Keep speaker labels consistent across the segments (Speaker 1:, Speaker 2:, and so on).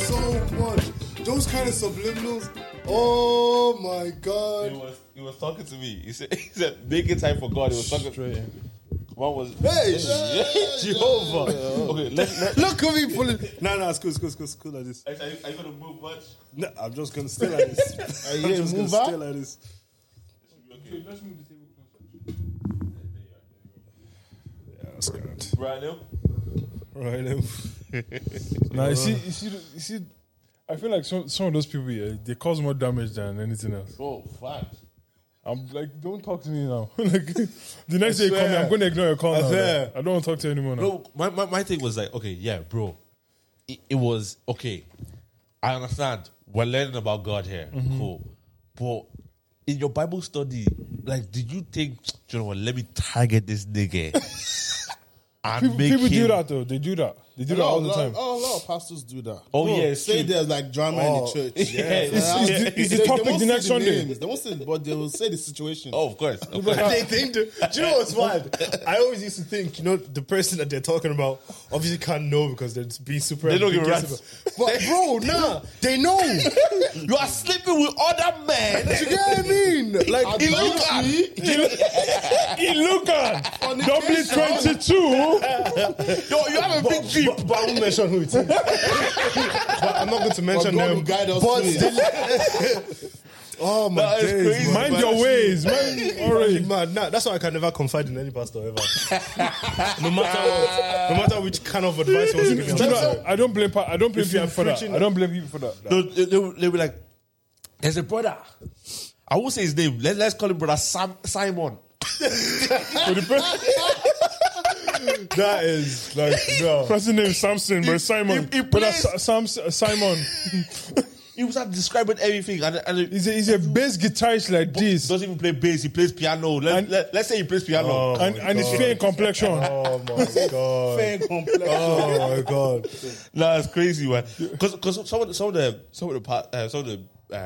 Speaker 1: one. Those kind of subliminals. Oh my
Speaker 2: He
Speaker 1: god.
Speaker 2: was he was talking to me. He said he said make it time for God. He was talking.
Speaker 3: Straight.
Speaker 2: One was
Speaker 1: Hey,
Speaker 2: Jehovah. Okay, let's. Let,
Speaker 1: Look at me pulling. Nah, nah, it's cool, it's cool, it's cool, it's cool like this.
Speaker 2: are, you, are you gonna move much?
Speaker 1: Nah, I'm just gonna stay like this.
Speaker 3: you
Speaker 1: I'm
Speaker 3: gonna
Speaker 1: just gonna
Speaker 3: move
Speaker 1: stay
Speaker 3: up?
Speaker 1: like this.
Speaker 2: Okay,
Speaker 4: Let's move the table closer.
Speaker 1: Yeah, that's good.
Speaker 2: Brandon.
Speaker 1: Right then.
Speaker 4: Nah, you see, you see, the- you see. I feel like some some of those people, yeah, they cause more damage than anything else.
Speaker 2: Oh, fact.
Speaker 4: I'm like, don't talk to me now. like, the next day you come, here,
Speaker 3: swear.
Speaker 4: I'm gonna ignore your call.
Speaker 3: I
Speaker 4: now,
Speaker 3: swear.
Speaker 4: like, I don't want to talk to you anymore now.
Speaker 2: No, my, my my thing was like, okay, yeah, bro. It, it was okay. I understand. We're learning about God here.
Speaker 4: Mm-hmm.
Speaker 2: Cool. But in your Bible study, like, did you think, you know what, let me target this nigga? and
Speaker 4: People,
Speaker 2: make
Speaker 4: people do
Speaker 2: him-
Speaker 4: that though. They do that. They do that all the time.
Speaker 3: Oh, a lot of pastors do that.
Speaker 2: Oh, yeah, it's
Speaker 3: say
Speaker 2: true.
Speaker 3: there's like drama
Speaker 2: Oh,
Speaker 3: in the church.
Speaker 2: yeah. It's-
Speaker 3: Like,
Speaker 4: it's the- it's the
Speaker 3: they- they
Speaker 4: topic
Speaker 3: won't
Speaker 4: the
Speaker 3: say
Speaker 4: next Sunday.
Speaker 3: names. They won't say, but they will say the situation.
Speaker 2: Oh, of course. Of course.
Speaker 1: they think the, do you know what's wild? I always used to think, you know, the person that they're talking about obviously can't know because they're being super.
Speaker 2: They don't give a
Speaker 1: ambiguous
Speaker 2: rat's.
Speaker 1: about- But bro, nah, they know. you
Speaker 2: you are sleeping with other men.
Speaker 1: get what I mean? Like
Speaker 2: In Lucan.
Speaker 4: In Lucan, doubly
Speaker 1: Fornication.
Speaker 4: twenty-two.
Speaker 2: Yo, you have a big Jeep.
Speaker 1: But, but I won't mention who it is. But I'm not going to mention
Speaker 3: God
Speaker 1: them.
Speaker 3: will guide us
Speaker 1: but
Speaker 3: through it.
Speaker 1: they- oh my
Speaker 2: That is
Speaker 1: days,
Speaker 2: crazy.
Speaker 1: man.
Speaker 4: Mind your ways, man. All right.
Speaker 1: Man, nah, that's why I can never confide in any pastor ever. no matter what, no matter which kind of advice he was giving.
Speaker 4: Do you know, I don't blame. pa- I don't blame
Speaker 1: If you're
Speaker 4: people for that.
Speaker 1: preaching-
Speaker 4: I don't blame people for that.
Speaker 2: No, they, they, were- they were like, there's a brother. I won't say his name. Let, let's call him brother Sam, Simon.
Speaker 4: So the person,
Speaker 1: That is like no.
Speaker 4: person named Samson, but Simon.
Speaker 2: he- he
Speaker 4: Brother
Speaker 2: plays-
Speaker 4: Sa- Sam, Simon.
Speaker 2: He was like describing everything. And, and he
Speaker 4: He's a, he's a bass guitarist like this,
Speaker 2: doesn't even play bass. He plays piano. Let,
Speaker 4: And-
Speaker 2: let, us say he plays piano.
Speaker 4: and, and he's fair in complexion.
Speaker 1: Oh my Oh god.
Speaker 2: Fair complexion.
Speaker 1: Oh my god.
Speaker 2: Nah, it's crazy, man. Because some of the, some of the some of the pa- uh, some of the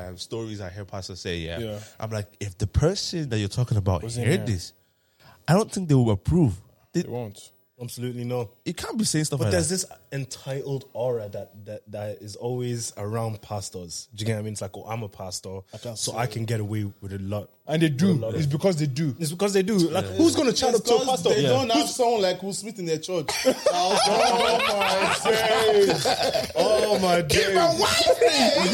Speaker 2: um, stories I hear pastors say, yeah,
Speaker 4: Yeah.
Speaker 2: I'm like, if the person that you're talking about
Speaker 4: in
Speaker 2: heard
Speaker 4: here.
Speaker 2: this, I don't think they will approve. They,
Speaker 4: They won't.
Speaker 1: Absolutely no.
Speaker 2: you can't be saying stuff like
Speaker 1: There's
Speaker 2: that.
Speaker 1: this entitled aura that, that that is always around pastors. Do you get what I mean? It's like, oh, I'm a pastor, so I can get away with a lot.
Speaker 4: And they do. It's because they do.
Speaker 1: It's because they do. Like, who's gonna chat up to a
Speaker 3: Because
Speaker 1: pastor?
Speaker 3: they don't have someone like Will Smith in their church.
Speaker 1: Oh my days! Oh my days!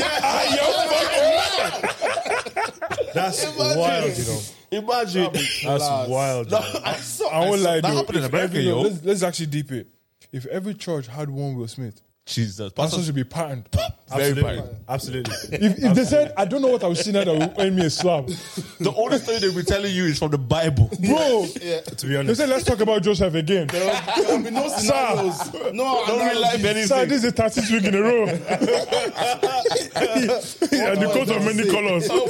Speaker 1: That's wild, you know.
Speaker 2: Imagine.
Speaker 4: That's wild.
Speaker 2: No,
Speaker 4: man.
Speaker 2: I, saw,
Speaker 4: I won't lie,
Speaker 2: That
Speaker 4: though.
Speaker 2: happened in
Speaker 4: If
Speaker 2: America,
Speaker 4: every- no,
Speaker 2: yo.
Speaker 4: Let's, let's actually deep it. If every church had one Will Smith,
Speaker 2: Jesus,
Speaker 4: pastors
Speaker 2: pastors
Speaker 4: should be patterned.
Speaker 2: very
Speaker 1: Absolutely.
Speaker 2: bad.
Speaker 1: Absolutely.
Speaker 4: If, if they said, I don't know what I was seeing that will earn me a slap.
Speaker 2: The only story they'll be telling you is from the Bible.
Speaker 4: Bro,
Speaker 1: to be
Speaker 4: they
Speaker 1: honest,
Speaker 4: said, let's talk about Joseph again.
Speaker 3: There will be no scenarios. No,
Speaker 2: Don't
Speaker 3: analogies.
Speaker 2: rely on anything.
Speaker 4: Sir, this is the 13th week in a row. and the coat of many colors.
Speaker 2: Oh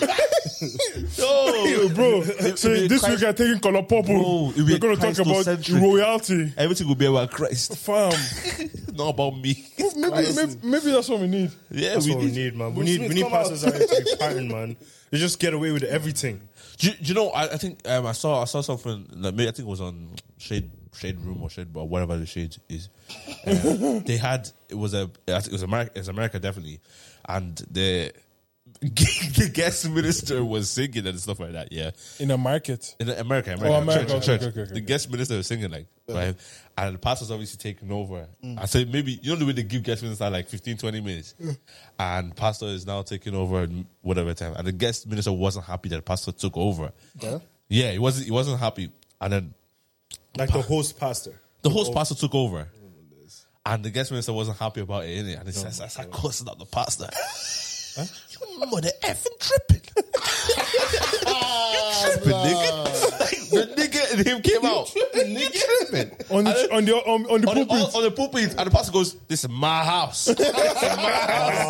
Speaker 2: my god. Yo.
Speaker 4: Bro,
Speaker 2: It-
Speaker 4: so
Speaker 2: it'll be a
Speaker 4: this
Speaker 2: Christ-
Speaker 4: week I'm taking color purple.
Speaker 2: Bro, it'll be
Speaker 4: We're
Speaker 2: a
Speaker 4: going to talk about
Speaker 2: Christocentric.
Speaker 4: royalty.
Speaker 2: Everything will be about Christ,
Speaker 4: Fam,
Speaker 2: not about me.
Speaker 4: maybe, maybe, maybe that's what we need.
Speaker 2: Yeah,
Speaker 1: that's
Speaker 2: we
Speaker 1: what we
Speaker 2: need.
Speaker 1: need, man. We
Speaker 3: Will
Speaker 1: need
Speaker 3: Smith
Speaker 1: we need
Speaker 3: come out.
Speaker 1: pastors out here to be patterned, man. They just get away with everything.
Speaker 2: Do, you- do you know? I, I think um, I saw I saw something. Like maybe I think it was on Shade Shade Room or Shade or whatever the shade is. Um, they had it was a I think it was America. It's America definitely, and the the guest minister was singing and stuff like that. Yeah,
Speaker 4: In a market.
Speaker 2: In America, America,
Speaker 4: Oh, America,
Speaker 2: church,
Speaker 4: okay,
Speaker 2: church.
Speaker 4: okay, okay, okay.
Speaker 2: The guest minister was singing like, right? And the pastor's obviously taking over.
Speaker 4: Mm.
Speaker 2: I said maybe you know the way they give guest minister like 15, 20 minutes, and pastor is now taking over and whatever time. And the guest minister wasn't happy that the pastor took over. Yeah, yeah, he wasn't. He wasn't happy. And then
Speaker 1: Like the host pastor.
Speaker 2: the host pastor took over. And the guest minister wasn't happy about it, innit? And he says, I started cursing out the pastor. You mother effing tripping. you tripping, nigga. Like, the nigga and him came out. Tripping, nigga. You tripping.
Speaker 4: On the, on the, on, on the
Speaker 2: On, the,
Speaker 4: pulpit.
Speaker 2: on, on the pulpit, and the pastor goes, This is my house. This is my house.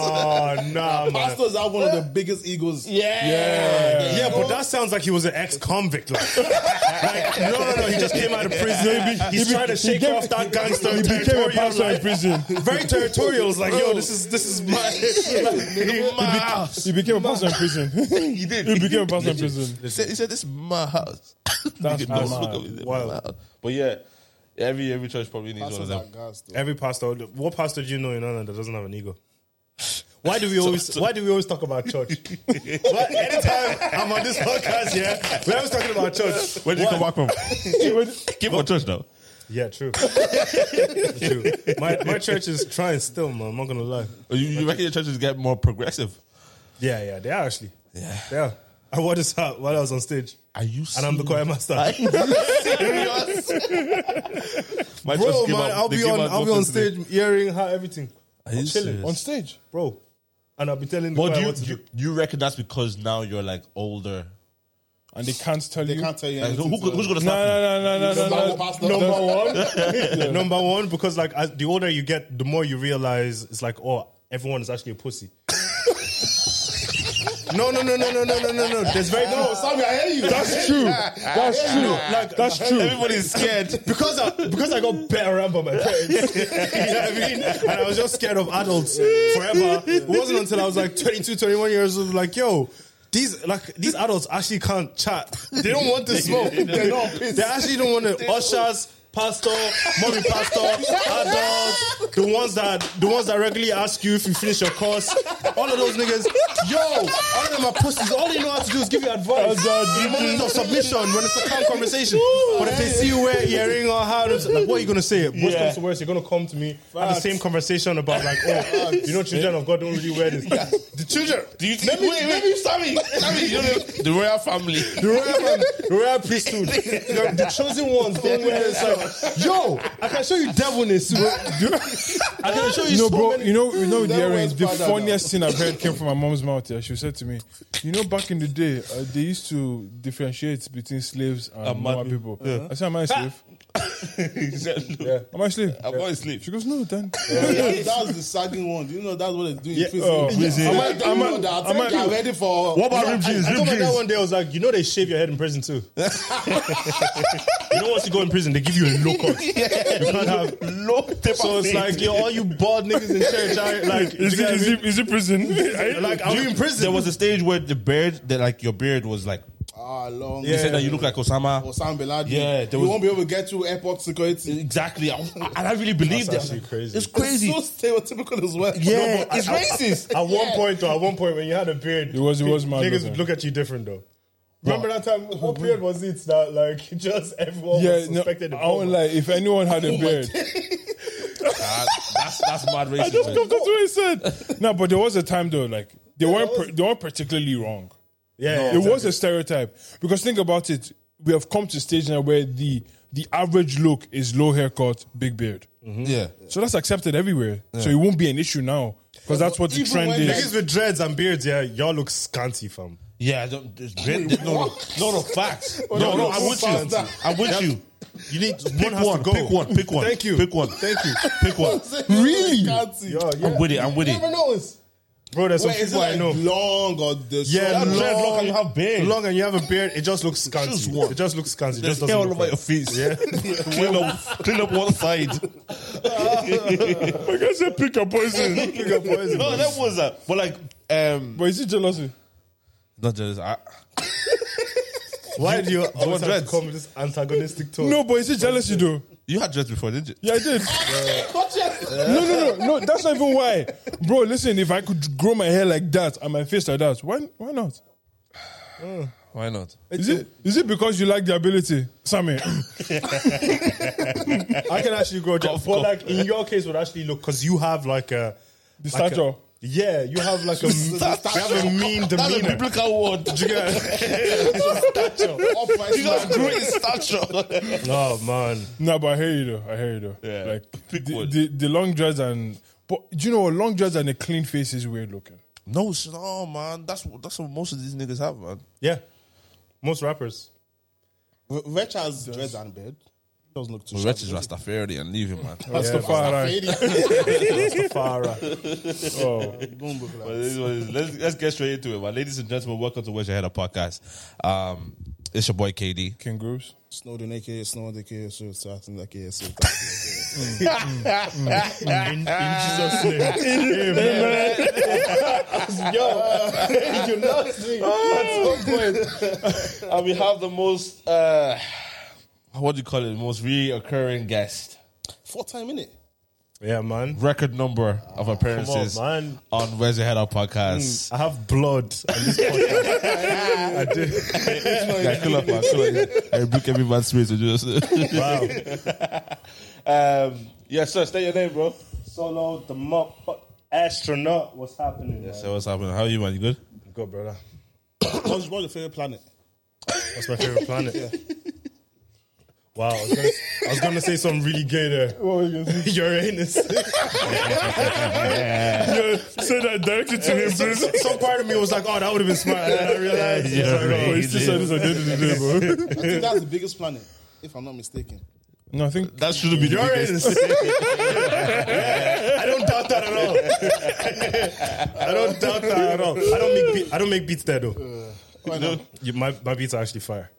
Speaker 1: Oh nah, man.
Speaker 3: Pastors are one of the biggest egos.
Speaker 1: Yeah, but that sounds like he was an ex-convict. Like, like no, no, no. He just came out of prison. He's
Speaker 4: be-
Speaker 1: trying to
Speaker 4: he
Speaker 1: shake
Speaker 4: gave-
Speaker 1: off that gangster.
Speaker 4: He became a
Speaker 1: territorial,
Speaker 4: pastor in
Speaker 1: like,
Speaker 4: prison.
Speaker 1: Very territorial. It's like, yo, this is this is my.
Speaker 2: This is my house.
Speaker 4: He became a pastor in prison.
Speaker 2: He did.
Speaker 4: He became a pastor in prison.
Speaker 2: He said, he said, "This is my house."
Speaker 4: That's
Speaker 2: Nigga, no,
Speaker 4: mad.
Speaker 2: look at me, this is my
Speaker 1: Wild.
Speaker 2: house. But yeah, every every church probably needs one
Speaker 3: Pastors
Speaker 2: of them.
Speaker 3: are gas, though.
Speaker 1: Every pastor, what pastor do you know in Ireland that doesn't have an ego?
Speaker 5: Why do we always Why do we always talk about church? Why- anytime I'm on this podcast, yeah, we're always talking about church.
Speaker 2: Where did you
Speaker 5: Why-
Speaker 2: come back from? Keep on church now.
Speaker 5: Yeah, true. true. My my church is trying still, man. I'm not gonna lie.
Speaker 2: You, you reckon your churches get more progressive?
Speaker 5: Yeah, yeah, they are actually.
Speaker 2: Yeah.
Speaker 5: they are. I wore this hat while I was on stage,
Speaker 2: Are you?
Speaker 5: and I'm the choir master.
Speaker 2: My
Speaker 5: Bro,
Speaker 2: church gave out-
Speaker 5: man, I'll
Speaker 2: they
Speaker 5: be
Speaker 2: gave
Speaker 5: on.
Speaker 2: out
Speaker 5: I'll be on
Speaker 2: notice today.
Speaker 5: stage, earring, hat, everything.
Speaker 2: Are you
Speaker 5: I'm chilling.
Speaker 2: serious?
Speaker 3: on stage.
Speaker 5: bro. And I'll be telling the
Speaker 2: But
Speaker 5: choir
Speaker 2: do you,
Speaker 5: what to
Speaker 2: do,
Speaker 5: do.
Speaker 2: you, do you reckon that's because now you're like older?
Speaker 4: and they can't tell
Speaker 3: They
Speaker 4: you.
Speaker 3: can't tell you
Speaker 2: Like,
Speaker 3: anything.
Speaker 2: who, who's gonna stop
Speaker 4: No,
Speaker 2: you?
Speaker 4: no, no, no, no,
Speaker 3: Just
Speaker 4: no,
Speaker 3: like
Speaker 4: no.
Speaker 3: the pastor.
Speaker 4: Number one.
Speaker 5: Number one, because like as, the older you get, the more you realize it's like, oh, everyone is actually a pussy. no, no, no, no, no, no, no, no, no. There's very
Speaker 3: no, Sammy, I hear you.
Speaker 4: That's true. That's true. That's true.
Speaker 5: Everybody's scared because I because I got oh, better around by my parents. you know what I mean? And I was just scared of adults forever. It wasn't until I was like 22, 21 years old, like, yo, these like these adults actually can't chat. They don't want to smoke.
Speaker 3: They're not pissed.
Speaker 5: They actually don't want to ushers. Pastor, mommy, pastor, adults, the ones that the ones that regularly ask you if you finish your course, all of those niggas, yo, all of them are pussies. All they know how to do is give you advice. In the moment of submission, when it's a calm conversation, but if they see you wear earring or hat, it's like, what are you gonna say? Worst comes to worst, you're gonna come to me have the same conversation about like, oh, you know, children of God don't really wear this. The children,
Speaker 2: Do you think?
Speaker 3: Let me, let me, Sammy.
Speaker 2: I mean, you know, the royal family.
Speaker 5: the royal, fam- the royal priesthood, the, the chosen ones don't wear this. Like, yo, I can show you devilness. bro. I can show you
Speaker 4: You know,
Speaker 5: so
Speaker 4: bro,
Speaker 5: many.
Speaker 4: you know, you know, the
Speaker 3: That
Speaker 4: earrings.
Speaker 3: was
Speaker 4: The
Speaker 3: bad,
Speaker 4: funniest thing I've heard came from my mom's mouth. Yeah, she said to me, "You know, back in the day, uh, they used to differentiate between slaves and normal
Speaker 2: mad-
Speaker 4: people." I said, "Am I a slave?
Speaker 2: He said, "Look,
Speaker 4: Am I a slave?"
Speaker 2: I'm going to sleep.
Speaker 4: She goes, "No, then."
Speaker 3: Yeah, that's the sagging one. Do you know that's what it's doing? Yeah.
Speaker 4: oh,
Speaker 3: I might, I might,
Speaker 4: I
Speaker 3: I
Speaker 4: might-
Speaker 3: think I'm ready for.
Speaker 2: What about rib jeans?
Speaker 5: I
Speaker 2: Rib
Speaker 5: told my dad
Speaker 2: jeans.
Speaker 5: one day, I was like, you know, they shave your head in prison too. you know, once you go in prison, they give you a low cut. You can't have low So it's like, yo, all you bald niggas in church, I, like, you
Speaker 4: Is
Speaker 5: get
Speaker 4: it,
Speaker 5: what I
Speaker 4: is
Speaker 5: mean?
Speaker 4: it, is it prison?
Speaker 5: like, are we in prison?
Speaker 2: There was a stage where the beard, that like your beard was like.
Speaker 3: Ah, long.
Speaker 2: He said that you look like Osama.
Speaker 3: Or Sam Bin Laden.
Speaker 2: Yeah, there
Speaker 3: you
Speaker 2: was-
Speaker 3: won't be able to get through airport security.
Speaker 2: Exactly, I- I- and I really believed
Speaker 5: That's
Speaker 2: that.
Speaker 5: actually crazy.
Speaker 2: It's crazy.
Speaker 3: It's so stereotypical as well.
Speaker 2: yeah,
Speaker 5: No, but
Speaker 2: it's
Speaker 5: at- at-
Speaker 2: racist.
Speaker 5: At one point, though, at one point when you had a beard,
Speaker 4: It was- it was mad,
Speaker 5: niggas
Speaker 4: wasn't it?
Speaker 5: would look at you different though. Remember that time? What period was it that like just everyone
Speaker 4: yeah,
Speaker 5: was
Speaker 4: no,
Speaker 5: suspected? of
Speaker 4: I won't
Speaker 5: coma?
Speaker 4: lie. If anyone had a beard,
Speaker 2: Ah, that's that's mad
Speaker 4: I just
Speaker 2: racism.
Speaker 4: come to what he said. No, but there was a time though, like they weren't
Speaker 5: was-
Speaker 4: par- they weren't particularly wrong.
Speaker 5: yeah, yeah,
Speaker 4: it
Speaker 5: exactly.
Speaker 4: was a stereotype because think about it. We have come to a stage now where the the average look is low haircut, big beard.
Speaker 2: Yeah,
Speaker 4: So that's accepted everywhere. So it won't be an issue now because that's what the
Speaker 3: Even
Speaker 4: trend
Speaker 3: when
Speaker 4: is.
Speaker 5: Niggas with dreads and beards, yeah, y'all look scanty, fam.
Speaker 2: yeah. I don't, there's great, no, no, no, no, facts. No,
Speaker 5: no,
Speaker 2: no,
Speaker 5: no,
Speaker 2: I'm with
Speaker 5: facts.
Speaker 2: you. I'm with you. You need pick
Speaker 5: one has to
Speaker 2: one,
Speaker 5: go.
Speaker 2: pick one, pick one.
Speaker 5: Thank you.
Speaker 2: pick one,
Speaker 5: Thank you.
Speaker 2: pick one.
Speaker 3: Really?
Speaker 5: Yo, yeah.
Speaker 2: I'm with it. I'm with it.
Speaker 3: Never knows.
Speaker 5: Bro, there's some
Speaker 3: Wait, is it
Speaker 5: people I
Speaker 3: like
Speaker 5: know.
Speaker 3: long or the
Speaker 5: Yeah,
Speaker 3: short?
Speaker 5: long.
Speaker 2: dreadlock and you have beard.
Speaker 5: Long and you have a beard, it just looks scanty.
Speaker 2: Choose one.
Speaker 5: It just looks scanty. It
Speaker 2: There's
Speaker 5: just
Speaker 2: hair
Speaker 5: doesn't
Speaker 2: all
Speaker 5: look
Speaker 2: over
Speaker 5: right.
Speaker 2: your face.
Speaker 5: Yeah.
Speaker 2: clean up, clean up one side.
Speaker 4: I guess they pick a poison.
Speaker 5: Pick up poison.
Speaker 2: No, that was that. But like, um,
Speaker 4: but is it jealousy?
Speaker 2: not just. I,
Speaker 5: Why do you always
Speaker 2: want
Speaker 5: have
Speaker 2: dreads?
Speaker 5: to come with this antagonistic tone?
Speaker 4: No, but is it jealousy though?
Speaker 2: you had dreads before, didn't you?
Speaker 4: Yeah, I did.
Speaker 3: Cut it.
Speaker 4: No, no, no, no. That's not even why, bro. Listen, if I could grow my hair like that and my face like that, why, why not?
Speaker 2: Why not?
Speaker 4: Is it is it because you like the ability, Sammy?
Speaker 5: I can actually grow dreads.
Speaker 2: Cough,
Speaker 5: But
Speaker 2: cough.
Speaker 5: like in your case would actually look because you have like a
Speaker 4: The
Speaker 5: like a-
Speaker 4: stature.
Speaker 5: yeah, you have like a you have a mean
Speaker 2: That's a
Speaker 5: demeanor.
Speaker 2: biblical word.
Speaker 5: Do you get-
Speaker 3: Up my
Speaker 2: You just
Speaker 3: smack.
Speaker 2: grew in stature.
Speaker 5: oh man,
Speaker 4: No, but I hear you though. I hear you though.
Speaker 2: Yeah.
Speaker 4: Like
Speaker 2: Pick
Speaker 4: the,
Speaker 2: one.
Speaker 4: the the long dreads and but do you know what long dreads and a clean face is weird looking.
Speaker 2: No, it's no, man. That's what- that's what most of these niggas have, man.
Speaker 5: yeah. Most rappers.
Speaker 3: Rich has dreads and beard. Doesn't look too
Speaker 2: Wretched Rastafari and leave him, man.
Speaker 4: That's the far right.
Speaker 5: Rastafari.
Speaker 4: Oh.
Speaker 2: But it is what it is. let's, let's get straight into it, man. Ladies and gentlemen, welcome to Wish I Had a Podcast. Um, it's your boy KD.
Speaker 4: Kangaroos.
Speaker 3: Snowden, aka Snowden, aka Sultan, aka Sultan.
Speaker 5: in, in Jesus' name. Amen. Yo, you lost me.
Speaker 2: and we have the most, uh, what do you call it? The most reoccurring guest.
Speaker 3: Four time in it.
Speaker 5: Yeah, man.
Speaker 2: Record number of appearances
Speaker 5: come on, man.
Speaker 2: on Where's Your Head Up podcast.
Speaker 5: I have blood. on this podcast. I do.
Speaker 2: Yeah, cool up, man. Cool up. I book every man's space. and just- um, yeah, sir, state your name, bro.
Speaker 5: Solo the motherfucker astronaut. What's happening? man?
Speaker 2: So what's happening? How are you, man? You good?
Speaker 5: Good, brother.
Speaker 3: What's what's your favorite planet?
Speaker 5: That's my favorite planet. Wow, I was, gonna, I was gonna say something really gay there. Uranus. Yo, say that directly to him. Some, some part of me was like, oh, that would have been smart. And then I realized, it's like, oh, it's just
Speaker 2: Uranus.
Speaker 5: like this at the end of the day, bro.
Speaker 3: I think that's the biggest planet, if I'm not mistaken.
Speaker 4: No, I think
Speaker 2: That shouldn't be the biggest.
Speaker 5: Uranus. I don't doubt that at all. I don't doubt that at all. I don't make be- I don't make beats there though.
Speaker 3: Why not?
Speaker 5: You- my, my beats are actually fire.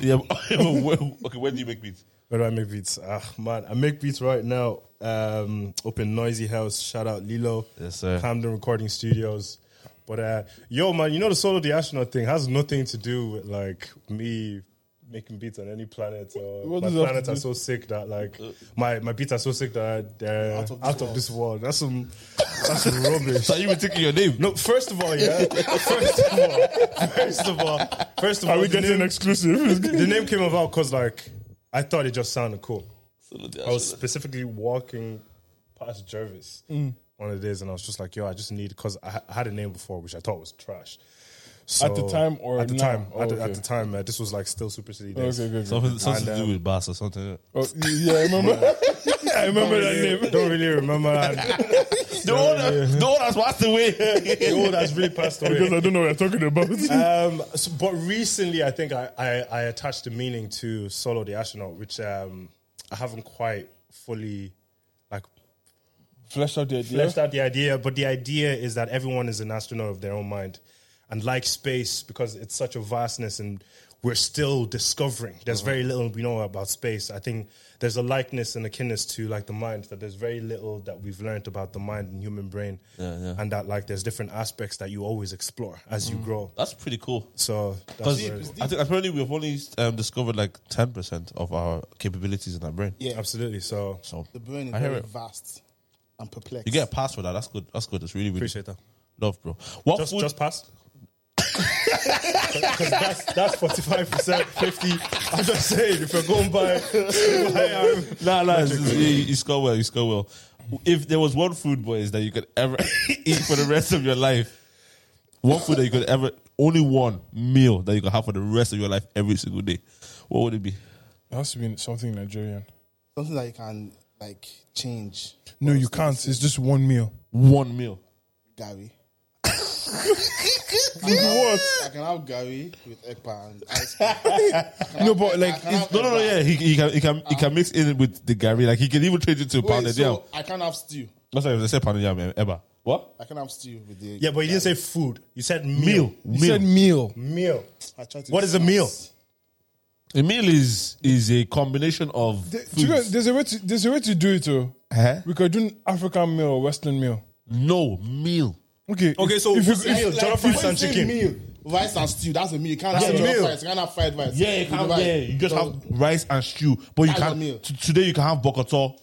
Speaker 2: Yeah, but- okay, when do you make beats?
Speaker 5: Where do I make beats? Ah, man, I make beats right now. Um, up in Noisy House. Shout out Lilo.
Speaker 2: Yes, sir.
Speaker 5: Camden Recording Studios. But uh, yo, man, you know the solo the astronaut thing has nothing to do with like me making beats on any planet. Or
Speaker 4: What
Speaker 5: my
Speaker 4: does that have
Speaker 5: planets
Speaker 4: to
Speaker 5: are
Speaker 4: do-
Speaker 5: so sick that like
Speaker 2: Uh,
Speaker 5: my, my beats are so sick that uh, they're out of this, world. That's some that's some rubbish.
Speaker 2: So you been taking your name?
Speaker 5: No, first of all, yeah. First of all, first of all, first of all, the name,
Speaker 4: exclusive?
Speaker 5: the name came about because like I thought it just sounded cool. I
Speaker 2: That's
Speaker 5: was specifically walking past Jervis one of the days, and I was just like, "Yo, I just need," because I, ha- I had a name before, which I thought was trash. So-
Speaker 4: At the time or
Speaker 5: at the
Speaker 4: now?
Speaker 5: time,
Speaker 4: Oh,
Speaker 5: at, the, at
Speaker 4: okay.
Speaker 5: the time, uh, this was like still Super City days.
Speaker 4: Okay, good. good.
Speaker 2: something something to do with bass or something.
Speaker 4: Oh, yeah, I remember.
Speaker 5: I remember that name. Don't really remember that.
Speaker 2: The one, the one that's passed away.
Speaker 5: the old has really passed away.
Speaker 4: I don't know what I'm talking about.
Speaker 5: um, so- but recently, I think I, I, I attached the meaning to Solo the Astronaut, which um, I haven't quite fully like
Speaker 4: Flesh out the idea.
Speaker 5: fleshed out the idea. But the idea is that everyone is an astronaut of their own mind, and like space, because it's such a vastness, and we're still discovering. There's very little we know about space. I think there's a likeness and a kinness to like the mind that there's very little that we've learned about the mind and human brain, and that like there's different aspects that you always explore as you grow.
Speaker 2: That's pretty cool.
Speaker 5: So that's
Speaker 2: Because
Speaker 5: where it-
Speaker 2: I think apparently we've only um, discovered like ten percent of our capabilities in our brain.
Speaker 3: Yeah,
Speaker 5: absolutely. So
Speaker 2: So
Speaker 3: the brain is
Speaker 2: I hear
Speaker 3: very
Speaker 2: it.
Speaker 3: vast and perplexed.
Speaker 2: You get a pass for that. That's good. That's good. It's really, really
Speaker 5: Appreciate that.
Speaker 2: Love, bro. What
Speaker 5: just
Speaker 2: food?
Speaker 5: just pass. Because that's that's forty five percent, fifty. I'm just saying, if we're going by, by um, our-
Speaker 2: nah, nah. it's- it's- you, you score well. You score well. If there was one food, boys, that you could ever eat for the rest of your life, one food that you could ever, only one meal that you could have for the rest of your life every single day, what would it be?
Speaker 4: It has to be something Nigerian.
Speaker 3: Something that you can like change,
Speaker 4: No, you can't. It's just one meal.
Speaker 2: One meal.
Speaker 3: Gary.
Speaker 4: What?
Speaker 3: I can have Gary with egg and ice cream.
Speaker 4: No, but like,
Speaker 3: I can
Speaker 4: it's,
Speaker 3: have
Speaker 2: No, no, no.
Speaker 3: egg
Speaker 2: Yeah, he, he can he can he can mix in with the Gary. Like he can even change it to a
Speaker 3: pie.
Speaker 2: pound
Speaker 3: Wait,
Speaker 2: of
Speaker 3: so
Speaker 2: jam.
Speaker 3: I can't have stew.
Speaker 2: That's why they say pound of jam. eh, Eba. What
Speaker 3: I can have stew with the.
Speaker 5: yeah, but you didn't say food. You said
Speaker 2: meal?
Speaker 5: meal.
Speaker 4: you said meal.
Speaker 5: Meal.
Speaker 3: I tried to
Speaker 5: What is a meal?
Speaker 2: A meal is is a combination of
Speaker 4: Th- do you know,
Speaker 2: foods.
Speaker 4: there's a way to there's a way to do it. Oh,
Speaker 2: Huh?
Speaker 4: we could do an African meal or Western meal.
Speaker 2: No meal.
Speaker 4: Okay.
Speaker 5: Okay, so what's a meal?
Speaker 3: Like,
Speaker 5: Jollof
Speaker 3: when
Speaker 5: rice
Speaker 3: you
Speaker 5: and
Speaker 3: say
Speaker 5: chicken.
Speaker 3: Meal, rice and stew. That's a meal. You can't
Speaker 5: That's
Speaker 3: have
Speaker 5: a
Speaker 3: jollof
Speaker 5: meal.
Speaker 3: rice. You can't have fried rice.
Speaker 2: Yeah, you can't.
Speaker 3: With rice.
Speaker 2: Yeah, you just
Speaker 3: So,
Speaker 2: have rice and stew, but you
Speaker 3: That's
Speaker 2: can't.
Speaker 3: a meal.
Speaker 2: t- today you can have bokoto.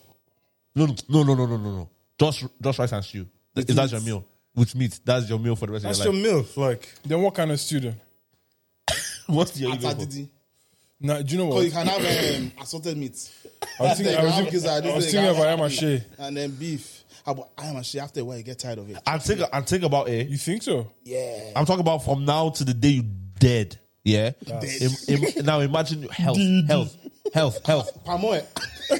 Speaker 2: No, no, no, no, no, no, no, no. Just, just rice and stew. Is that your meal? With meat, that's your meal for the rest
Speaker 5: That's
Speaker 2: of
Speaker 5: your
Speaker 2: your life.
Speaker 5: meal. Like
Speaker 4: Then what kind of student?
Speaker 2: What's the
Speaker 3: atadidi.
Speaker 4: Now, do you know
Speaker 3: But you
Speaker 4: what?
Speaker 3: can have um, assorted meat.
Speaker 4: I was thinking, I was
Speaker 3: They can have
Speaker 4: thinking,
Speaker 3: gizzard,
Speaker 4: I was
Speaker 3: they
Speaker 4: thinking
Speaker 3: can
Speaker 4: of
Speaker 3: have
Speaker 4: ayamashi.
Speaker 3: beef, And then beef. Ah, How about ayamashi? After a while, you get tired of it.
Speaker 2: I'm thinking. I'm thinking about it.
Speaker 4: You think so?
Speaker 3: Yeah.
Speaker 2: I'm talking about from now to the day you dead. Yeah. Im- im- now imagine your health, health, health, health,
Speaker 3: Palm oil.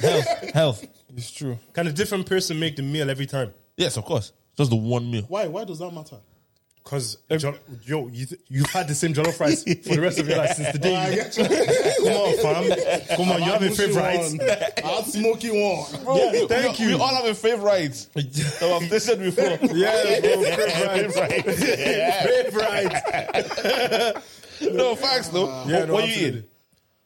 Speaker 2: health, health.
Speaker 4: It's true.
Speaker 5: can a different person make the meal every time?
Speaker 2: Yes, of course. Just the one meal.
Speaker 3: Why? Why does that matter?
Speaker 5: Because yo, you th- you've had the same jollof rice for the rest of your life since the day.
Speaker 3: I
Speaker 5: you-
Speaker 3: get you.
Speaker 5: Come on, fam. Come on, you have a
Speaker 3: Bushy
Speaker 5: favorite.
Speaker 3: one. I had smoky one.
Speaker 5: Yeah, thank
Speaker 2: We all have a favorite. that I've listened before.
Speaker 5: Yeah, bro, favorite. favorite.
Speaker 2: No facts, though.
Speaker 5: Yeah, no,
Speaker 2: what you
Speaker 5: absolutely.
Speaker 2: eat?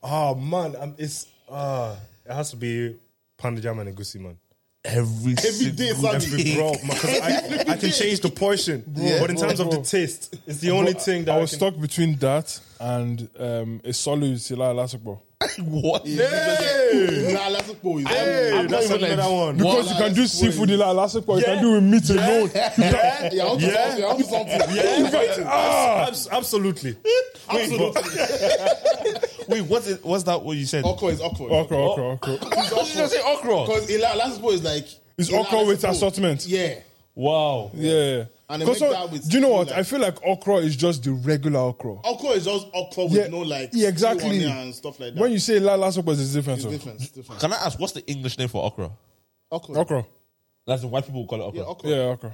Speaker 5: Oh man, um, it's uh, it has to be pounded jam and egusi, man.
Speaker 2: Every
Speaker 3: Every day,
Speaker 2: single
Speaker 3: Sammy.
Speaker 5: Every bro, man, 'cause I, I can change the portion, but in
Speaker 4: bro,
Speaker 5: terms of
Speaker 4: bro.
Speaker 5: the taste, it's the only
Speaker 4: But
Speaker 5: thing that
Speaker 4: I was
Speaker 5: can-
Speaker 4: stuck between that and um, a solu sila lasagbo.
Speaker 2: what?
Speaker 3: Nah, let's go.
Speaker 5: Hey,
Speaker 3: Yeah,
Speaker 5: that's another one.
Speaker 4: Because you
Speaker 3: Well,
Speaker 4: can do
Speaker 3: that's
Speaker 4: seafood in like last week, you
Speaker 5: Yeah.
Speaker 4: can do with meat alone.
Speaker 3: yeah, yeah, onto
Speaker 5: Yeah.
Speaker 3: something, onto something.
Speaker 5: Yeah,
Speaker 4: Ah.
Speaker 5: abs- absolutely.
Speaker 3: Absolutely.
Speaker 2: Wait, what's it, what's that? What you said?
Speaker 3: Okra is okra.
Speaker 4: Okra, okra, okra.
Speaker 2: How did you just say okra?
Speaker 3: Because Ila Lasipo is like
Speaker 4: It's
Speaker 3: Ila
Speaker 4: okra with
Speaker 3: Lasipo.
Speaker 4: assortment.
Speaker 3: Yeah.
Speaker 2: Wow.
Speaker 4: Yeah.
Speaker 3: And they
Speaker 4: 'Cause
Speaker 3: make
Speaker 4: so-
Speaker 3: that with
Speaker 4: do you know what?
Speaker 3: like-
Speaker 4: I feel like okra is just the regular okra.
Speaker 3: Okra is just okra with
Speaker 4: Yeah,
Speaker 3: no like
Speaker 4: yeah, exactly.
Speaker 3: stew onion and stuff like that.
Speaker 4: When you say la last supper, it's different.
Speaker 3: it's
Speaker 4: so.
Speaker 3: different, it's different.
Speaker 2: Can I ask what's the English name for okra?
Speaker 3: Okra.
Speaker 4: Okra.
Speaker 2: That's the white people call it okra.
Speaker 3: Yeah, okra.
Speaker 4: Yeah, okra.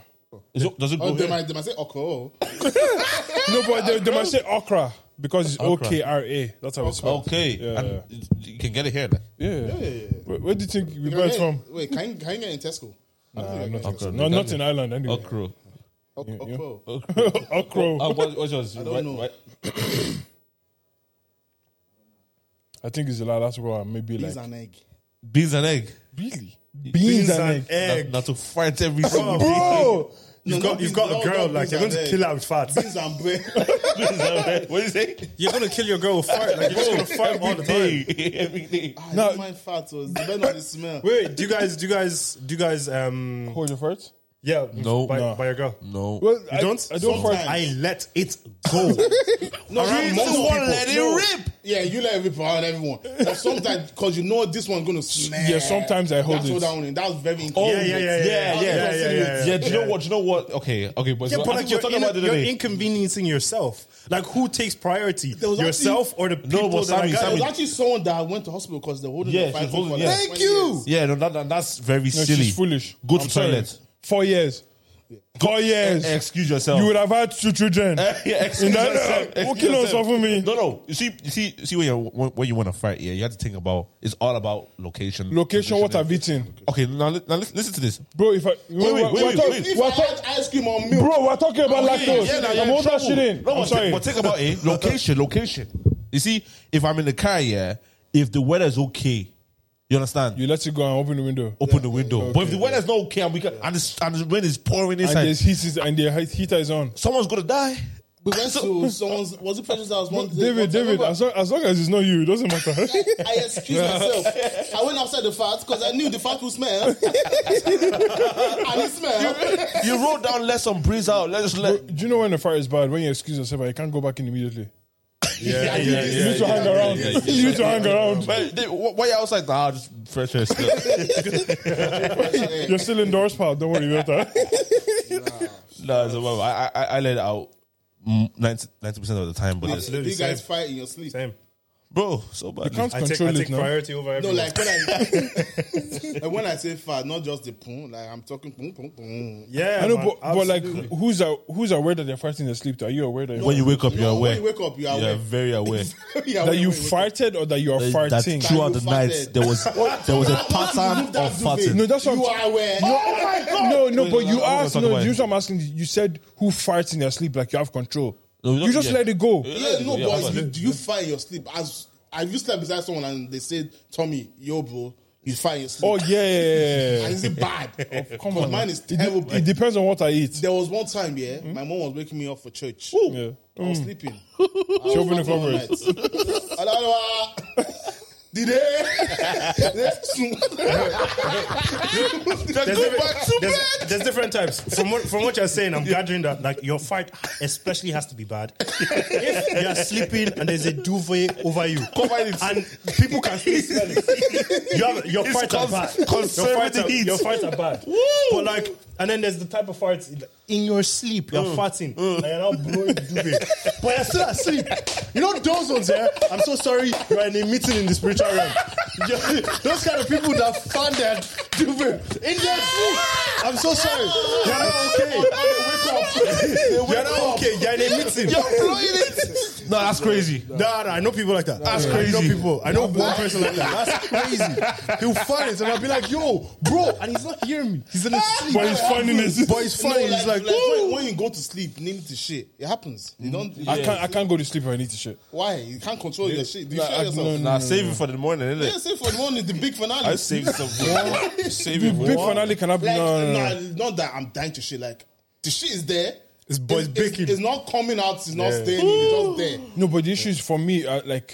Speaker 2: Is it, does it go
Speaker 3: Oh,
Speaker 2: here?
Speaker 3: they might, they might say okra. oh.
Speaker 4: No, but they, they might say okra because it's O
Speaker 2: Okra.
Speaker 4: K R A. That's how it's spelled.
Speaker 2: Okay,
Speaker 4: Yeah,
Speaker 2: and you can get it here. Then.
Speaker 4: Yeah. Where, where do you think we
Speaker 3: You can
Speaker 4: buy it
Speaker 3: get-
Speaker 4: from?
Speaker 3: Wait, can you, can you get in Tesco? I don't
Speaker 4: Nah,
Speaker 3: think
Speaker 4: not,
Speaker 3: I can.
Speaker 2: Okra,
Speaker 4: no, not
Speaker 2: Italian.
Speaker 4: in Ireland anyway.
Speaker 2: Okra.
Speaker 3: Ok- Okra.
Speaker 4: Okra.
Speaker 2: Uh, what, what's yours? I
Speaker 3: don't know.
Speaker 4: I think it's the la last supper. Maybe
Speaker 3: Bees
Speaker 4: like
Speaker 3: and egg.
Speaker 2: Beans and egg.
Speaker 4: really beans,
Speaker 5: Beans
Speaker 4: and
Speaker 5: and
Speaker 4: egg.
Speaker 5: egg.
Speaker 2: Not, not to fight every single day.
Speaker 4: Bro,
Speaker 5: You've
Speaker 3: No,
Speaker 5: got,
Speaker 3: not
Speaker 5: you've
Speaker 3: beans-
Speaker 5: got
Speaker 3: no,
Speaker 5: a girl,
Speaker 3: not
Speaker 5: like,
Speaker 3: beans
Speaker 5: you're
Speaker 3: and
Speaker 5: going to
Speaker 3: egg.
Speaker 5: kill her with fat.
Speaker 3: Beans and bread.
Speaker 2: what do you say?
Speaker 5: You're going to kill your girl with fat. Like, you're just going to fight all the time.
Speaker 2: every day.
Speaker 3: I don't mind fat, so it's depending on the smell.
Speaker 5: Wait, do you guys, do you guys, do you guys, um,
Speaker 4: hold your first.
Speaker 5: yeah,
Speaker 2: No.
Speaker 5: by,
Speaker 4: No.
Speaker 5: by your girl?
Speaker 2: No.
Speaker 4: Well, I
Speaker 5: don't?
Speaker 4: I don't fight.
Speaker 3: Sometimes.
Speaker 5: I let it go.
Speaker 3: No,
Speaker 5: Around
Speaker 3: you
Speaker 5: most
Speaker 3: don't
Speaker 5: people.
Speaker 2: let
Speaker 3: No.
Speaker 2: it rip.
Speaker 3: Yeah, you let every around everyone. But sometimes, because you know this one gonna snap.
Speaker 4: Yeah, sometimes I hold
Speaker 3: That's
Speaker 4: it.
Speaker 3: what that one is. That was very inconvenient.
Speaker 5: yeah, yeah, yeah, yeah, yeah, yeah, yeah, yeah, yeah,
Speaker 2: Do you know what? Do you know what? Okay, okay, but,
Speaker 5: Yeah,
Speaker 2: so
Speaker 5: but
Speaker 2: I think
Speaker 5: like
Speaker 2: we're
Speaker 5: you're,
Speaker 2: talking
Speaker 5: in,
Speaker 2: about it
Speaker 5: you're
Speaker 2: today.
Speaker 5: inconveniencing yourself. Like who takes priority,
Speaker 3: was
Speaker 5: yourself or the people
Speaker 2: but
Speaker 5: that
Speaker 2: Sammy,
Speaker 5: are
Speaker 3: There
Speaker 2: Sammy-
Speaker 3: was actually someone that went to hospital because they're holding
Speaker 2: Yeah,
Speaker 3: the fight
Speaker 2: she's holding-
Speaker 3: for
Speaker 2: yeah.
Speaker 3: like
Speaker 5: Thank
Speaker 3: 20
Speaker 5: you.
Speaker 3: years.
Speaker 2: yeah, no, that, that, that's very
Speaker 4: No,
Speaker 2: silly.
Speaker 4: she's foolish.
Speaker 2: Go to
Speaker 4: I'm sorry.
Speaker 2: toilet. Eh,
Speaker 4: Four years. Four years.
Speaker 2: Excuse yourself.
Speaker 4: You would have had two children.
Speaker 2: yeah,
Speaker 4: In
Speaker 2: excuse
Speaker 4: that-
Speaker 2: yourself.
Speaker 4: uh,
Speaker 2: Excuse
Speaker 4: okay, no,
Speaker 2: yourself.
Speaker 4: so for me.
Speaker 2: No, no. You see, you see, you see when you when you want to fight. Yeah, you have to think about. It's all about location.
Speaker 4: Location, what
Speaker 2: positioning.
Speaker 4: I've eaten.
Speaker 2: Okay, now, li- now listen, listen to this.
Speaker 4: Bro, if I.
Speaker 2: wait,
Speaker 4: we're-
Speaker 2: wait,
Speaker 4: we're
Speaker 2: wait,
Speaker 4: talk-
Speaker 2: wait.
Speaker 3: If
Speaker 4: we're
Speaker 3: I
Speaker 4: talk-
Speaker 3: had ice cream or milk,
Speaker 4: Bro, we're talking about
Speaker 3: Okay,
Speaker 4: lactose.
Speaker 3: yeah, now
Speaker 4: I'm
Speaker 3: you're
Speaker 4: all that shit in.
Speaker 2: No,
Speaker 4: I'm
Speaker 2: but,
Speaker 4: sorry.
Speaker 2: Think, but think about it. Location, location. You see, if I'm in the car, yeah. If the weather's okay, you understand.
Speaker 4: you let it go and open the window.
Speaker 2: open the window. but if the weather's not okay and we can, and, the, and the rain is pouring
Speaker 4: And
Speaker 2: inside,
Speaker 4: there's heat is, and the heat- heater is on.
Speaker 2: someone's gonna die.
Speaker 3: we went to someone's. Was it Precious house one day?
Speaker 4: David,
Speaker 3: one time,
Speaker 4: David,
Speaker 3: remember?
Speaker 4: as long, as long as it's not you, it doesn't matter.
Speaker 3: I excused myself. I went outside the fat because I knew the fat would smell. and it smelled.
Speaker 2: You roll down, let some breeze out. Let us let.
Speaker 4: Do you know when the fire is bad? When you excuse yourself, you can't go back in immediately.
Speaker 5: Yeah, yeah,
Speaker 4: you need to hang around. you need to hang around.
Speaker 2: But they, wh- why you outside? Nah, just fresh air. still.
Speaker 4: You're still indoors, pal. Don't worry about that.
Speaker 2: nah, it's about, I, I I let it out ninety percent of the time, but it's-
Speaker 5: Absolutely,
Speaker 3: You guys
Speaker 5: same.
Speaker 3: fight in your sleep.
Speaker 5: Same.
Speaker 2: bro, so bad.
Speaker 4: Can't
Speaker 5: I take,
Speaker 4: control
Speaker 5: I take
Speaker 4: it now.
Speaker 5: priority over
Speaker 3: No,
Speaker 5: everyone.
Speaker 3: like when I like when I say fat, not just the poon. Like I'm talking poon, poon, poon.
Speaker 5: yeah,
Speaker 4: I know,
Speaker 5: man,
Speaker 4: but, but like,
Speaker 5: absolutely.
Speaker 4: who's a- who's aware that they're fighting their sleep? Are you aware that
Speaker 2: When you wake up, you're
Speaker 3: No,
Speaker 2: aware.
Speaker 3: When you wake up, you are
Speaker 2: you're
Speaker 3: aware.
Speaker 2: very aware.
Speaker 3: Yeah,
Speaker 4: that
Speaker 3: when
Speaker 4: you
Speaker 3: wake up.
Speaker 4: farted or that you are
Speaker 2: that
Speaker 4: farting?
Speaker 2: throughout the
Speaker 3: That you
Speaker 2: night
Speaker 3: farted.
Speaker 2: there was there was a pattern
Speaker 3: Remove that
Speaker 2: of
Speaker 3: duvet.
Speaker 2: farting.
Speaker 4: No, that's what
Speaker 3: You
Speaker 4: I'm-
Speaker 3: are aware.
Speaker 4: my god! No, no,
Speaker 2: Wait,
Speaker 4: but
Speaker 2: no,
Speaker 4: you
Speaker 2: no, I'm not
Speaker 4: asked.
Speaker 2: talking
Speaker 4: No,
Speaker 2: about
Speaker 4: you
Speaker 2: it.
Speaker 4: know what I'm asking. You said who farts in their sleep, like you have control.
Speaker 2: No, we
Speaker 4: you
Speaker 2: don't-
Speaker 4: just
Speaker 2: yeah.
Speaker 4: let it go.
Speaker 3: Yeah, no,
Speaker 2: Yeah,
Speaker 3: but
Speaker 2: that's
Speaker 3: you,
Speaker 2: it.
Speaker 3: do you fight in your sleep? As have you slept beside someone and they said, "Tommy, yo, bro, you fight in your sleep."
Speaker 4: Oh yeah,
Speaker 3: and is it bad?
Speaker 2: Oh,
Speaker 3: Of
Speaker 4: come on.
Speaker 3: mine is
Speaker 4: It de-
Speaker 3: terrible.
Speaker 4: It depends on what I eat.
Speaker 3: There was one time, yeah, my mom was waking me up for church.
Speaker 4: Yeah.
Speaker 3: I
Speaker 2: Mm.
Speaker 3: was sleeping.
Speaker 4: She opened the cupboard.
Speaker 3: Hello, Did
Speaker 5: there's, different, there's, there's different types. From what from what you're saying, I'm gathering that like your fight especially has to be bad. if you're sleeping and there's a duvet over you, and people can still smell it. You have, your fights are
Speaker 2: cons-
Speaker 5: bad. Your fights
Speaker 2: conservative
Speaker 5: are,
Speaker 2: heat.
Speaker 5: your fights are bad. But like, and then there's the type of fights in your sleep. You're farting and you're now blowing duvet, but you're still asleep. Mm. You know those ones, yeah. I'm so sorry. You're in a meeting in the spiritual realm. You're- those kind of people that fan their duvet in their sleep. I'm so sorry. You're not okay. You're not okay. You're in a meeting.
Speaker 2: No, that's crazy.
Speaker 5: Nah, nah, I know people like that. That's crazy. I know people. I know one person like that. That's crazy. He'll find it and I'll be like, yo, bro. And he's not hearing me. He's in a sleep.
Speaker 4: But he's finding it.
Speaker 5: But he's fine. he's like, Mm.
Speaker 3: when, when you go to sleep, name to shit. It happens. You don't.
Speaker 4: I can't. I can't go to sleep if I need to shit.
Speaker 3: Why? You can't control your shit. Do you
Speaker 4: Nah,
Speaker 3: share
Speaker 4: I-
Speaker 3: yourself?
Speaker 4: no, no,
Speaker 2: Nah, save it for the morning, isn't
Speaker 3: Yeah,
Speaker 2: it?
Speaker 3: save for the morning, the big finale.
Speaker 2: I saved some. save
Speaker 4: The
Speaker 2: it.
Speaker 4: big finale can happen.
Speaker 3: Like,
Speaker 4: no, no, no.
Speaker 3: nah, not that I'm dying to shit. Like, the shit is there.
Speaker 5: It's- but it's
Speaker 3: It's,
Speaker 5: baking.
Speaker 3: it's not coming out. It's not staying. It's just there.
Speaker 4: No, but the issue is for me. Uh, like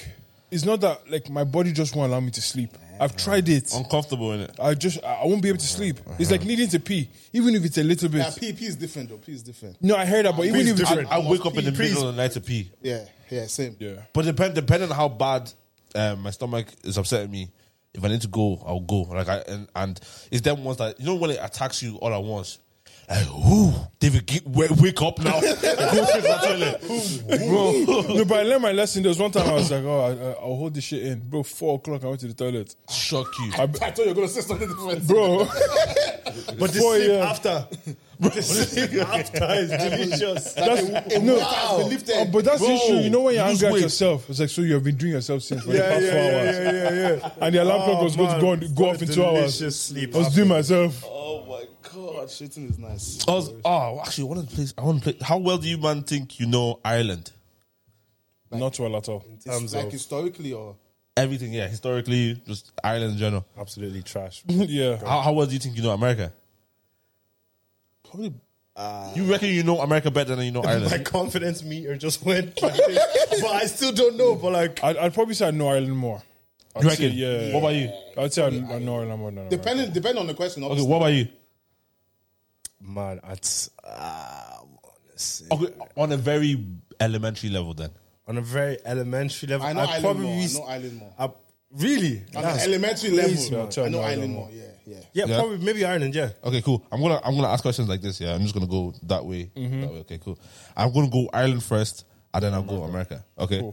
Speaker 4: it's not that like my body just won't allow me to sleep. I've tried it.
Speaker 2: Uncomfortable in it.
Speaker 4: I just I I won't be able to sleep. It's like needing to pee, even if it's a little
Speaker 3: Yeah,
Speaker 4: bit.
Speaker 3: P, P is different though. P is different.
Speaker 4: No, I heard that, but even
Speaker 1: Pee's
Speaker 4: if it's
Speaker 1: different.
Speaker 2: I wake up in the
Speaker 3: Please.
Speaker 2: middle of the night to pee.
Speaker 3: Yeah, yeah, same.
Speaker 4: yeah,
Speaker 2: But depend, depending on how bad um, my stomach is upsetting me, if I need to go, I'll go. Like I and, and it's them ones that you know when it attacks you all at once. Like, whoo, David, get, wake, wake up now! go to the toilet.
Speaker 4: no, but I learned my lesson. There was one time I was like, oh, I, I- I'll hold this shit in, bro. Four o'clock, I went to the toilet,
Speaker 2: Shock you,
Speaker 3: I thought you were gonna say something different.
Speaker 4: bro.
Speaker 1: But the
Speaker 4: Four
Speaker 1: sleep
Speaker 4: years.
Speaker 1: after, the sleep after is delicious.
Speaker 3: That's, a, no, wow. been lifted.
Speaker 4: Oh, but that's the
Speaker 2: Bro,
Speaker 4: issue. You know when you're
Speaker 2: you lose
Speaker 4: angry at
Speaker 2: weight.
Speaker 4: yourself, it's like so you have been doing yourself since for the
Speaker 1: Yeah,
Speaker 4: past
Speaker 1: yeah,
Speaker 4: four
Speaker 1: yeah,
Speaker 4: hours,
Speaker 1: yeah, yeah, yeah.
Speaker 4: and the alarm
Speaker 1: Oh,
Speaker 4: clock was going to
Speaker 1: man.
Speaker 4: go, on, go
Speaker 1: What
Speaker 4: off
Speaker 1: a
Speaker 4: in two hours.
Speaker 1: delicious sleep
Speaker 4: I was doing myself.
Speaker 3: Oh my god, shitting is nice.
Speaker 2: I was, oh, actually, I want to play. I want to play. How well do you man think you know Ireland?
Speaker 4: Not well at all.
Speaker 1: Terms
Speaker 3: like
Speaker 1: of-
Speaker 3: historically or
Speaker 2: Everything, yeah, historically, just Ireland in general.
Speaker 1: Absolutely trash.
Speaker 4: yeah,
Speaker 2: How, how well do you think you know America?
Speaker 3: probably
Speaker 2: You reckon you know America better than you know
Speaker 1: My
Speaker 2: Ireland?
Speaker 1: confidence meter just went like this. But I still don't know. But like,
Speaker 4: I'd, I'd probably say I know Ireland more. I'd
Speaker 2: You reckon?
Speaker 4: Say, yeah.
Speaker 2: What about you?
Speaker 4: I'd say I, I know Ireland more than America.
Speaker 3: depending depending on the question.
Speaker 2: Okay,
Speaker 3: Obviously.
Speaker 2: what about you?
Speaker 1: man, it's, uh, honestly,
Speaker 2: Okay, on a very elementary level, then.
Speaker 1: on a very elementary level,
Speaker 3: I know
Speaker 1: I'd
Speaker 3: Ireland
Speaker 1: probably
Speaker 3: more, I
Speaker 1: s-
Speaker 3: know Ireland more.
Speaker 1: I- really?
Speaker 3: On
Speaker 1: That's-
Speaker 3: an elementary level,
Speaker 1: easy, man.
Speaker 4: Tell
Speaker 3: I know
Speaker 4: me
Speaker 3: Ireland
Speaker 4: Ireland
Speaker 3: more. Yeah, yeah.
Speaker 1: yeah,
Speaker 2: Yeah.
Speaker 1: probably maybe Ireland. Yeah,
Speaker 2: Okay, cool. I'm gonna I'm gonna ask questions like this. Yeah, I'm just gonna go that way. That way. Okay, cool. I'm gonna go Ireland first, and then I'll go America. Okay.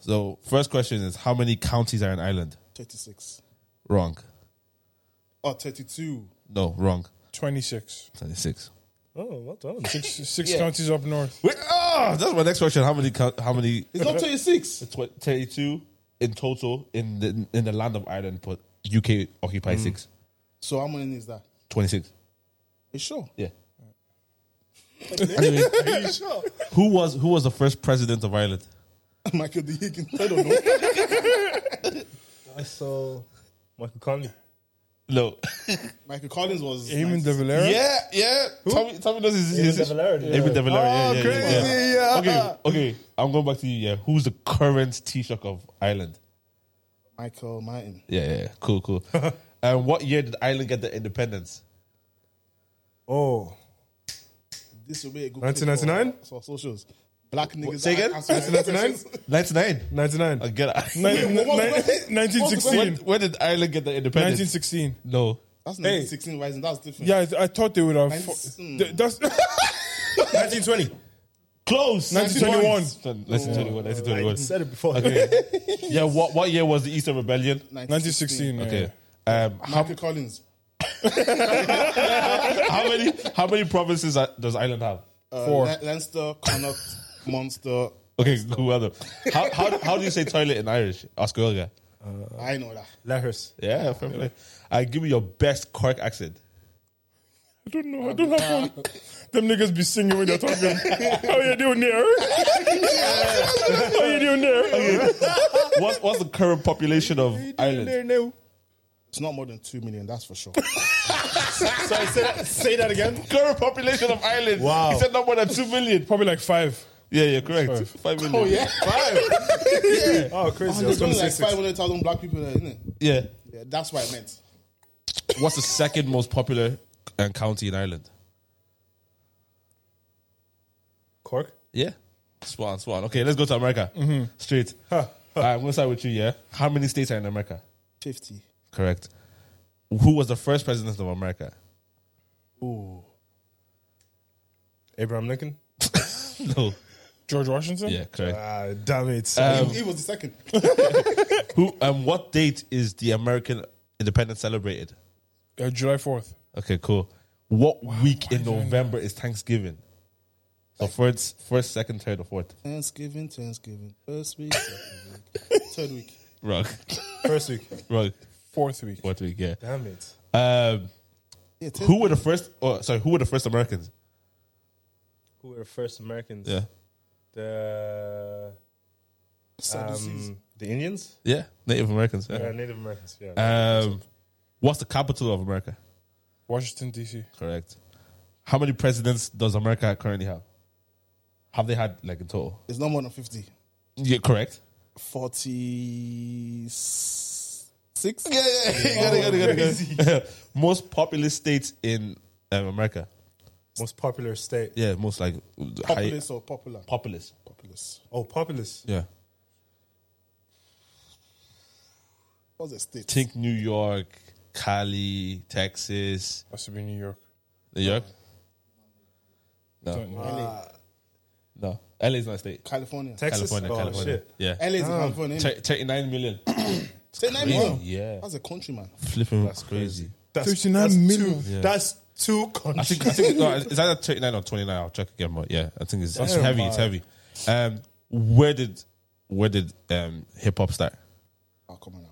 Speaker 2: So first question is how many counties are in Ireland?
Speaker 3: 36.
Speaker 2: Wrong.
Speaker 3: Oh, 32.
Speaker 2: No, wrong.
Speaker 4: Twenty-six.
Speaker 2: Twenty six.
Speaker 1: oh, what the hell?
Speaker 4: Six, six counties up north.
Speaker 2: Wait, ah, that's my next question. How many? count- How many?
Speaker 3: It's not 26.
Speaker 2: Tw- Thirty-two in total in the in the land of Ireland, but
Speaker 1: Mm.
Speaker 2: UK occupies six.
Speaker 3: So how many is that?
Speaker 2: Twenty-six.
Speaker 3: You sure?
Speaker 2: Yeah. Anyway,
Speaker 3: Are you sure?
Speaker 2: who was who was the first president of Ireland?
Speaker 3: Michael D. Higgins. I don't know.
Speaker 1: I saw Michael Conley.
Speaker 2: No.
Speaker 3: Michael Collins was.
Speaker 4: Eamon de
Speaker 3: 96.
Speaker 4: Valera.
Speaker 2: Yeah, yeah. Tommy, Tommy knows his, his,
Speaker 1: David Valera.
Speaker 2: David
Speaker 1: Yeah.
Speaker 2: Valera,
Speaker 3: Oh,
Speaker 2: yeah, yeah, yeah,
Speaker 1: crazy,
Speaker 2: yeah.
Speaker 1: yeah.
Speaker 2: Okay, okay. I'm going back to you. Yeah, who's the current Taoiseach of Ireland?
Speaker 3: Michael Martin.
Speaker 2: Yeah, yeah, yeah. cool, cool. And what year did Ireland get their independence?
Speaker 1: Oh,
Speaker 3: This will be a good
Speaker 1: 1999?
Speaker 3: pick For, for socials. Black niggas.
Speaker 2: say again?
Speaker 1: 1999?
Speaker 2: 99.
Speaker 1: 99.
Speaker 2: I get it.
Speaker 4: Nin-
Speaker 3: What was the
Speaker 4: nin-
Speaker 3: question?
Speaker 4: 1916.
Speaker 2: When, when did Ireland get their independence?
Speaker 4: 1916.
Speaker 2: No.
Speaker 3: That's 1916 rising. That's different.
Speaker 4: Yeah, I, I thought they would have.
Speaker 3: Nineteen-
Speaker 4: Fu-
Speaker 3: hmm.
Speaker 4: th- that's
Speaker 1: 1920.
Speaker 2: Close.
Speaker 4: 1921.
Speaker 2: 1921. 1921.
Speaker 1: I said it before.
Speaker 2: Yeah, what, what year was the Easter Rebellion?
Speaker 4: 1916. yeah.
Speaker 2: Okay. Um, how,
Speaker 3: Michael Collins.
Speaker 2: how many how many provinces are- does Ireland have?
Speaker 3: Uh,
Speaker 4: Four.
Speaker 3: Le- Leinster, Connaught, Munster.
Speaker 2: Okay, who other? How, how, how do you say toilet in Irish? Ask Olga.
Speaker 3: I know that.
Speaker 1: Lahers.
Speaker 2: Yeah, fair play. I give me your best Cork accent.
Speaker 4: I don't know. I don't
Speaker 3: uh,
Speaker 4: have one. Them niggas be singing when they're talking. How you doing there? How you doing there?
Speaker 2: What's what's the current population of Ireland?
Speaker 4: now.
Speaker 3: It's not more than 2 million, that's for sure.
Speaker 1: Sorry, say that, say that again.
Speaker 2: Current population of Ireland.
Speaker 1: Wow.
Speaker 2: He said not more than two million.
Speaker 4: Probably like five.
Speaker 2: Yeah, yeah, correct. Five million. Oh yeah.
Speaker 1: Oh, crazy. I was
Speaker 3: There's
Speaker 1: going to
Speaker 3: only
Speaker 1: say
Speaker 3: like
Speaker 1: six.
Speaker 3: 500,000 black people there, isn't it?
Speaker 2: Yeah.
Speaker 3: Yeah, that's what I meant.
Speaker 2: What's the second most popular uh, county in Ireland?
Speaker 1: Cork.
Speaker 2: Yeah. Mm-hmm. Swan, Swan. Okay, let's go to America. Straight. All right, I'm gonna start with you. Yeah. How many states are in America?
Speaker 3: 50.
Speaker 2: Correct. Who was the first president of America?
Speaker 1: Abraham Lincoln.
Speaker 2: No. Uh,
Speaker 4: George Washington.
Speaker 2: Yeah, correct.
Speaker 1: Ah, damn it.
Speaker 2: Um,
Speaker 3: He was the second.
Speaker 2: Who um, what date is the American Independence celebrated?
Speaker 4: Uh, July fourth.
Speaker 2: Okay, cool. What week in November is Thanksgiving? So first, first, second, third, or fourth?
Speaker 3: Thanksgiving, Thanksgiving. First week, second week, third week.
Speaker 2: Wrong,
Speaker 1: First week.
Speaker 2: wrong.
Speaker 4: Fourth week.
Speaker 2: Fourth week, yeah.
Speaker 1: Damn it.
Speaker 2: Um,
Speaker 3: Yeah, third
Speaker 2: who were the first? Oh, sorry, who were the first Americans?
Speaker 1: Who were the first Americans?
Speaker 2: Yeah,
Speaker 1: The
Speaker 3: Sadducees.
Speaker 1: um, the Indians.
Speaker 2: yeah, Native Americans.
Speaker 1: Yeah, Uh,
Speaker 2: Yeah.
Speaker 1: Native Americans. Yeah.
Speaker 2: Um, what's the capital of America?
Speaker 4: Washington D.C.
Speaker 2: Correct. How many presidents does America currently have? Have they had like in total?
Speaker 3: It's not more than 50.
Speaker 2: Yeah, correct.
Speaker 3: 46?
Speaker 2: Yeah,
Speaker 1: Oh,
Speaker 2: yeah, yeah. Got it, got it, got it, got it. most populous states in um, America.
Speaker 1: Most popular state.
Speaker 2: Yeah, most like high-
Speaker 3: Populous or popular?
Speaker 2: populous.
Speaker 3: Populous.
Speaker 1: Oh, populous.
Speaker 2: Yeah,
Speaker 3: What's the state?
Speaker 2: think New York, Cali, Texas,
Speaker 4: That should be New York.
Speaker 2: New York. No,
Speaker 4: Don't know.
Speaker 3: LA.
Speaker 2: no, LA is not a state.
Speaker 3: Ah, California.
Speaker 1: Texas.
Speaker 2: California,
Speaker 1: oh,
Speaker 2: California.
Speaker 1: shit.
Speaker 2: Yeah,
Speaker 3: LA is in California. innit?
Speaker 2: Te- thirty-nine million.
Speaker 3: Say nine million.
Speaker 2: Yeah,
Speaker 3: That's a country, man.
Speaker 2: flipping that's crazy.
Speaker 1: That's,
Speaker 4: 39
Speaker 1: that's
Speaker 4: million.
Speaker 1: Two, That's two countries.
Speaker 2: I think I think no, it's either thirty nine or twenty nine. I'll check again, but yeah, I think it's, it's
Speaker 4: Damn,
Speaker 2: heavy. It's heavy. Um, where did where did um, hip hop start?
Speaker 3: Oh, come on now.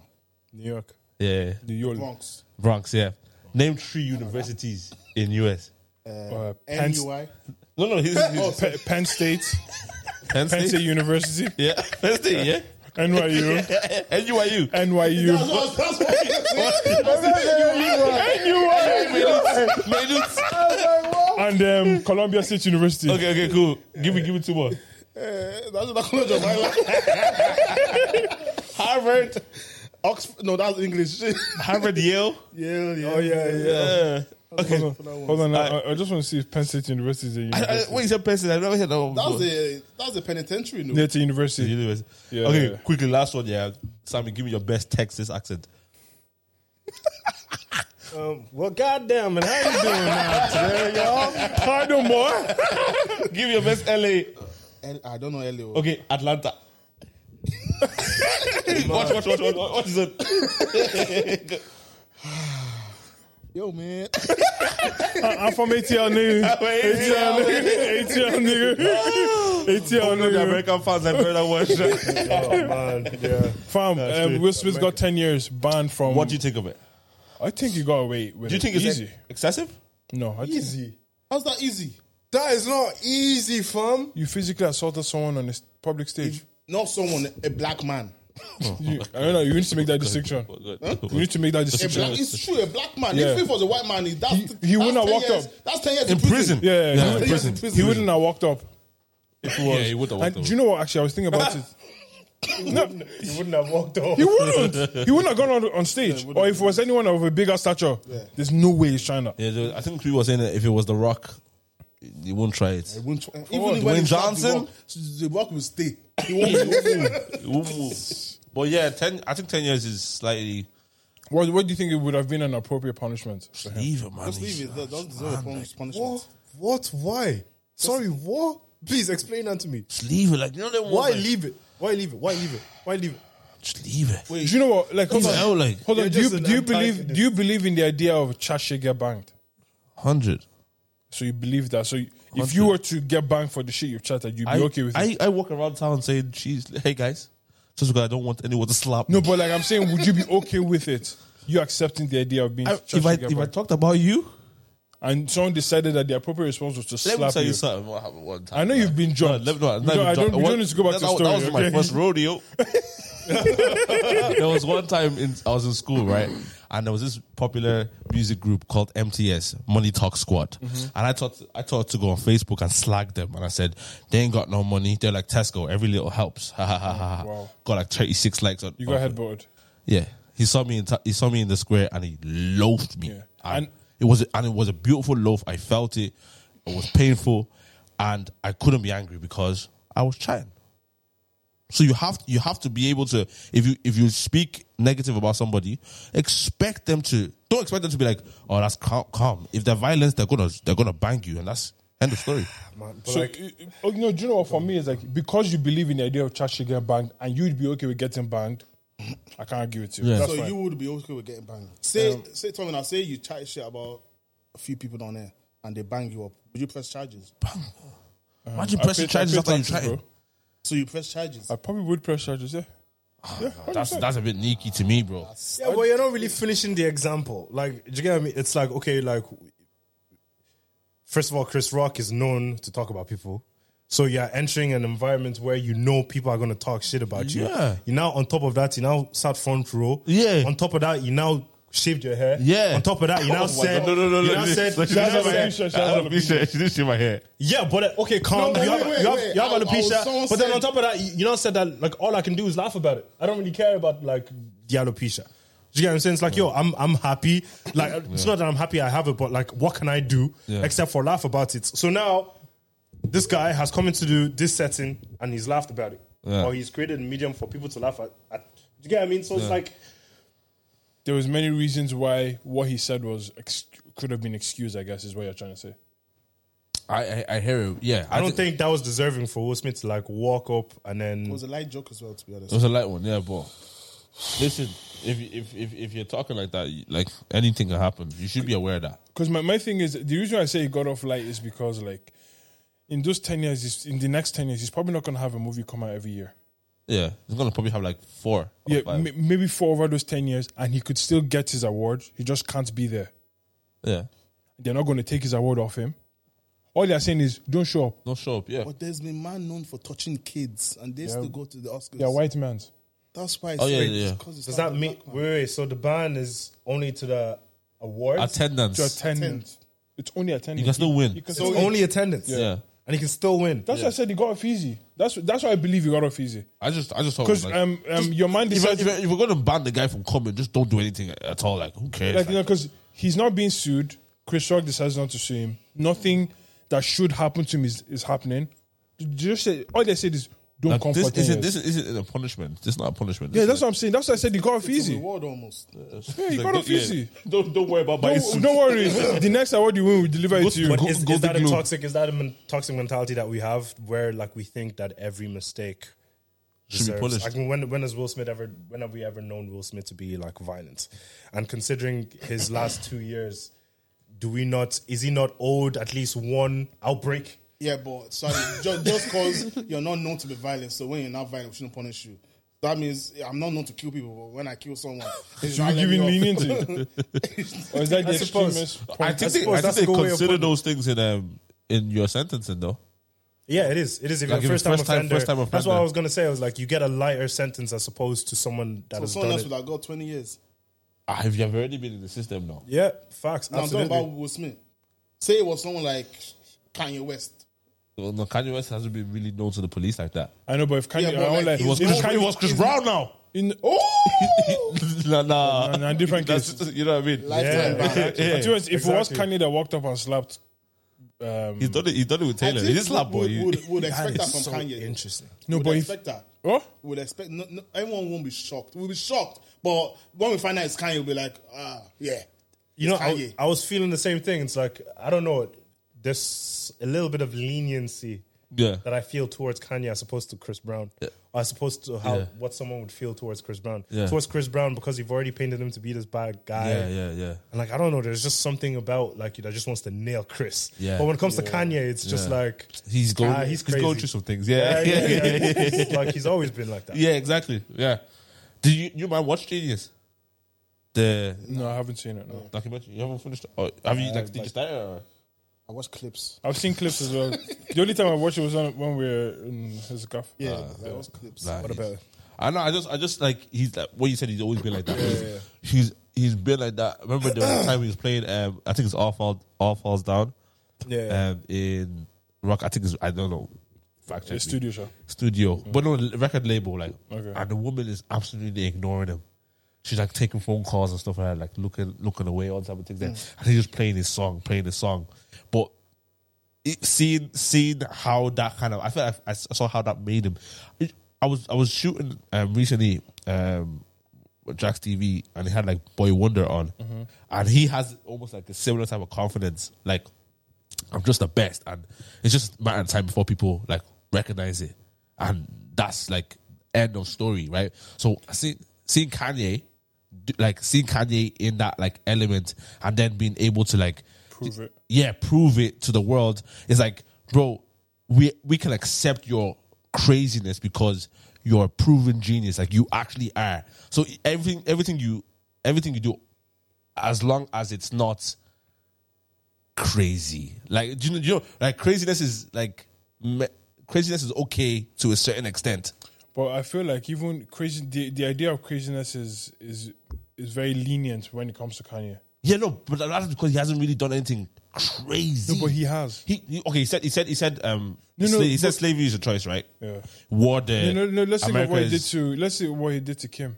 Speaker 1: New York.
Speaker 2: Yeah,
Speaker 4: New York.
Speaker 3: Bronx.
Speaker 2: Bronx. Yeah, name three universities in US.
Speaker 4: Uh, Penn,
Speaker 3: NUI.
Speaker 2: No, no, he's
Speaker 4: Pe- Penn State.
Speaker 2: Penn
Speaker 4: Oh, Penn State
Speaker 2: State.
Speaker 4: University.
Speaker 2: Yeah, Penn State. Yeah,
Speaker 4: NYU.
Speaker 2: NYU.
Speaker 4: NYU.
Speaker 3: That's what- that's what-
Speaker 2: Maynooth.
Speaker 4: And um, Columbia State University.
Speaker 2: Okay, okay, cool. Give me, give me two more.
Speaker 3: Eh, that's the college of my life. Harvard. Oxford. No, that's English. yeah,
Speaker 2: Harvard, Yale.
Speaker 3: yeah.
Speaker 4: Oh, yeah, yeah.
Speaker 2: Uh, okay.
Speaker 4: Hold on. I, I- I just want to see if Penn State University is
Speaker 2: I,
Speaker 4: a
Speaker 2: I,
Speaker 4: university.
Speaker 2: what is your person? I've never heard that one.
Speaker 3: That was
Speaker 2: before.
Speaker 3: a that was a penitentiary. No,
Speaker 4: Yeah, it's a university.
Speaker 2: Anyways.
Speaker 4: Yeah.
Speaker 2: okay, quickly, last one. Yeah, Sammy, give me your best Texas accent.
Speaker 1: Um, well, goddamn, man, how you doing now today, y'all?
Speaker 4: Hi, no more.
Speaker 2: give me your best LA.
Speaker 3: L- I don't know LA.
Speaker 2: Okay, Atlanta. watch, watch, watch, watch, watch it.
Speaker 3: Yo, man.
Speaker 4: I'm from ATL, nigga.
Speaker 2: uh,
Speaker 4: ATL, nigga. ATL, nigga. ATL,
Speaker 2: The
Speaker 4: nigga.
Speaker 2: American fans have heard that one.
Speaker 1: Oh, man, yeah.
Speaker 4: Fam, um,
Speaker 1: true.
Speaker 4: Will Smith got 10 years banned from.
Speaker 2: What do you think of it?
Speaker 4: I think he got away with
Speaker 2: Do you
Speaker 4: it.
Speaker 2: think it's
Speaker 4: easy?
Speaker 2: excessive?
Speaker 4: no, I think
Speaker 1: Easy.
Speaker 3: How's that easy?
Speaker 1: That is not easy, fam.
Speaker 4: you physically assaulted someone on a s- public stage.
Speaker 3: Not someone, a black man.
Speaker 4: You, I don't know. You need to make that distinction. You need to make that
Speaker 3: A
Speaker 4: distinction.
Speaker 3: black, it's true, a black man.
Speaker 4: Yeah.
Speaker 3: If it was a white man, he, that's,
Speaker 4: He- he
Speaker 3: that's
Speaker 4: wouldn't have
Speaker 3: 10
Speaker 4: walked
Speaker 3: years,
Speaker 4: up.
Speaker 3: That's ten years
Speaker 2: In prison.
Speaker 4: Yeah, yeah,
Speaker 2: in
Speaker 4: yeah.
Speaker 2: prison.
Speaker 4: He wouldn't have walked up. If he was.
Speaker 2: Yeah, he would have walked
Speaker 4: and
Speaker 2: up.
Speaker 4: Do you know what? Actually, I was thinking about it.
Speaker 1: You wouldn't have walked off.
Speaker 4: He wouldn't. He wouldn't have gone on, on stage. or if it was anyone of a bigger stature, there's no way he's China.
Speaker 2: Yeah, there- I think we were saying that if it was The Rock, you wouldn't try it.
Speaker 3: Even when
Speaker 2: Dwayne
Speaker 3: he stopped
Speaker 2: Johnson?
Speaker 3: the work, the work will stay. He won't move.
Speaker 2: You wouldn't move. But yeah, ten. I think ten years is slightly
Speaker 4: What, what do you think it would have been an appropriate punishment? for him?
Speaker 2: leave it, man.
Speaker 3: Just leave it. That doesn't deserve a punish- punishment.
Speaker 1: What? What? Why? Sorry, what? Please explain that to me.
Speaker 2: Just leave it. Like you know them.
Speaker 1: Why
Speaker 2: ones, like,
Speaker 1: leave it? Why leave it? Why leave it? Why leave it?
Speaker 2: Just leave it.
Speaker 4: Do you know what? Like, hold
Speaker 2: Leave
Speaker 4: on.
Speaker 2: it out, like
Speaker 4: Hold on.
Speaker 1: You're
Speaker 4: Do you,
Speaker 1: just an
Speaker 4: do you believe?
Speaker 1: antagonist.
Speaker 4: Do you believe in the idea of Chashe get banged?
Speaker 2: hundred.
Speaker 4: So you believe that. So you, if you were to get banged for the shit you've chatted, you'd be
Speaker 2: I,
Speaker 4: okay with it.
Speaker 2: I, I walk around town saying, "Geez, hey guys, just because I don't want anyone to slap."
Speaker 4: No,
Speaker 2: me.
Speaker 4: but like I'm saying, would you be okay with it? You accepting the idea of being
Speaker 2: I,
Speaker 4: Chashe
Speaker 2: if I
Speaker 4: get
Speaker 2: if I
Speaker 4: banged.
Speaker 2: talked about you,
Speaker 4: and someone decided that the appropriate response was to
Speaker 2: let me
Speaker 4: slap
Speaker 2: tell you,
Speaker 4: you.
Speaker 2: something. What happened one time?
Speaker 4: I know you've been
Speaker 2: No,
Speaker 4: jumped.
Speaker 2: let, no, I'm
Speaker 4: We
Speaker 2: not
Speaker 4: don't-
Speaker 2: even
Speaker 4: I don't,
Speaker 2: joking.
Speaker 4: we
Speaker 2: What-
Speaker 4: don't need to go back
Speaker 2: that,
Speaker 4: to the
Speaker 2: that-
Speaker 4: story.
Speaker 2: That was my
Speaker 4: okay?
Speaker 2: first rodeo. there was one time in, I was in school, right? And there was this popular music group called MTS, Money Talk Squad.
Speaker 4: Mm-hmm.
Speaker 2: And I thought I thought to go on Facebook and slag them. And I said, they ain't got no money. They're like Tesco. Every little helps. Ha ha ha ha.
Speaker 4: Wow.
Speaker 2: Wow. Got like 36 likes. On,
Speaker 4: You got headbutted.
Speaker 2: Yeah. He saw me in ta- he saw me in the square and he loafed me.
Speaker 4: Yeah.
Speaker 2: And,
Speaker 4: And-
Speaker 2: it was and it was a beautiful loaf. I felt it. It was painful and I couldn't be angry because I was chatting. So you have you have to be able to if you if you speak negative about somebody, expect them to don't expect them to be like, "Oh, that's calm." calm. If they're violent, they're going to they're going to bang you and that's end of story.
Speaker 1: Man, but
Speaker 4: So,
Speaker 1: like,
Speaker 4: you- you- oh, no, do you know what? For me, it's like because you believe in the idea of Chashi get banged, and you'd be okay with getting banged. I can't argue with you.
Speaker 2: Yeah.
Speaker 4: That's
Speaker 3: So
Speaker 4: fine. Um,
Speaker 3: you would be okay with getting banged. Say, say, Tommy, now say you chat shit about a few people down there and they bang you up. Would you press charges?
Speaker 2: Imagine
Speaker 4: I
Speaker 2: pressing
Speaker 4: pay- I
Speaker 2: charges
Speaker 4: pay
Speaker 2: after you
Speaker 4: taxes,
Speaker 2: chatting.
Speaker 4: bro.
Speaker 3: So you press charges.
Speaker 4: I probably would press charges. Yeah.
Speaker 2: That's that's a bit sneaky to me, bro.
Speaker 1: yeah, but you're not really finishing the example. Like, do you get me? It's like, okay, like, first of all, Chris Rock is known to talk about people. So you're entering an environment where you know people are going to talk shit about you.
Speaker 2: Yeah.
Speaker 1: You now, on top of that, you now sat front row.
Speaker 2: Yeah.
Speaker 1: On top of that, you now
Speaker 5: shaved your hair.
Speaker 2: Yeah.
Speaker 5: On top of that, you now said,
Speaker 2: Oh No, no, no,
Speaker 5: you
Speaker 2: no.
Speaker 5: now
Speaker 2: no.
Speaker 5: said,
Speaker 2: So she
Speaker 5: you now
Speaker 2: doesn't have
Speaker 5: said-
Speaker 2: my hair.
Speaker 4: alopecia, she
Speaker 2: I
Speaker 4: has
Speaker 2: have alopecia. She didn't shave my hair.
Speaker 5: yeah, but uh, okay, calm.
Speaker 3: but
Speaker 5: you,
Speaker 3: wait,
Speaker 5: have,
Speaker 3: wait,
Speaker 5: you have,
Speaker 3: wait.
Speaker 5: you have
Speaker 3: I- I was
Speaker 5: alopecia,
Speaker 3: so
Speaker 5: but then
Speaker 3: sad.
Speaker 5: on top of that, you you now said that like all I can do is laugh about it. I don't really care about like the alopecia. Do you get what I'm saying? It's like, yo, I'm I'm happy. Like, it's not that I'm happy I have it, but like, what can I do
Speaker 2: Yeah.
Speaker 5: except for laugh about it? So now, this guy has come into do this setting and he's laughed about it,
Speaker 2: Yeah.
Speaker 5: or he's created a medium for people to laugh at. at do you get what I mean? So it's like,
Speaker 4: There was many reasons why what he said was ex- could have been excused. I guess is what you're trying to say.
Speaker 2: I, I, I hear it. Yeah.
Speaker 5: I don't
Speaker 2: thi-
Speaker 5: think that was deserving for Will Smith to like walk up and then
Speaker 3: It was a light joke as well, to be honest.
Speaker 2: It was a light one, yeah, but listen, if if if, if you're talking like that, you- like anything can happen. You should be aware of that.
Speaker 4: Because my, my thing is the reason I say he got off light is because like in those ten years, he's- in the next ten years, he's probably not gonna have a movie come out every year.
Speaker 2: Yeah. He's gonna probably have like four. or
Speaker 4: Yeah,
Speaker 2: five.
Speaker 4: m- maybe for over those ten years, and he could still get his award. He just can't be there.
Speaker 2: yeah.
Speaker 4: They're not going to take his award off him. All they're saying is, don't show up.
Speaker 2: Don't show up, yeah.
Speaker 3: But there's been man known for touching kids, and they still go to the Oscars.
Speaker 4: They're white men.
Speaker 3: That's why. It's
Speaker 2: Oh, yeah,
Speaker 3: strange,
Speaker 2: yeah, yeah.
Speaker 3: 'cause it's
Speaker 5: Does
Speaker 3: not
Speaker 5: that
Speaker 3: the
Speaker 5: mean
Speaker 3: black
Speaker 5: wait,
Speaker 3: man.
Speaker 5: wait? So the ban is only to the awards,
Speaker 2: Attendance.
Speaker 4: To attendance. It's only attendance.
Speaker 2: You can still win.
Speaker 4: You can
Speaker 5: so
Speaker 4: still-
Speaker 5: only attendance,
Speaker 2: Yeah.
Speaker 5: and he can still win.
Speaker 4: that's why I said he got off easy. That's that's why I believe he got off easy.
Speaker 2: I just I just thought
Speaker 4: Because
Speaker 2: like,
Speaker 4: um, um, your man
Speaker 2: if,
Speaker 4: decides,
Speaker 2: if, if we're gonna ban the guy from coming, just don't do anything at all. Like who cares?
Speaker 4: like, you know,
Speaker 2: Like,
Speaker 4: because he's not being sued. Chris Rock decides not to sue him. Nothing that should happen to him is, is happening. You Just say, all they said is, don't
Speaker 2: like,
Speaker 4: come
Speaker 2: this
Speaker 4: for 10
Speaker 2: isn't
Speaker 4: years.
Speaker 2: this isn't a punishment. This is not a punishment.
Speaker 4: Yeah,
Speaker 2: This
Speaker 4: that's
Speaker 2: is
Speaker 4: what I'm saying. That's why I said he got off
Speaker 3: It's a
Speaker 4: easy.
Speaker 3: reward almost.
Speaker 4: Yeah, he
Speaker 2: like-
Speaker 4: got off
Speaker 2: yeah.
Speaker 4: easy.
Speaker 2: Don't don't worry about buying
Speaker 4: Don't, don't worry. The next award you win, we deliver it to you.
Speaker 5: But
Speaker 2: Go-
Speaker 5: is,
Speaker 2: go
Speaker 5: is
Speaker 2: the
Speaker 5: that a
Speaker 2: globe.
Speaker 5: toxic? Is that a men- toxic mentality that we have, where like we think that every mistake
Speaker 2: Should be
Speaker 5: deserves-
Speaker 2: punished.
Speaker 5: Like when when has Will Smith ever? When have we ever known Will Smith to be like violent? And considering his last two years, do we not? Is he not owed at least one outbreak?
Speaker 3: Yeah, but sorry, just just cause you're not known to be violent, so when you're not violent, we shouldn't punish you. That means I'm not known to kill people, but when I kill someone, it's
Speaker 4: You're
Speaker 3: not
Speaker 4: giving
Speaker 3: letting me off.
Speaker 4: leniency. or is that the
Speaker 5: I suppose.
Speaker 4: extremist?
Speaker 2: I think they, I
Speaker 5: suppose
Speaker 2: think
Speaker 5: that's
Speaker 2: they
Speaker 5: a good way of
Speaker 2: consider
Speaker 5: putting it.
Speaker 2: those things in um in your sentencing though.
Speaker 5: Yeah, it is. It is. If
Speaker 2: Like
Speaker 5: you're a
Speaker 2: if
Speaker 5: first,
Speaker 2: you're
Speaker 5: time
Speaker 2: first time-
Speaker 5: offender,
Speaker 2: first time
Speaker 5: That's what
Speaker 2: offender.
Speaker 5: I was gonna say. I was like, you get a lighter sentence as opposed to someone that
Speaker 3: So
Speaker 5: has
Speaker 3: someone
Speaker 5: done
Speaker 3: else
Speaker 5: it.
Speaker 3: would have got 20 years.
Speaker 2: Ah, Have you already been in the system now?
Speaker 5: Yeah, facts.
Speaker 3: Now I'm talking
Speaker 5: absolutely.
Speaker 3: about Will Smith. Say it was someone like Kanye West.
Speaker 2: Well, no, Kanye West hasn't been really known to the police like that.
Speaker 4: I know, but if
Speaker 3: Yeah,
Speaker 4: Kanye,
Speaker 3: but
Speaker 4: I won't
Speaker 3: like, he
Speaker 4: lie.
Speaker 3: was
Speaker 4: If
Speaker 3: Chris-
Speaker 4: Kanye
Speaker 3: he
Speaker 4: was Chris
Speaker 2: Brown now.
Speaker 4: in, oh,
Speaker 2: nah, nah.
Speaker 4: Nah, nah, different
Speaker 2: That's
Speaker 4: case.
Speaker 2: just- you know what I mean?
Speaker 3: Lifetime
Speaker 5: Yeah.
Speaker 3: ban.
Speaker 4: To be honest, if it was
Speaker 5: Exactly.
Speaker 4: Kanye that walked up and slapped, um,
Speaker 2: He's done it. He's done it with
Speaker 3: I
Speaker 2: Taylor.
Speaker 3: think
Speaker 2: He's a slap boy.
Speaker 3: Would, would, would
Speaker 5: That
Speaker 3: expect that
Speaker 5: is
Speaker 3: from
Speaker 5: so
Speaker 3: Kanye.
Speaker 5: Interesting.
Speaker 4: no,
Speaker 3: Would
Speaker 4: but if
Speaker 3: expect that.
Speaker 4: What?
Speaker 3: Would expect. No, no, everyone won't be shocked. We'll be shocked, but when we find out it's Kanye, we'll be like, ah, yeah.
Speaker 5: you know,
Speaker 3: It's
Speaker 5: I,
Speaker 3: Kanye.
Speaker 5: I was feeling the same thing. It's like I don't know. There's a little bit of leniency
Speaker 2: Yeah.
Speaker 5: that I feel towards Kanye as opposed to Chris Brown. Or as opposed to how
Speaker 2: Yeah.
Speaker 5: what someone would feel towards Chris Brown.
Speaker 2: Yeah.
Speaker 5: Towards Chris Brown because you've already painted him to be this bad guy.
Speaker 2: Yeah, yeah, yeah.
Speaker 5: And like I don't know, there's just something about like you that just wants to nail Chris.
Speaker 2: Yeah.
Speaker 5: But when it comes to Kanye, it's just
Speaker 2: Yeah.
Speaker 5: like
Speaker 2: He's going.
Speaker 5: ah,
Speaker 2: he's,
Speaker 5: he's crazy.
Speaker 2: going through some things. Yeah,
Speaker 5: yeah, yeah, yeah. It's like he's always been like that.
Speaker 2: Yeah, exactly. Yeah. Did you you mind watch Genius? The
Speaker 4: no, I haven't seen it. No,
Speaker 2: documentary. You haven't finished. Or have you like? Did you start? it Or?
Speaker 3: I watch clips.
Speaker 4: I've seen clips as well. the only time I watched it was on, when we were in his gaff.
Speaker 3: Yeah, I watch clips.
Speaker 2: What about? Uh, I know. I just. I just like he's like what you said. He's always been like that. he's,
Speaker 4: yeah, yeah.
Speaker 2: he's he's been like that. Remember there was a time he was playing. Um, I think it's all falls all falls down.
Speaker 5: Yeah.
Speaker 2: Um, in rock. I think it's I don't know. Fact
Speaker 4: The
Speaker 2: check me.
Speaker 4: studio show.
Speaker 2: studio, but no record label. Like,
Speaker 4: Okay.
Speaker 2: and the woman is absolutely ignoring him. She's like taking phone calls and stuff like that, like looking looking away, all type of things. And he's just playing his song, playing his song. But it, seeing seeing how that kind of, I feel like I, I saw how that made him. It- I was I was shooting um, recently um, with Jack's TV, and he had like Boy Wonder on, and he has almost like a similar type of confidence, like. I'm just the best, and it's just a matter of time before people like recognize it, and that's like end of story, right? So see, seeing Kanye, d- like seeing Kanye in that like element, and then being able to like
Speaker 4: Prove it.
Speaker 2: yeah, prove it to the world is like, bro, we we can accept your craziness because you're a proven genius, like you actually are. So everything, everything you, everything you do, as long as it's not crazy. Like do you know, do you know like craziness is like me, craziness is okay to a certain extent.
Speaker 4: But I feel like even crazy, the, the idea of craziness is is is very lenient when it comes to Kanye.
Speaker 2: Yeah, no, but that's because he hasn't really done anything crazy.
Speaker 4: No, but he has.
Speaker 2: He, he- okay. He said he said he said um
Speaker 4: No, no,
Speaker 2: sla- he said
Speaker 4: but-
Speaker 2: slavery is a choice, right?
Speaker 4: Yeah.
Speaker 2: War there.
Speaker 4: no, no, let's think of what he did
Speaker 2: America's-
Speaker 4: to let's see what he did to Kim.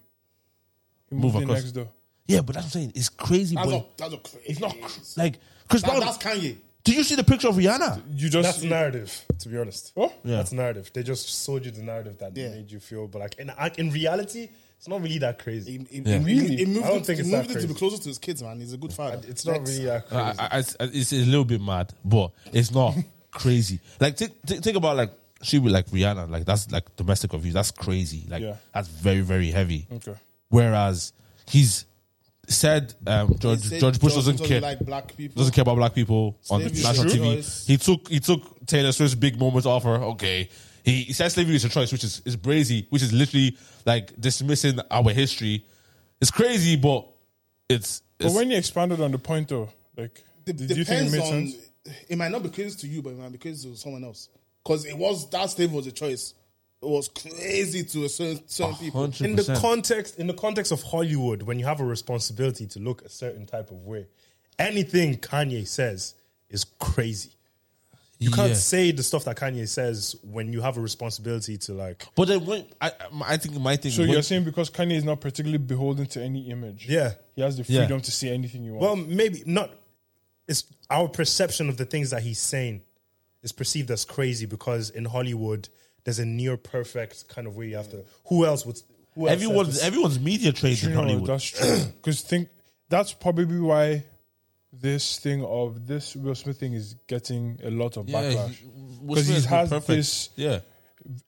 Speaker 4: He
Speaker 2: Move
Speaker 4: moved in
Speaker 2: across.
Speaker 4: next door.
Speaker 2: Yeah, but that's what I'm saying. It's crazy,
Speaker 3: That's
Speaker 2: but
Speaker 3: not. That's not crazy.
Speaker 2: it's not cr- like Chris
Speaker 3: That,
Speaker 2: Brown.
Speaker 3: that's Kanye.
Speaker 2: did you see the picture of Rihanna?
Speaker 4: You just
Speaker 5: That's narrative, to be honest.
Speaker 4: What?
Speaker 2: Yeah.
Speaker 5: That's narrative. They just sold you the narrative that
Speaker 3: Yeah.
Speaker 5: made you feel, but like in, act- in reality, it's not really that crazy.
Speaker 3: He, he,
Speaker 2: Yeah.
Speaker 3: he,
Speaker 5: Really?
Speaker 3: He moved,
Speaker 5: I don't
Speaker 3: it,
Speaker 5: think
Speaker 3: he
Speaker 5: it's
Speaker 3: moved
Speaker 5: that
Speaker 3: it to be
Speaker 5: crazy.
Speaker 3: closer to his kids, man. He's a good father.
Speaker 5: it's not really that crazy.
Speaker 2: I, I, I, it's a little bit mad, but it's not crazy. Like think think think about like she with like Rihanna, like that's like domestic abuse. That's crazy. Like
Speaker 4: Yeah.
Speaker 2: that's very very heavy.
Speaker 4: Okay.
Speaker 2: Whereas he's said um, George
Speaker 3: He said
Speaker 2: George Bush
Speaker 3: George
Speaker 2: doesn't care.
Speaker 3: like black people.
Speaker 2: doesn't care about black people on
Speaker 3: Slavery is
Speaker 2: national
Speaker 3: a
Speaker 2: TV.
Speaker 3: choice.
Speaker 2: He took he took Taylor Swift's big moment off her. Okay, he, he said slavery is a choice, which is is brazy, which is literally like dismissing our history. It's crazy, but it's,
Speaker 4: But
Speaker 2: it's
Speaker 4: when he expanded on the point though, like
Speaker 3: It
Speaker 4: did you think it
Speaker 3: depends
Speaker 4: made
Speaker 3: on.
Speaker 4: sense?
Speaker 3: It might not be crazy to you, but it might be crazy to someone else. Because it was that slave was a choice. It was crazy to a certain, certain people.
Speaker 2: 100%.
Speaker 5: in the context in the context of Hollywood, when you have a responsibility to look a certain type of way, anything Kanye says is crazy. You can't
Speaker 2: Yeah.
Speaker 5: say the stuff that Kanye says when you have a responsibility to like
Speaker 2: But then when I I think my thing
Speaker 4: So
Speaker 2: when-
Speaker 4: you're saying because Kanye is not particularly beholden to any image.
Speaker 5: Yeah.
Speaker 4: He has the
Speaker 2: Yeah.
Speaker 4: freedom to say anything you want.
Speaker 5: well um, maybe not it's our perception of the things that he's saying is perceived as crazy because in Hollywood there's a near perfect kind of way you have to who else would who else says
Speaker 2: everyone's
Speaker 5: this?
Speaker 2: everyone's media trained in
Speaker 4: You know,
Speaker 2: Hollywood.
Speaker 4: That's true. Because think that's probably why this thing of this Will Smith thing is getting a lot of backlash.
Speaker 2: Will Smith
Speaker 4: he
Speaker 2: has been
Speaker 4: has this-
Speaker 2: Yeah,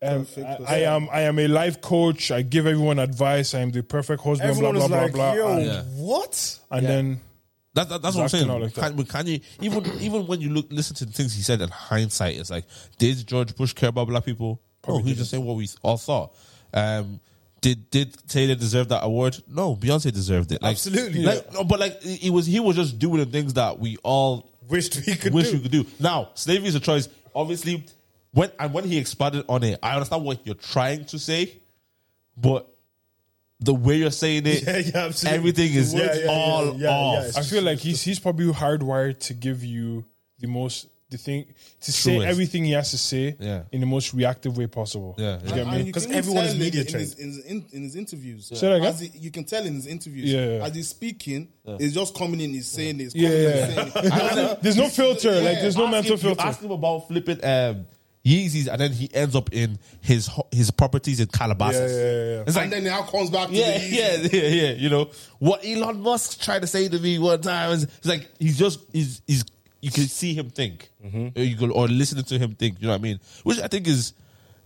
Speaker 4: Um, I, I am I am a life coach. I give everyone advice. I am the perfect husband.
Speaker 5: everyone
Speaker 4: blah
Speaker 5: was
Speaker 4: blah blah
Speaker 5: like
Speaker 4: blah.
Speaker 5: yo
Speaker 4: And,
Speaker 2: Yeah.
Speaker 5: what
Speaker 4: and then
Speaker 2: that, that, that's what I'm
Speaker 4: Exactly
Speaker 2: saying.
Speaker 4: not like that.
Speaker 2: Kan- with Kanye, even even when you look listen to the things he said in hindsight, it's like did George Bush care about black people? no, he's just saying what we all thought. Um, did did Taylor deserve that award? No, Beyonce deserved it. Like,
Speaker 5: Absolutely.
Speaker 2: Like, no, but like it was he was just doing the things that we all
Speaker 5: wished we could
Speaker 2: wish
Speaker 5: do.
Speaker 2: you could do. Now, slavery is a choice. Obviously, when and when he expanded on it, I understand what you're trying to say, but the way you're saying it,
Speaker 5: Yeah, yeah, absolutely.
Speaker 2: everything is
Speaker 5: Yeah, yeah, yeah,
Speaker 2: all
Speaker 5: yeah, yeah,
Speaker 2: off.
Speaker 5: it's
Speaker 4: I feel like he's he's probably hardwired to give you the most the thing to say
Speaker 2: Truest.
Speaker 4: everything he has to say
Speaker 2: Yeah.
Speaker 4: in the most reactive way possible.
Speaker 2: Yeah,
Speaker 4: Do you get
Speaker 3: And
Speaker 4: me?
Speaker 3: you
Speaker 5: 'Cause
Speaker 3: can even
Speaker 5: everyone is
Speaker 3: tell in-
Speaker 5: media
Speaker 3: in,
Speaker 5: trained.
Speaker 3: his, in, his, in, in his interviews.
Speaker 4: that again?
Speaker 3: As he- you can tell in his interviews.
Speaker 4: Yeah, yeah.
Speaker 3: As he's speaking, he's just coming in, he's saying this.
Speaker 4: Yeah,
Speaker 3: coming in,
Speaker 4: yeah.
Speaker 3: he's saying it.
Speaker 4: There's no filter. Like there's no
Speaker 2: Ask
Speaker 4: mental
Speaker 2: him, you
Speaker 4: filter.
Speaker 2: Ask him about flipping um, Yeezys, and then he ends up in his ho- his properties in Calabasas.
Speaker 4: Yeah, yeah, yeah, yeah.
Speaker 3: And
Speaker 2: It's like.
Speaker 3: then it all comes back to
Speaker 2: Yeah,
Speaker 3: the
Speaker 2: yeah, yeah, yeah. You know what Elon Musk tried to say to me one time is it's like he's just he's, he's you can see him think, or you can or listening to him think. You know what I mean? Which I think is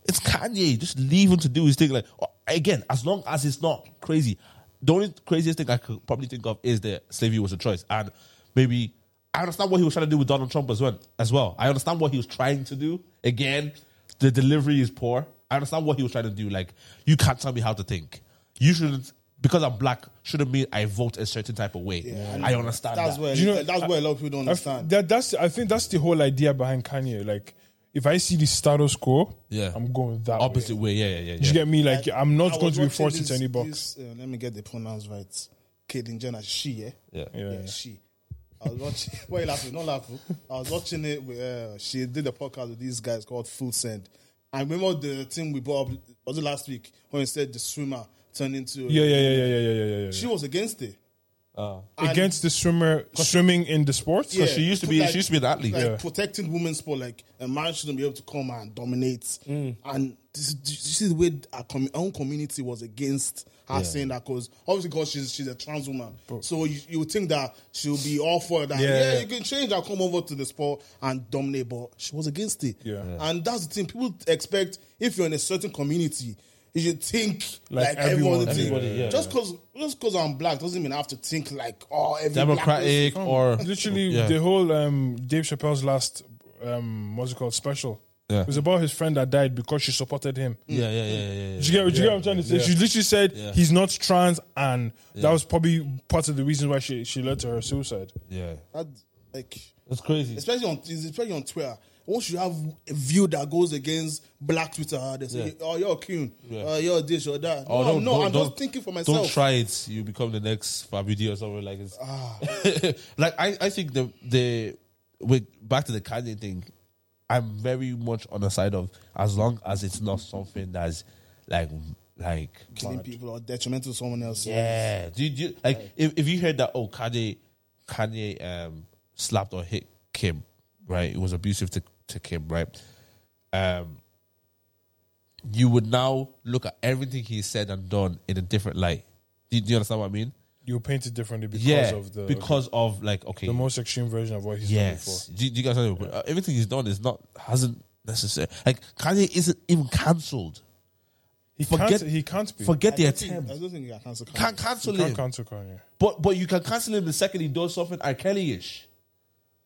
Speaker 2: it's Kanye. Just leave him to do his thing. Like oh, again, as long as it's not crazy. The only craziest thing I could probably think of is that slavery was a choice, and maybe I understand what he was trying to do with Donald Trump as well. As well, I understand what he was trying to do. Again, the delivery is poor. I understand what he was trying to do. Like you can't tell me how to think. You shouldn't because I'm black shouldn't mean I vote a certain type of way. I understand
Speaker 3: That's
Speaker 2: that.
Speaker 3: where
Speaker 4: you know-
Speaker 3: that's where a lot of people don't
Speaker 4: I f-
Speaker 3: understand.
Speaker 4: that that's I think that's the whole idea behind Kanye. Like if I see the status quo,
Speaker 2: yeah,
Speaker 4: I'm going that way.
Speaker 2: opposite way. Yeah, yeah, yeah.
Speaker 4: Do
Speaker 2: yeah.
Speaker 4: you get me? Like I'm
Speaker 3: I
Speaker 4: not going
Speaker 3: was
Speaker 4: to be
Speaker 3: watching
Speaker 4: forced
Speaker 3: this-
Speaker 4: into any box.
Speaker 3: this, uh, let me get the pronouns right. Caitlyn Jenner, she, yeah?
Speaker 2: yeah.
Speaker 4: Yeah.
Speaker 3: Yeah, she. I was watching. Why you laughing? Not laughing. I was watching it. With, uh, she did a podcast with these guys called Full Send. I remember the thing we brought up was it last week when we said the swimmer turned into. a-
Speaker 4: Yeah, yeah, yeah, yeah, yeah, yeah, yeah, yeah, yeah.
Speaker 3: She was against it. And-
Speaker 4: Against the swimmer swimming in the sport.
Speaker 3: yeah,
Speaker 2: she used to be- she used to be an athlete.
Speaker 3: like
Speaker 4: Yeah.
Speaker 3: protecting women's sport. Like a man shouldn't be able to come and dominate.
Speaker 2: Mm.
Speaker 3: And this, is- this is the way our, commu- our own community was against her saying that because obviously because she's she's a trans woman, so you, you would think that she'll be all for that. Yeah,
Speaker 4: yeah.
Speaker 3: you can change that, come over to the sport and dominate. But she was against it.
Speaker 4: Yeah. Yeah.
Speaker 3: and that's the thing. People expect if you're in a certain community. You should think like,
Speaker 4: Like
Speaker 3: everyone.
Speaker 4: everyone,
Speaker 3: think.
Speaker 2: everybody, yeah.
Speaker 3: just because just because I'm black doesn't mean I have to think like oh every black
Speaker 2: Democratic or
Speaker 4: Literally,
Speaker 2: Oh, yeah.
Speaker 4: the whole um, Dave Chappelle's last um, what's it called special.
Speaker 2: Yeah.
Speaker 4: It was about his friend that died because she supported him.
Speaker 2: yeah, yeah, yeah, yeah, yeah.
Speaker 4: Do you get, do you get what I'm trying to say? She literally said he's not trans, and that was probably part of the reason why she, she led to her suicide.
Speaker 2: yeah.
Speaker 3: person- that- like
Speaker 2: It's crazy.
Speaker 3: especially on especially on Twitter. once you have a view that goes against black Twitter, they say, "Oh, you're a coon. Uh, you're this, you're that."
Speaker 2: Oh,
Speaker 3: no,
Speaker 2: don't,
Speaker 3: no,
Speaker 2: don't,
Speaker 3: I'm
Speaker 2: don't,
Speaker 3: just thinking for
Speaker 2: Don't
Speaker 3: myself.
Speaker 2: try it. You become the next Fabidi or something like it's
Speaker 3: Ah.
Speaker 2: like I, I think the the with back to the Kanye thing, I'm very much on the side of as long as it's not something that's like like
Speaker 3: Killing people or detrimental to someone else.
Speaker 2: yeah. Do you, do you- like if, if you heard that oh Kanye Kanye um slapped or hit Kim, right? It was abusive to, to Kim, right? Um you would now look at everything he said and done in a different light. Do, do you understand what I mean?
Speaker 4: You paint it differently because
Speaker 2: yeah,
Speaker 4: of the
Speaker 2: because of like okay,
Speaker 4: the most extreme version of what he's
Speaker 2: yes. Do, do you guys know? Uh, everything he's done is not hasn't necessarily like Kanye isn't even cancelled.
Speaker 4: doing before. He
Speaker 2: Forget-
Speaker 4: can't. He can't be.
Speaker 2: Forget the
Speaker 3: I don't think-
Speaker 2: attempt.
Speaker 3: I don't think you can cancel. Kanye.
Speaker 2: Can't cancel
Speaker 4: You can't
Speaker 2: him.
Speaker 4: cancel Kanye.
Speaker 2: But but you can cancel him the second he does something R. Kelly ish.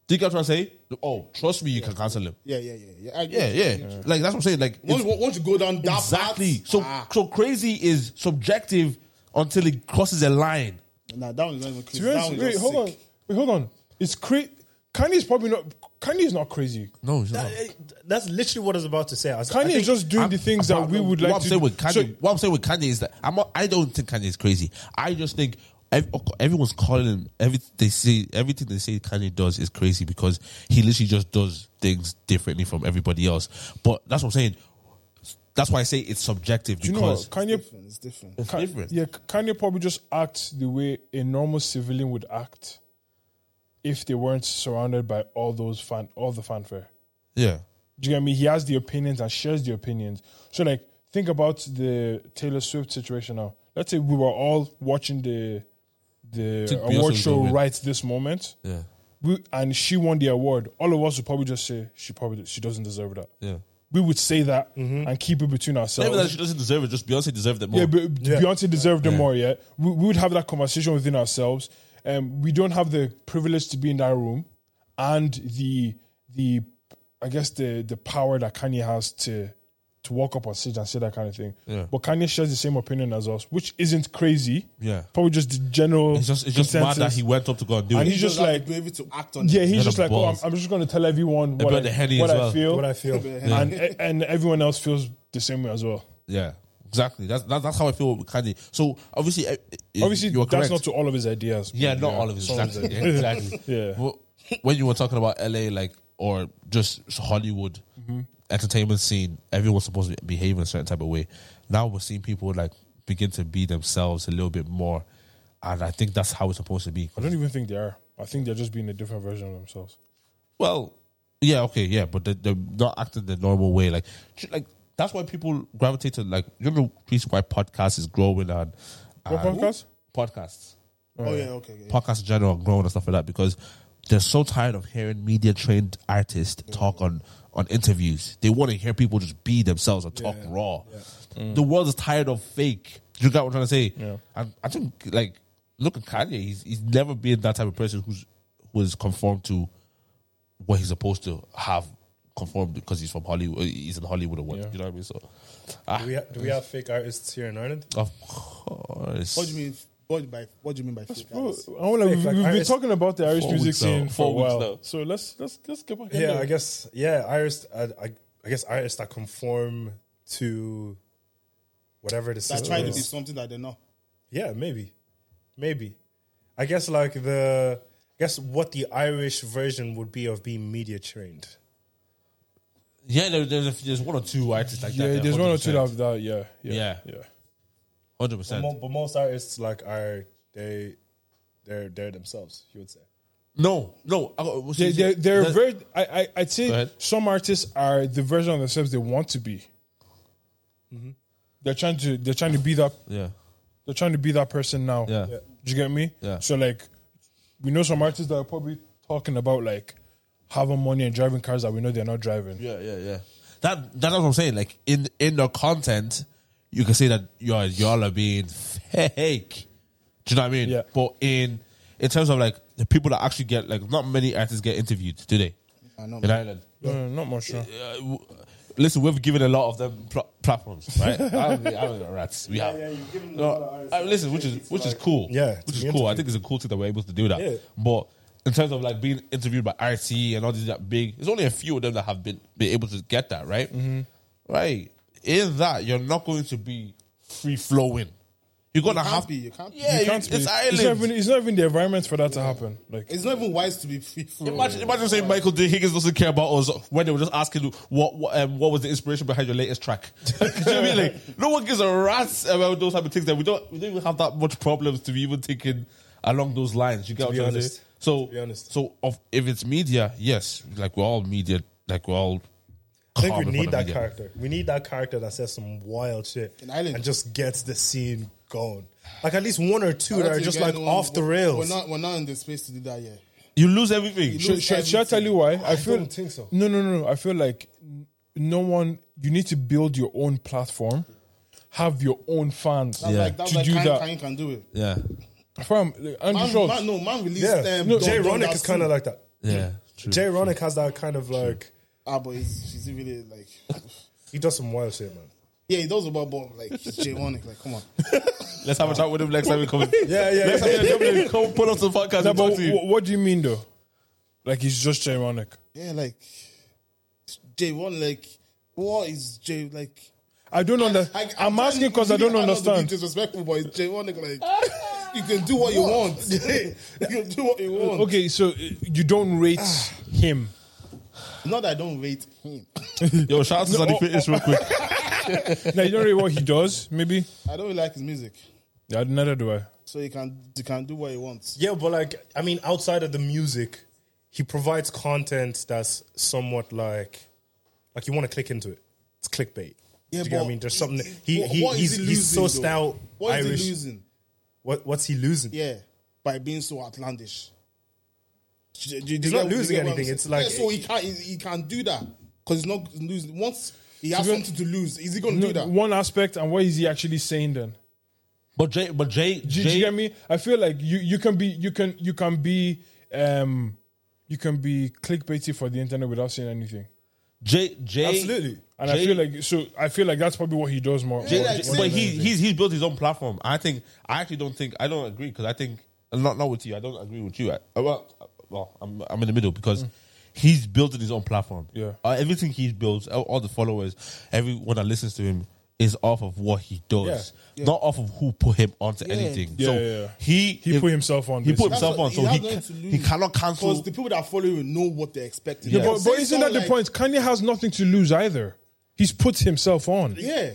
Speaker 2: Do you get what I'm saying? Oh, trust me, you can cancel him.
Speaker 3: Yeah, yeah, yeah, yeah. I agree.
Speaker 2: Yeah, yeah. Like that's what I'm saying. Like
Speaker 3: Once,
Speaker 2: it's-
Speaker 3: once you go down that
Speaker 2: exactly.
Speaker 3: path,
Speaker 2: So
Speaker 3: ah,
Speaker 2: so crazy is subjective until it crosses a line.
Speaker 3: nah, that one is not even
Speaker 4: To
Speaker 3: crazy.
Speaker 4: be
Speaker 3: That
Speaker 4: honest,
Speaker 3: one is
Speaker 4: wait,
Speaker 3: just
Speaker 4: hold on.
Speaker 3: sick.
Speaker 4: Wait, hold on. It's crazy. Kanye's probably not. Kanye's not crazy.
Speaker 2: No, it's not.
Speaker 5: That- eh, that's literally what I was about to say. I was, I
Speaker 4: Kanye
Speaker 5: think-
Speaker 4: is just doing
Speaker 2: I'm-
Speaker 4: the things
Speaker 2: I'm-
Speaker 4: that we would like
Speaker 2: what
Speaker 4: to.
Speaker 2: I'm saying with
Speaker 4: do.
Speaker 2: Kanye,
Speaker 4: So-
Speaker 2: what I'm saying with Kanye is that I'm not, I don't think Kanye is crazy. I just think ev- everyone's calling him everything they say. Everything they say Kanye does is crazy because he literally just does things differently from everybody else. But that's what I'm saying. That's why I say it's subjective
Speaker 4: you know what?
Speaker 2: because
Speaker 4: Kanye
Speaker 3: Different, It's different.
Speaker 2: it's different.
Speaker 4: Yeah, Kanye probably just acts the way a normal civilian would act if they weren't surrounded by all those fan, all the fanfare.
Speaker 2: yeah.
Speaker 4: Do you get me? He has the opinions and shares the opinions. So like, think about the Taylor Swift situation now. Let's say we were all watching the the
Speaker 2: Think Beyonce
Speaker 4: award
Speaker 2: was
Speaker 4: show
Speaker 2: gonna win.
Speaker 4: right this moment,
Speaker 2: Yeah.
Speaker 4: we, and she won the award. All of us would probably just say she probably she doesn't deserve that.
Speaker 2: Yeah. Mm-hmm.
Speaker 4: We would say that and keep it between
Speaker 2: Not
Speaker 4: ourselves.
Speaker 2: even that she doesn't deserve it. Just Beyonce deserved it more.
Speaker 4: Yeah, but Beyonce deserved it more. Yeah, we, we would have that conversation within ourselves. Um, we don't have the privilege to be in that room, and the the I guess the the power that Kanye has to to walk up on stage and say that kind of thing.
Speaker 2: Yeah.
Speaker 4: But Kanye shares the same opinion as us, which isn't crazy.
Speaker 2: Yeah.
Speaker 4: probably just the general.
Speaker 2: it's just it's just mad
Speaker 4: consensus.
Speaker 2: that he went up to go and do
Speaker 4: And
Speaker 2: it.
Speaker 4: he's
Speaker 3: You
Speaker 4: just
Speaker 3: don't have
Speaker 4: like-
Speaker 3: to be able to act on
Speaker 4: Yeah,
Speaker 3: it.
Speaker 4: he's
Speaker 2: Got
Speaker 4: just
Speaker 2: the
Speaker 4: like, oh, I'm,
Speaker 2: balls.
Speaker 4: I'm just going to tell everyone what,
Speaker 2: About the
Speaker 4: I,
Speaker 2: Henny
Speaker 4: what
Speaker 2: as
Speaker 4: I
Speaker 2: well.
Speaker 4: feel,
Speaker 5: what I feel.
Speaker 4: and and everyone else feels the same way as well.
Speaker 2: yeah. Exactly. That's that, that's how I feel with Kanye. So obviously, eh, eh,
Speaker 4: Obviously,
Speaker 2: you are
Speaker 4: that's
Speaker 2: correct.
Speaker 4: not to all of his ideas.
Speaker 2: Yeah, not
Speaker 4: Yeah,
Speaker 2: all of it.
Speaker 4: some of
Speaker 2: Exactly. exactly.
Speaker 4: Yeah.
Speaker 2: Well, When you were talking about LA, like, or just Hollywood
Speaker 4: Mm-hmm.
Speaker 2: entertainment scene, everyone's supposed to behave in a certain type of way. Now we're seeing people like begin to be themselves a little bit more, and I think that's how it's supposed to be.
Speaker 4: I don't even think they are. I think they're just being a different version of themselves.
Speaker 2: Well, yeah, okay, yeah, but they- they're not acting the normal way. Like, j- like that's why people gravitate to like. You know, the reason why podcasts is growing and,
Speaker 4: What
Speaker 2: and-
Speaker 4: podcast?
Speaker 2: Podcasts.
Speaker 3: Oh yeah, okay. Yeah.
Speaker 2: podcasts in general are growing and stuff like that because they're so tired of hearing media trained artists talk on on interviews. They want to hear people just be themselves and talk raw. The world is tired of fake. Do you get what I'm trying to say?
Speaker 4: Mm. Yeah.
Speaker 2: And I think like look at Kanye. He's he's never been that type of person who's who is conformed to what he's supposed to have conformed because he's from Hollywood. uh, He's in Hollywood or what?
Speaker 4: Yeah.
Speaker 2: You know what I mean? So,
Speaker 5: Do we, ha- do we have fake artists here in Ireland?
Speaker 2: of course,
Speaker 3: What do you mean? What by? What do you mean by fake
Speaker 4: Bro,
Speaker 3: artists?
Speaker 4: Oh, I wanna, we've,
Speaker 5: like
Speaker 4: we've been
Speaker 5: artists-
Speaker 4: talking about the Irish
Speaker 2: Four
Speaker 4: music
Speaker 2: weeks
Speaker 4: scene
Speaker 2: now,
Speaker 4: for a
Speaker 2: four weeks
Speaker 4: while,
Speaker 2: now.
Speaker 4: so let's let's let's get back. in
Speaker 5: Yeah,
Speaker 4: there.
Speaker 5: I guess. Yeah, artists. I, I, I guess artists that conform to whatever the
Speaker 3: That
Speaker 5: system
Speaker 3: try to be
Speaker 5: is.
Speaker 3: something that they're not.
Speaker 5: Yeah, maybe, maybe. I guess like the I guess what the Irish version would be of being media trained.
Speaker 2: yeah, there, there's a, there's one or two artists like that.
Speaker 4: yeah.
Speaker 2: that
Speaker 4: There's one or
Speaker 2: 100%.
Speaker 4: two that have that. Yeah, yeah,
Speaker 2: Yeah.
Speaker 4: yeah.
Speaker 2: Hundred
Speaker 5: But,
Speaker 2: percent.
Speaker 5: mo- but most artists like are they they're they're themselves. You would say.
Speaker 2: No, no. Uh, I got-
Speaker 4: They, they're they're
Speaker 2: that-
Speaker 4: very. I, I I'd
Speaker 2: Go
Speaker 4: say
Speaker 2: ahead.
Speaker 4: some artists are the version of themselves they want to be.
Speaker 2: Mm-hmm.
Speaker 4: They're trying to they're trying to be that
Speaker 2: yeah,
Speaker 4: they're trying to be that person now.
Speaker 2: Yeah. Yeah.
Speaker 4: Do you get me?
Speaker 2: Yeah.
Speaker 4: So like, we know some artists that are probably talking about like having money and driving cars that we know they're not driving.
Speaker 2: yeah, yeah, yeah. That that's what I'm saying. Like in in the content, you can say that you're y'all are being fake. Do you know what I mean?
Speaker 4: Yeah.
Speaker 2: But in in terms of like the people that actually get like not many artists get interviewed, do they?
Speaker 3: I know,
Speaker 2: In
Speaker 3: man.
Speaker 2: Ireland.
Speaker 4: Uh, not much. Sure.
Speaker 2: Uh, w- listen, we've given a lot of them pl- platforms, right? I don't think- I don't know, rats. We have.
Speaker 3: yeah, you've given them a lot
Speaker 2: no,
Speaker 3: of
Speaker 2: uh, listen, which is which is cool.
Speaker 5: Yeah, it's
Speaker 2: which
Speaker 5: been
Speaker 2: is cool. I think it's a cool thing that we're able to do that.
Speaker 5: Yeah.
Speaker 2: But in terms of like being interviewed by RT and all these that big, there's only a few of them that have been, been able to get that, right?
Speaker 4: Mm-hmm.
Speaker 2: Right. In that, you're not going to be free flowing. You're gonna
Speaker 3: can't
Speaker 2: have
Speaker 3: be, you can't be.
Speaker 2: Yeah,
Speaker 4: You
Speaker 2: you
Speaker 4: can't
Speaker 2: it's
Speaker 4: be-
Speaker 2: Ireland.
Speaker 4: It's not, even, it's not even the environment for that to happen. Like,
Speaker 3: It's not even wise to be free flowing.
Speaker 5: Oh
Speaker 2: Imagine, imagine saying Michael D. Higgins doesn't care about us when they were just asking you what what, um, what was the inspiration behind your latest track. Do you know what I mean? Like, no one gives a rat's about those type of things. That we don't we don't even have that much problems to be even thinking along those lines. You get what
Speaker 5: be
Speaker 2: I'm trying to
Speaker 5: honest.
Speaker 2: say? So,
Speaker 5: be honest.
Speaker 2: so of, if it's media, yes, like we're all media, like we're all.
Speaker 5: I think we need that character. We need that character that says some wild shit
Speaker 3: In Ireland.
Speaker 5: and just gets the scene going. Like at least one or two that are
Speaker 3: That's
Speaker 5: just
Speaker 3: again,
Speaker 5: like
Speaker 3: no,
Speaker 5: off the
Speaker 3: we're-
Speaker 5: rails.
Speaker 3: We're not, we're not in the space to do that yet.
Speaker 2: You lose everything.
Speaker 4: should, should, should I tell you why? I, feel,
Speaker 5: don't think so.
Speaker 4: No, no, no, no. I feel like n- no one. You need to build your own platform, have your own fans
Speaker 3: That's like, that's
Speaker 4: to
Speaker 3: like
Speaker 4: do
Speaker 3: Kanye,
Speaker 4: that.
Speaker 3: Kanye can do it.
Speaker 2: yeah,
Speaker 4: From Andrew
Speaker 3: Man,
Speaker 4: Schultz,
Speaker 3: man, no, man released
Speaker 5: yeah,
Speaker 3: them.
Speaker 5: no,
Speaker 3: Don-
Speaker 5: Jay
Speaker 3: Don
Speaker 5: Ronick is
Speaker 3: Dasu.
Speaker 5: kind of like that.
Speaker 2: yeah. True.
Speaker 5: Jay Ronick has that kind of like
Speaker 3: Ah, but he's, he's really like.
Speaker 5: he does some wild shit, man.
Speaker 3: Yeah, he does about bomb. Like, he's Jay Ronick. Like, come on.
Speaker 2: Let's have a chat with him next time we come.
Speaker 5: Yeah, yeah,
Speaker 2: Next
Speaker 5: yeah.
Speaker 2: time we come, pull up to the podcast.
Speaker 4: No,
Speaker 2: and talk
Speaker 4: but
Speaker 2: to you.
Speaker 4: wh- what do you mean though? Like he's just ironic.
Speaker 3: Yeah, like. Jay Ronick, like. What is Jay, like.
Speaker 4: I don't understand. I'm asking because I don't
Speaker 3: It's
Speaker 4: understand.
Speaker 3: disrespectful, but it's Jay Ronick, like. You can do what you want. you can do what you want.
Speaker 4: Okay, so uh, you don't rate
Speaker 3: Ah.
Speaker 4: him.
Speaker 3: Not that I don't rate him.
Speaker 2: Yo, shout out to Sonny
Speaker 4: oh,
Speaker 2: Fitness real quick.
Speaker 4: Now you don't rate what he does. Maybe.
Speaker 3: I don't really like his music.
Speaker 4: Yeah, neither do I.
Speaker 3: So he can, he can do what he wants.
Speaker 5: Yeah, but like I mean, outside of the music, he provides content that's somewhat like like you want to click into it. It's clickbait.
Speaker 3: Yeah,
Speaker 5: Do you get what I
Speaker 3: but
Speaker 5: mean, there's something that-
Speaker 3: it-
Speaker 5: he,
Speaker 3: what-
Speaker 5: he,
Speaker 3: what is
Speaker 5: he's,
Speaker 3: he
Speaker 5: he's so
Speaker 3: losing, though?
Speaker 5: stout
Speaker 3: What is
Speaker 5: Irish.
Speaker 3: he losing?
Speaker 5: What what's he losing?
Speaker 3: Yeah, by being so outlandish. Do- do- do you
Speaker 5: He's
Speaker 3: get- do
Speaker 5: not
Speaker 3: you
Speaker 5: losing
Speaker 3: get what I'm
Speaker 5: anything.
Speaker 3: saying?
Speaker 5: It's like-
Speaker 3: yeah, so he can't he, he can do that because he's not losing. Once he has something to lose, is he going to do
Speaker 4: No,
Speaker 3: that?
Speaker 4: one aspect, and what is he actually saying then?
Speaker 2: But Jay, but Jay,
Speaker 4: Do, do you get me? I feel like you, you can be you can you can be um you can be clickbaity for the internet without saying anything.
Speaker 2: Jay, Jay,
Speaker 5: Absolutely.
Speaker 4: And I
Speaker 2: Jay-
Speaker 4: feel like so I feel like that's probably what he does more.
Speaker 2: Jay-
Speaker 4: more-
Speaker 2: Jay-
Speaker 4: more
Speaker 2: but
Speaker 4: than
Speaker 2: he,
Speaker 4: anything.
Speaker 2: he's he's built his own platform. I think I actually don't think I don't agree because I think not not with you. I don't agree with you. I, I- well, I- well, I'm I'm in the middle because he's building his own platform.
Speaker 4: Yeah.
Speaker 2: uh, everything he's built, all, all the followers, everyone that listens to him is off of what he does, not off of who put him onto anything.
Speaker 4: Yeah,
Speaker 2: so
Speaker 4: yeah, yeah.
Speaker 2: he
Speaker 4: He put himself on,
Speaker 2: He put
Speaker 4: basically.
Speaker 2: himself
Speaker 3: That's
Speaker 2: on,
Speaker 3: what-
Speaker 2: so
Speaker 3: he has
Speaker 2: he
Speaker 3: nothing
Speaker 2: ca-
Speaker 3: to
Speaker 2: he
Speaker 3: lose.
Speaker 2: cannot cancel.
Speaker 3: Because the people that follow him know what they're expecting.
Speaker 2: Yeah,
Speaker 4: But,
Speaker 3: Say
Speaker 4: but isn't that
Speaker 3: someone
Speaker 4: the
Speaker 3: like-
Speaker 4: point? Kanye has nothing to lose either. He's put himself on.
Speaker 3: Yeah.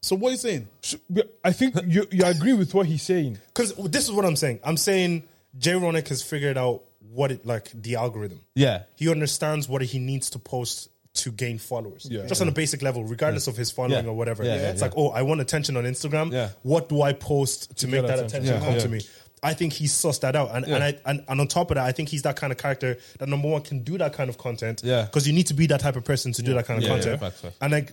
Speaker 3: So what are you saying?
Speaker 4: So, but I think you, you agree with what he's saying.
Speaker 5: Because this is what I'm saying. I'm saying Jay Ronick has figured out what it like the algorithm.
Speaker 2: Yeah.
Speaker 5: He understands what he needs to post to gain followers.
Speaker 4: Yeah.
Speaker 5: Just on a basic level, regardless of his following
Speaker 2: Yeah.
Speaker 5: or whatever.
Speaker 2: Yeah, yeah,
Speaker 5: it's
Speaker 2: yeah.
Speaker 5: like, oh, I want attention on Instagram.
Speaker 2: Yeah.
Speaker 5: What do I post to, make
Speaker 4: get
Speaker 5: that
Speaker 4: attention.
Speaker 5: attention,
Speaker 2: Yeah.
Speaker 5: come
Speaker 2: Yeah.
Speaker 5: to me? I think he sussed that out. And and, I, and and on top of that, I think he's that kind of character that number one can do that kind of content.
Speaker 2: Yeah.
Speaker 5: Because you need to be that type of person to do that kind of
Speaker 2: Yeah, yeah,
Speaker 5: content.
Speaker 2: facts, facts.
Speaker 5: And like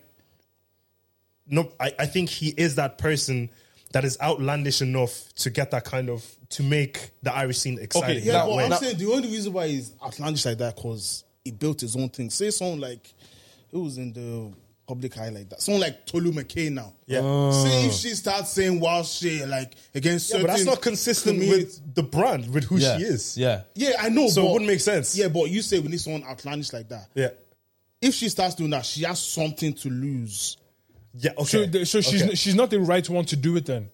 Speaker 5: no, I, I think he is that person that is outlandish enough to get that kind of to make the Irish scene
Speaker 2: yeah,
Speaker 5: exciting.
Speaker 3: Yeah,
Speaker 5: that
Speaker 3: but
Speaker 5: way.
Speaker 3: I'm saying the only reason why he's outlandish like that because he built his own thing. Say someone like who was in the public eye like that. Someone like Tolu McKay now.
Speaker 5: Yeah.
Speaker 3: Say if she starts saying wild shit like against
Speaker 5: yeah,
Speaker 3: certain
Speaker 5: but that's not consistent
Speaker 3: communities-
Speaker 5: with the brand, with who
Speaker 2: Yeah,
Speaker 5: she is.
Speaker 2: yeah.
Speaker 3: Yeah, I know.
Speaker 5: So it
Speaker 3: but-
Speaker 5: wouldn't make sense.
Speaker 3: Yeah, but you say we need someone outlandish like that.
Speaker 5: yeah,
Speaker 3: If she starts doing that, she has something to lose.
Speaker 5: yeah. Okay.
Speaker 4: So, the- so she's
Speaker 5: Okay.
Speaker 4: she's not the right one to do it then.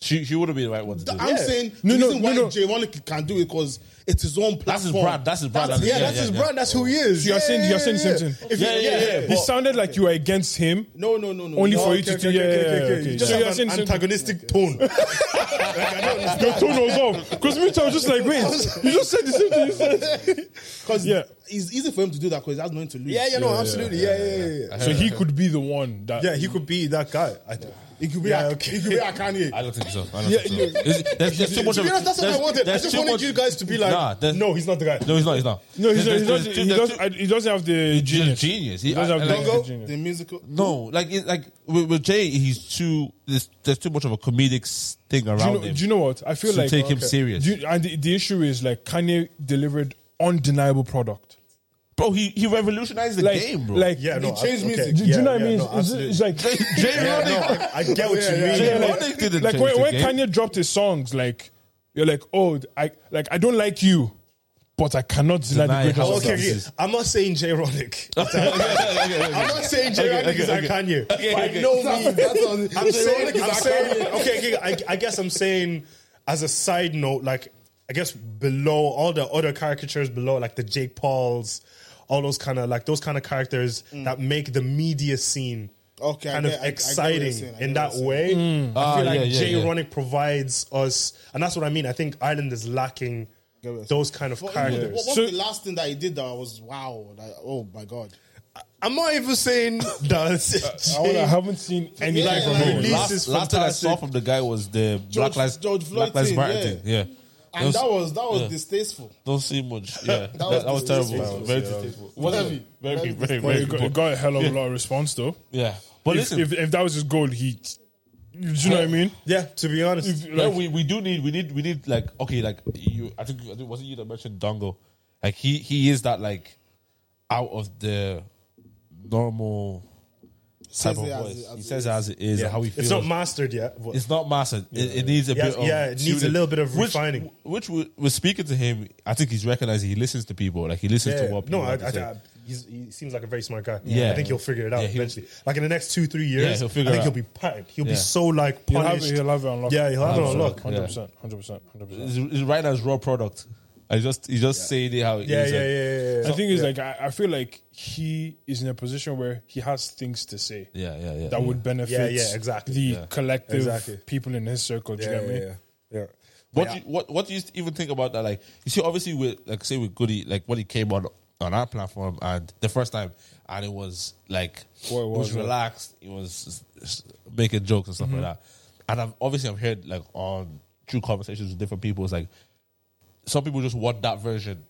Speaker 2: She she wouldn't be the right one to do.
Speaker 3: Th-
Speaker 2: it.
Speaker 3: I'm saying
Speaker 4: No,
Speaker 3: the
Speaker 4: no,
Speaker 3: reason
Speaker 4: no,
Speaker 3: why
Speaker 4: no.
Speaker 3: Jay Ronick can do it because it's his own platform.
Speaker 2: his brand, that's his brand, that's-
Speaker 3: yeah,
Speaker 2: yeah,
Speaker 3: that's
Speaker 2: yeah,
Speaker 3: his
Speaker 2: yeah.
Speaker 3: brand. That's who he is.
Speaker 4: You are saying you are saying the same
Speaker 3: yeah.
Speaker 4: thing.
Speaker 3: If you-
Speaker 2: Yeah, yeah, yeah,
Speaker 4: It
Speaker 2: but-
Speaker 4: sounded like you were against him.
Speaker 3: No, no, no, no.
Speaker 4: Only
Speaker 3: no.
Speaker 4: for you to do. Yeah, yeah, yeah, okay.
Speaker 5: Just
Speaker 4: So you're
Speaker 5: have
Speaker 4: saying the
Speaker 5: an
Speaker 4: same
Speaker 5: antagonistic tone.
Speaker 4: Your tone was off. Because me too, I was just like, wait, you just said the same thing you said.
Speaker 3: Because
Speaker 4: Yeah.
Speaker 3: it's easy for him to do that because he has nothing to lose.
Speaker 5: yeah, yeah, no, absolutely. Yeah, yeah, yeah. yeah.
Speaker 4: So he could be the one that.
Speaker 5: Yeah, he could be that guy. I,
Speaker 3: It could be
Speaker 5: Yeah,
Speaker 3: a-
Speaker 5: okay.
Speaker 3: it could be a Kanye.
Speaker 2: I don't think so. I don't think so. There's, there's, there's too much
Speaker 5: To
Speaker 2: of
Speaker 5: be honest, that's what I
Speaker 2: there's-
Speaker 5: wanted. I
Speaker 2: there's
Speaker 5: just
Speaker 2: too
Speaker 5: wanted
Speaker 2: much-
Speaker 5: you guys to be like,
Speaker 2: nah, there's-
Speaker 5: no, he's not the guy.
Speaker 2: No, he's not. He's not.
Speaker 4: No, he's not,
Speaker 2: There's-
Speaker 4: he
Speaker 2: there's-
Speaker 4: doesn't.
Speaker 2: there's-
Speaker 4: He
Speaker 2: there's
Speaker 4: doesn't.
Speaker 2: too-
Speaker 4: I- He doesn't have the
Speaker 2: genius.
Speaker 4: genius.
Speaker 2: genius. He,
Speaker 4: doesn't
Speaker 2: I-
Speaker 4: have
Speaker 2: I like-
Speaker 4: the
Speaker 3: Go.
Speaker 4: genius.
Speaker 3: The musical.
Speaker 2: no, like it's like with, with Jay, he's too. There's, there's too much of a comedic s- thing around
Speaker 4: Do you, know,
Speaker 2: him.
Speaker 4: do you know what? I feel
Speaker 2: to
Speaker 4: like
Speaker 2: take him serious.
Speaker 4: Do you- and the, the issue is like Kanye delivered undeniable product.
Speaker 2: bro, he, he revolutionized the
Speaker 4: Like,
Speaker 2: game, bro.
Speaker 4: like,
Speaker 5: Yeah,
Speaker 4: do,
Speaker 5: no.
Speaker 3: He changed
Speaker 5: I, okay.
Speaker 3: music.
Speaker 4: do you know
Speaker 5: Yeah,
Speaker 4: what I mean?
Speaker 5: yeah, no,
Speaker 4: It's- it's,
Speaker 5: absolutely.
Speaker 4: like,
Speaker 2: Jay
Speaker 5: Yeah, no,
Speaker 2: Ronick,
Speaker 5: I, I get what you mean.
Speaker 2: Jay
Speaker 4: yeah, like-
Speaker 2: Ronick didn't
Speaker 4: like
Speaker 2: change
Speaker 4: when,
Speaker 2: the
Speaker 4: when
Speaker 2: game.
Speaker 4: Kanye dropped his songs, like you're like, oh, I like I don't like you, but I cannot deny,
Speaker 2: Deny
Speaker 4: the greatness
Speaker 2: how-
Speaker 4: of
Speaker 5: Okay,
Speaker 4: God.
Speaker 5: okay. I'm not saying J-Ronic. I'm not saying J-Ronic is
Speaker 2: okay, okay.
Speaker 5: Kanye.
Speaker 2: Okay, okay.
Speaker 3: No, means. That's on.
Speaker 5: I'm saying, I'm saying okay, okay, I, I guess I'm saying as a side note, like I guess below all the other caricatures below, like the Jake Pauls, all those kind of like those kind of characters that make the media scene
Speaker 3: Mm. Okay, I
Speaker 5: kind
Speaker 3: get-
Speaker 5: of
Speaker 3: I- I get what you're
Speaker 5: exciting
Speaker 3: saying, I
Speaker 5: in
Speaker 3: get what
Speaker 5: that
Speaker 3: you're saying.
Speaker 5: way. Mm. I
Speaker 2: Ah,
Speaker 5: feel
Speaker 2: yeah,
Speaker 5: like
Speaker 2: yeah,
Speaker 5: Jay
Speaker 2: yeah.
Speaker 5: Ronic provides us, and that's what I mean. I think Ireland is lacking
Speaker 3: Get what you're
Speaker 5: those kind of
Speaker 3: What,
Speaker 5: characters.
Speaker 3: what, what's
Speaker 4: So-
Speaker 3: the last thing that he did that I was wow? Like, oh my god!
Speaker 5: I'm not even saying that.
Speaker 4: I, wanna- I haven't seen any
Speaker 3: Yeah,
Speaker 4: type of
Speaker 3: like,
Speaker 4: movie.
Speaker 5: release
Speaker 2: last,
Speaker 5: is
Speaker 2: last thing I saw
Speaker 5: fantastic.
Speaker 2: from the guy was the Black Lives
Speaker 3: George Floyd
Speaker 2: Black Lives
Speaker 3: thing,
Speaker 2: Matter
Speaker 3: yeah.
Speaker 2: thing. Yeah,
Speaker 3: And that was that was distasteful.
Speaker 2: don't see much. Yeah, that,
Speaker 3: was
Speaker 2: that was
Speaker 3: distasteful.
Speaker 2: terrible.
Speaker 3: That
Speaker 2: Very
Speaker 3: was
Speaker 2: distastful.
Speaker 3: Whatever.
Speaker 2: Very, very, very,
Speaker 4: Well,
Speaker 2: very
Speaker 4: it, got, it
Speaker 2: good.
Speaker 4: got a hell of a lot of response though.
Speaker 2: Yeah, but
Speaker 4: If,
Speaker 2: listen,
Speaker 4: if, if that was his goal, he, do you know what I mean?
Speaker 5: yeah, to be honest,
Speaker 2: no, we, we do need we need we need like okay like you I think, I think was it you that mentioned Dongo like he he is that like out of the normal type
Speaker 3: Says
Speaker 2: of
Speaker 3: it as
Speaker 2: voice
Speaker 3: it- as
Speaker 2: he
Speaker 3: it
Speaker 2: says
Speaker 3: is.
Speaker 2: it as it is how he feels
Speaker 5: it's not mastered yet. but-
Speaker 2: it's not massive. It, it needs a
Speaker 5: Yeah,
Speaker 2: bit. Of
Speaker 5: yeah, it needs a little bit of
Speaker 2: which,
Speaker 5: refining.
Speaker 2: Which we- we're speaking to him. I think he's recognizing he listens to people. Like he listens
Speaker 5: Yeah.
Speaker 2: to what people
Speaker 5: no, I,
Speaker 2: have to
Speaker 5: I,
Speaker 2: say.
Speaker 5: I, he's, he seems like a very smart guy.
Speaker 2: Yeah.
Speaker 5: I think he'll figure it out
Speaker 2: Yeah, he'll-
Speaker 5: eventually. Like in the next two, three years,
Speaker 2: Yeah, he'll figure
Speaker 5: I think
Speaker 2: it
Speaker 5: he'll
Speaker 2: out.
Speaker 5: be packed. He'll be
Speaker 2: Yeah.
Speaker 5: so like
Speaker 4: He'll have,
Speaker 5: polished.
Speaker 4: it, he'll have it unlocked.
Speaker 5: yeah, he'll have it on lock.
Speaker 4: 100%. 100%. 100%.
Speaker 2: He's, he's right as raw product. I just he's just saying it how it
Speaker 5: Yeah,
Speaker 2: is.
Speaker 5: yeah,
Speaker 2: like-
Speaker 5: yeah, yeah, yeah.
Speaker 4: The thing is, like, I, I feel like he is in a position where he has things to say
Speaker 2: yeah, yeah, yeah.
Speaker 4: that
Speaker 2: yeah.
Speaker 4: would benefit
Speaker 5: Yeah, yeah, exactly.
Speaker 4: the
Speaker 5: Yeah.
Speaker 4: collective
Speaker 5: Exactly.
Speaker 4: people in his circle. Do you
Speaker 5: Yeah,
Speaker 4: know what I mean?
Speaker 5: yeah, yeah. yeah.
Speaker 2: What do you, what what do you even think about that? Like you see, obviously with like say with Goody, like when he came on on our platform and the first time, and it was like
Speaker 4: What
Speaker 2: it
Speaker 4: was
Speaker 2: was
Speaker 4: it? Mm-hmm.
Speaker 2: relaxed. It was s- s- making jokes and stuff like that. And I've obviously I've heard like on true conversations with different people. It's like some people just want that version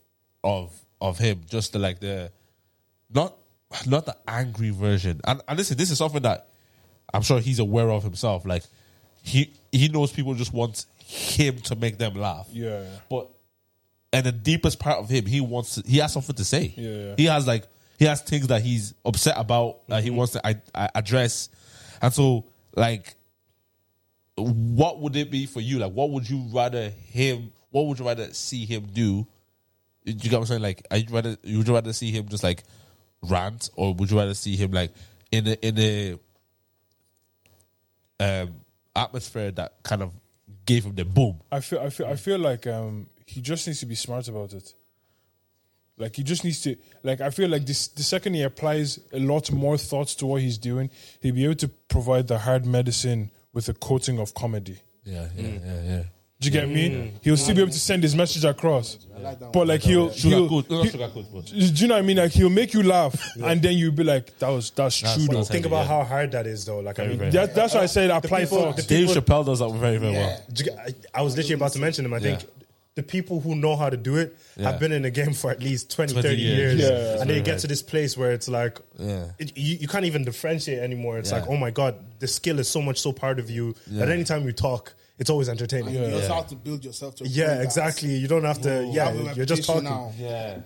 Speaker 2: of of him, just the, like the not not the angry version. And, and listen, this is something that I'm sure he's aware of himself. Like he he knows people just want him to make them laugh.
Speaker 4: Yeah, yeah.
Speaker 2: But and the deepest part of him, he wants to, he has something to say.
Speaker 4: Yeah, yeah.
Speaker 2: He has like he has things that he's upset about that he wants to I, I address. And so like what would it be for you? Like what would you rather him what would you rather see him do? Do you get what I'm saying? Like, are you rather you would rather see him just like rant, or would you rather see him like in a in a um atmosphere that kind of gave him the boom?
Speaker 4: I feel, I feel, I feel like um, he just needs to be smart about it. Like he just needs to, like I feel like this. The second he applies a lot more thoughts to what he's doing, he'll be able to provide the hard medicine with a coating of comedy.
Speaker 2: Yeah, yeah, yeah, yeah.
Speaker 4: Do you get
Speaker 5: Mm.
Speaker 4: me? He'll still be able to send his message across, but like he'll, he'll,
Speaker 2: Sugarcoat, not
Speaker 4: he-
Speaker 2: sugarcoat, but
Speaker 4: do you know what I mean? Like he'll make you laugh, and then you'll be like, "That was that's, true."
Speaker 2: what I
Speaker 4: Though.
Speaker 2: said.
Speaker 5: Think about how hard that is, though. Like, I mean,
Speaker 2: very
Speaker 5: yeah,
Speaker 4: That, that's why I said apply
Speaker 5: people-
Speaker 4: thoughts.
Speaker 5: the
Speaker 2: Dave Chappelle does that very, very well.
Speaker 5: do you get- I I was literally about to mention him. I think
Speaker 2: Yeah.
Speaker 5: the people who know how to do it
Speaker 2: Yeah.
Speaker 5: have been in the game for at least 20,
Speaker 2: 20
Speaker 5: 30
Speaker 2: years.
Speaker 5: years.
Speaker 2: Yeah.
Speaker 5: And they get to this place where it's like,
Speaker 2: Yeah.
Speaker 5: it, you, you can't even differentiate anymore. It's
Speaker 2: Yeah.
Speaker 5: like, oh my God, the skill is so much so part of you that anytime you talk, it's always entertaining.
Speaker 3: You also have to build yourself to. a
Speaker 5: Yeah,
Speaker 3: point that
Speaker 5: exactly. You don't have to.
Speaker 3: you
Speaker 5: yeah,
Speaker 3: have a
Speaker 5: you're just
Speaker 3: reputation
Speaker 5: talking.
Speaker 2: Yeah,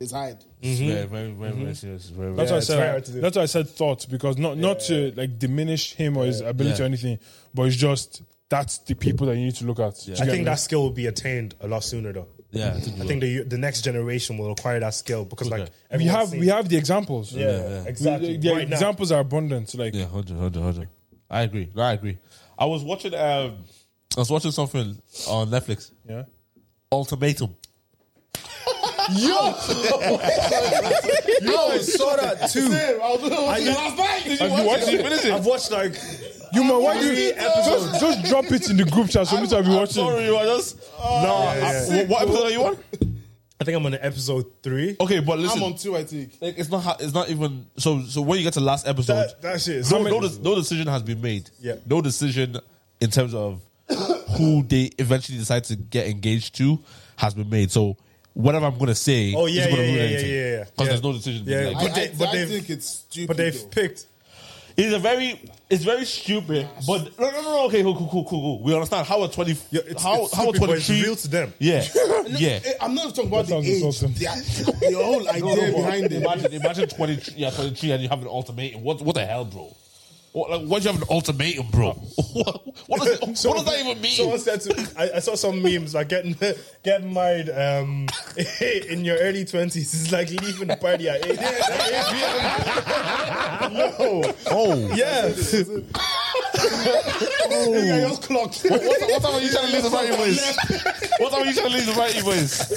Speaker 3: It's hard.
Speaker 2: It's very, very, very, very serious. Very, very-
Speaker 4: That's
Speaker 5: it's
Speaker 4: why I
Speaker 5: very hard
Speaker 4: said
Speaker 5: to do.
Speaker 4: that's why I said thoughts because not not to like diminish him or his ability or anything, but it's just that's the people that you need to look at. Do you
Speaker 5: I
Speaker 4: get
Speaker 5: think
Speaker 4: me?
Speaker 5: that skill will be attained a lot sooner, though.
Speaker 2: yeah. I think,
Speaker 5: I think the the next generation will acquire that skill because, like,
Speaker 4: we
Speaker 5: everyone's
Speaker 4: have
Speaker 5: seen-
Speaker 4: we have the examples.
Speaker 5: yeah, exactly.
Speaker 4: The
Speaker 5: right now.
Speaker 4: examples are abundant. Like
Speaker 2: Yeah, 100, 100, 100. I agree. No, I agree. I was watching. Um, I was watching something on Netflix.
Speaker 4: yeah.
Speaker 2: Ultimatum.
Speaker 3: No, I saw that too. I was watching it last night.
Speaker 4: Have you watched it?
Speaker 5: I've watched like
Speaker 4: You man, why do you
Speaker 5: Three
Speaker 4: just, just drop it in the group chat so me to be watching?
Speaker 2: Sorry, I just. no,
Speaker 5: yeah,
Speaker 2: I-
Speaker 5: yeah.
Speaker 2: wh- what episode are you on?
Speaker 5: I think I'm on episode three.
Speaker 2: Okay, but listen,
Speaker 3: I'm on two. I think.
Speaker 2: like, it's not. ha- It's not even. So, so when you get to last episode,
Speaker 5: That, that shit is
Speaker 2: no, no, de- no decision has been made.
Speaker 5: Yeah.
Speaker 2: No decision in terms of who they eventually decide to get engaged to has been made. So whatever I'm gonna say,
Speaker 5: Oh, yeah,
Speaker 2: isn't gonna
Speaker 5: yeah,
Speaker 2: ruin
Speaker 5: yeah, yeah,
Speaker 2: anything.
Speaker 5: yeah, yeah.
Speaker 2: Because
Speaker 5: Yeah.
Speaker 2: there's no decision. being
Speaker 5: Yeah.
Speaker 2: made.
Speaker 5: But
Speaker 3: I,
Speaker 5: they-
Speaker 3: I,
Speaker 5: but
Speaker 3: I
Speaker 5: they've-
Speaker 3: think it's stupid.
Speaker 5: but
Speaker 3: though.
Speaker 5: they've picked.
Speaker 2: It's a very, it's very stupid. But no, no, no. Okay, cool, cool, cool, cool. cool. We understand how a twenty,
Speaker 5: Yeah, it's-
Speaker 2: how
Speaker 5: it's
Speaker 2: how a
Speaker 5: stupid, but
Speaker 2: twenty
Speaker 5: it's
Speaker 2: three
Speaker 5: real to them.
Speaker 2: Yeah, yeah.
Speaker 3: Eh, I'm not even talking about
Speaker 4: That sounds
Speaker 3: the age.
Speaker 4: insulting.
Speaker 3: The, the whole idea behind it.
Speaker 2: Imagine, imagine twenty, yeah, twenty three, and you have an ultimatum. What, what the hell, bro? What, like, why do you have an ultimatum, bro? what, what, does, it- what does that even mean?
Speaker 5: Someone said to, I, I saw some memes like getting getting married um, in your early twenties is like leaving the party at eight. at 8 p.m. no, Um,
Speaker 2: oh,
Speaker 5: yeah,
Speaker 2: What, what time are you trying to leave the right boys? What time are you trying to leave the right boys?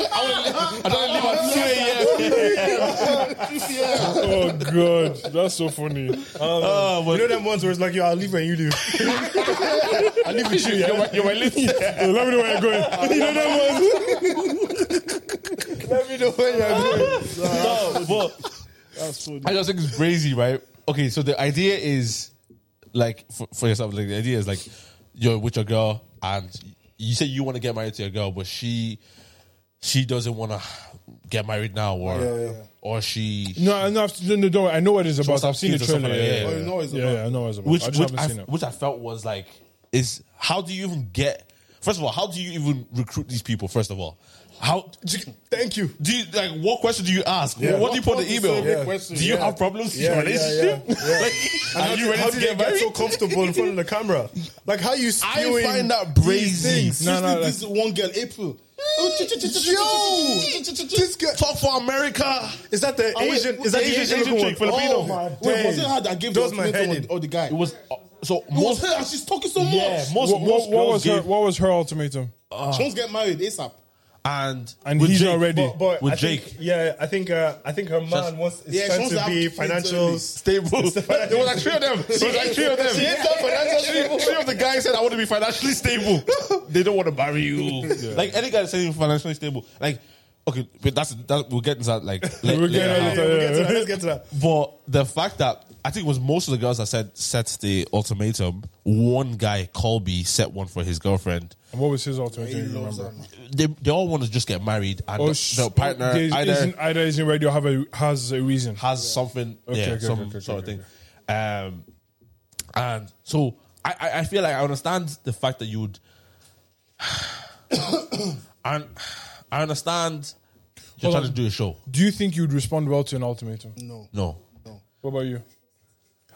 Speaker 2: I wanna leave- I'm trying to leave at 2 a.m.
Speaker 4: Oh god, that's so funny.
Speaker 5: Uh,
Speaker 2: Oh,
Speaker 5: you know
Speaker 2: but
Speaker 5: them ones where it's like, yo, I'll leave when you do.
Speaker 2: I live with you. You're my, you're my list.
Speaker 4: Let me know where you're going. You know that one.
Speaker 5: Let me know when you're doing.
Speaker 2: No, but I just think it's crazy, right? Okay, so the idea is like for, for yourself, like the idea is like you're with your girl and you say you want to get married to your girl, but she she doesn't want to get married now, or or she
Speaker 4: No, I- no, I've- no, no, don't worry. I know what it's about.
Speaker 2: have
Speaker 4: I've seen the
Speaker 2: kids or something
Speaker 4: trailer.
Speaker 2: like
Speaker 4: yeah,
Speaker 2: that.
Speaker 4: yeah,
Speaker 2: Oh,
Speaker 4: yeah.
Speaker 3: you know what it's
Speaker 4: Yeah,
Speaker 3: about.
Speaker 4: yeah, I know what it's about.
Speaker 2: which
Speaker 4: I just
Speaker 2: which
Speaker 4: haven't
Speaker 2: I,
Speaker 4: seen it.
Speaker 2: which I felt was like is how do you even get first of all how do you even recruit these people first of all how do you,
Speaker 5: Thank you.
Speaker 2: do you like what question do you ask what, do you put in the
Speaker 3: What
Speaker 2: email
Speaker 3: specific question?
Speaker 2: do you
Speaker 3: Yeah.
Speaker 2: have problems
Speaker 3: Yeah, yeah,
Speaker 2: in your relationship like, are you
Speaker 5: How
Speaker 2: ready to get
Speaker 5: did they get
Speaker 2: married
Speaker 5: so comfortable in front of the camera? Like how you
Speaker 2: I
Speaker 5: spewing?
Speaker 2: find that
Speaker 3: These
Speaker 2: brazy
Speaker 3: things.
Speaker 4: No, no,
Speaker 3: this, one girl, April.
Speaker 2: Yo,
Speaker 3: This girl.
Speaker 2: talk for America
Speaker 5: Is that the
Speaker 3: wait,
Speaker 5: Asian? is that the
Speaker 2: Oh, Asian-
Speaker 5: Asian,
Speaker 2: Asian
Speaker 5: looking
Speaker 2: chick,
Speaker 5: one?
Speaker 2: Filipino.
Speaker 5: Oh my
Speaker 3: Wait, was
Speaker 5: days.
Speaker 3: it her that gave the
Speaker 5: Does my
Speaker 3: ultimatum
Speaker 5: head
Speaker 3: or,
Speaker 5: in.
Speaker 3: or the guy?
Speaker 2: it was uh, so
Speaker 3: It was
Speaker 2: most
Speaker 3: her. and She's talking so
Speaker 2: yeah
Speaker 3: much.
Speaker 2: most
Speaker 4: What,
Speaker 2: most
Speaker 4: what, what
Speaker 2: girls
Speaker 4: was her?
Speaker 2: give-
Speaker 4: What was her ultimatum?
Speaker 3: She wants to get married ASAP.
Speaker 2: and
Speaker 4: And
Speaker 2: with
Speaker 4: he's
Speaker 2: Jake,
Speaker 4: already-
Speaker 5: But, but
Speaker 2: Oh, With
Speaker 5: I think-
Speaker 2: Jake.
Speaker 5: yeah, I think uh, I think her man
Speaker 2: Just-
Speaker 5: wants is
Speaker 3: Yeah, she
Speaker 5: trying
Speaker 3: wants
Speaker 5: to
Speaker 3: to
Speaker 5: be
Speaker 3: have kids
Speaker 5: financials.
Speaker 2: stable. it was like three of them. It was like three of them. Three- Three of the guys said, "I want to be financially stable." they don't want to marry you. Like any guy that's saying financially stable, like okay, but that's that. We'll get into that. Like la-
Speaker 4: We'll get
Speaker 2: later.
Speaker 4: into
Speaker 5: Oh, Yeah, we'll get to that. Let's get to that.
Speaker 2: But the fact that I think it was most of the girls that said set the ultimatum. One guy, Colby, set one for his girlfriend.
Speaker 4: And what was his ultimatum? You remember?
Speaker 2: They, they all want to just get married, and
Speaker 4: Oh,
Speaker 2: the,
Speaker 4: sh-
Speaker 2: the partner
Speaker 4: is-
Speaker 2: either
Speaker 4: isn't, either isn't ready or have a has a reason.
Speaker 2: has something,
Speaker 4: Okay,
Speaker 2: yeah,
Speaker 4: okay,
Speaker 2: some
Speaker 4: okay, okay,
Speaker 2: sort
Speaker 4: okay,
Speaker 2: of thing. Um, and so I, I, I feel like I understand the fact that you would, and I understand you're
Speaker 4: Hold
Speaker 2: trying
Speaker 4: on.
Speaker 2: to do a show.
Speaker 4: Do you think you'd respond well to an ultimatum?
Speaker 3: No.
Speaker 2: No,
Speaker 4: What about you?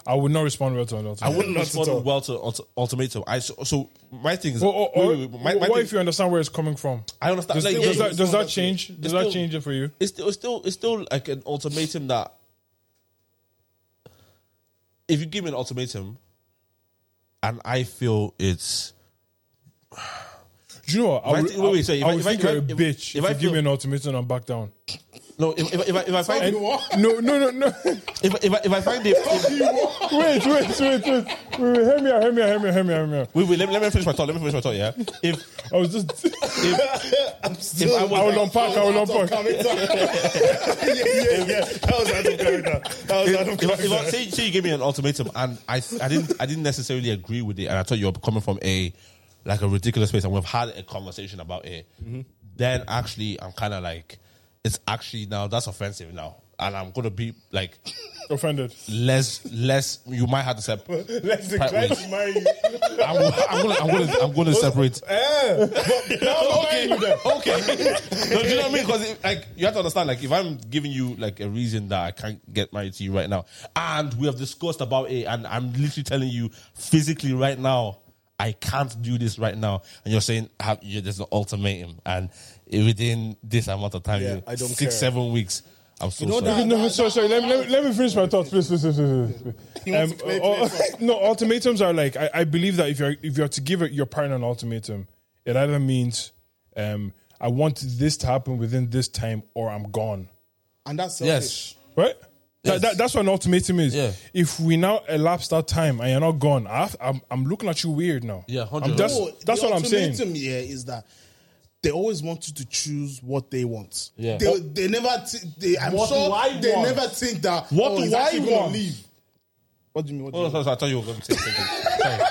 Speaker 4: I would not respond well to an
Speaker 2: I
Speaker 4: ultimatum.
Speaker 2: wouldn't
Speaker 5: Not at all.
Speaker 2: respond well to ult- ultimatum. I so, so my thing is,
Speaker 4: Or, or, or,
Speaker 2: wait, wait, wait, my, my
Speaker 4: what
Speaker 2: thing-
Speaker 4: if you understand where it's coming from?
Speaker 2: I understand.
Speaker 4: Does,
Speaker 2: like,
Speaker 4: does
Speaker 2: yeah, yeah,
Speaker 4: that, does that change? Does that
Speaker 2: still-
Speaker 4: change it for you?
Speaker 2: it's still, it's still, it's still like an ultimatum that if you give me an ultimatum, and I feel it's
Speaker 4: Do you know what? I
Speaker 2: I
Speaker 4: would,
Speaker 2: think- wait, wait, sorry, if
Speaker 4: I
Speaker 2: I-
Speaker 4: would
Speaker 2: if I-
Speaker 4: think
Speaker 2: if I-
Speaker 4: you're a
Speaker 2: if-
Speaker 4: bitch if,
Speaker 2: if I
Speaker 4: you give
Speaker 2: feel-
Speaker 4: me an ultimatum and back down.
Speaker 2: No, if, if, if, I- if I find if,
Speaker 4: No, no, no, no.
Speaker 2: I- if, I- if I find it,
Speaker 4: wait, wait, wait, wait, wait. Wait, wait, hear me out, hear me out, hear me out, hear me out, hear me out.
Speaker 2: wait, wait, let me, let me finish my thought. Let me finish my thought. Yeah, if
Speaker 4: I was just.
Speaker 2: if I
Speaker 4: I
Speaker 2: was
Speaker 4: will unpack, I will unpack.
Speaker 5: yeah, yeah, that was out of character. That was out
Speaker 2: if, I- if
Speaker 5: of
Speaker 2: I,
Speaker 5: character.
Speaker 2: say, say you gave me an ultimatum and I I didn't I didn't necessarily agree with it, and I thought you were coming from a like a ridiculous place, and we've had a conversation about it. Then actually, I'm kind of like, it's actually now that's offensive now, and I'm gonna be like
Speaker 4: Offended.
Speaker 2: less less. You might have to separate.
Speaker 5: Let's decline to marry you.
Speaker 2: I'm, gonna- I'm gonna I'm gonna I'm gonna separate.
Speaker 5: Eh, but now
Speaker 2: okay,
Speaker 5: marry them.
Speaker 2: okay. No, do you know what I mean? Because like you have to understand, like if I'm giving you like a reason that I can't get married to you right now, and we have discussed about it, and I'm literally telling you physically right now, I can't do this right now, and you're saying have, you, there's an ultimatum, and within this amount of time,
Speaker 5: Yeah,
Speaker 2: you,
Speaker 5: I don't
Speaker 2: six
Speaker 5: care.
Speaker 2: seven weeks, I'm so sorry.
Speaker 4: No, no, sorry, sorry. Let me, let me, let me finish my thoughts, please, please, please, please. please.
Speaker 3: wants to play
Speaker 4: Um, uh, no, ultimatums are like I, I believe that if you're if you're to give your partner an ultimatum, it either means um, I want this to happen within this time, or I'm gone.
Speaker 3: And that's selfish.
Speaker 2: yes,
Speaker 4: Right?
Speaker 2: Yes.
Speaker 4: That, that, that's what an ultimatum is.
Speaker 2: Yeah.
Speaker 4: If we now elapse that time and you're not gone, I have, I'm, I'm looking at you weird now.
Speaker 2: Yeah,
Speaker 4: I'm,
Speaker 2: 100.
Speaker 4: that's
Speaker 2: No,
Speaker 4: that's
Speaker 3: the
Speaker 4: what I'm saying.
Speaker 3: ultimatum here is that they always want you to choose what they want.
Speaker 2: Yeah.
Speaker 3: They, they never. Th- they, I'm
Speaker 2: What
Speaker 3: sure
Speaker 2: do I
Speaker 3: they
Speaker 2: want?
Speaker 3: never think that.
Speaker 2: What
Speaker 3: oh,
Speaker 2: do
Speaker 3: he's
Speaker 2: I
Speaker 3: actually gonna
Speaker 2: want?
Speaker 3: Leave. What do you mean? What do you mean?
Speaker 2: Oh, sorry, sorry, I thought you were going to say something.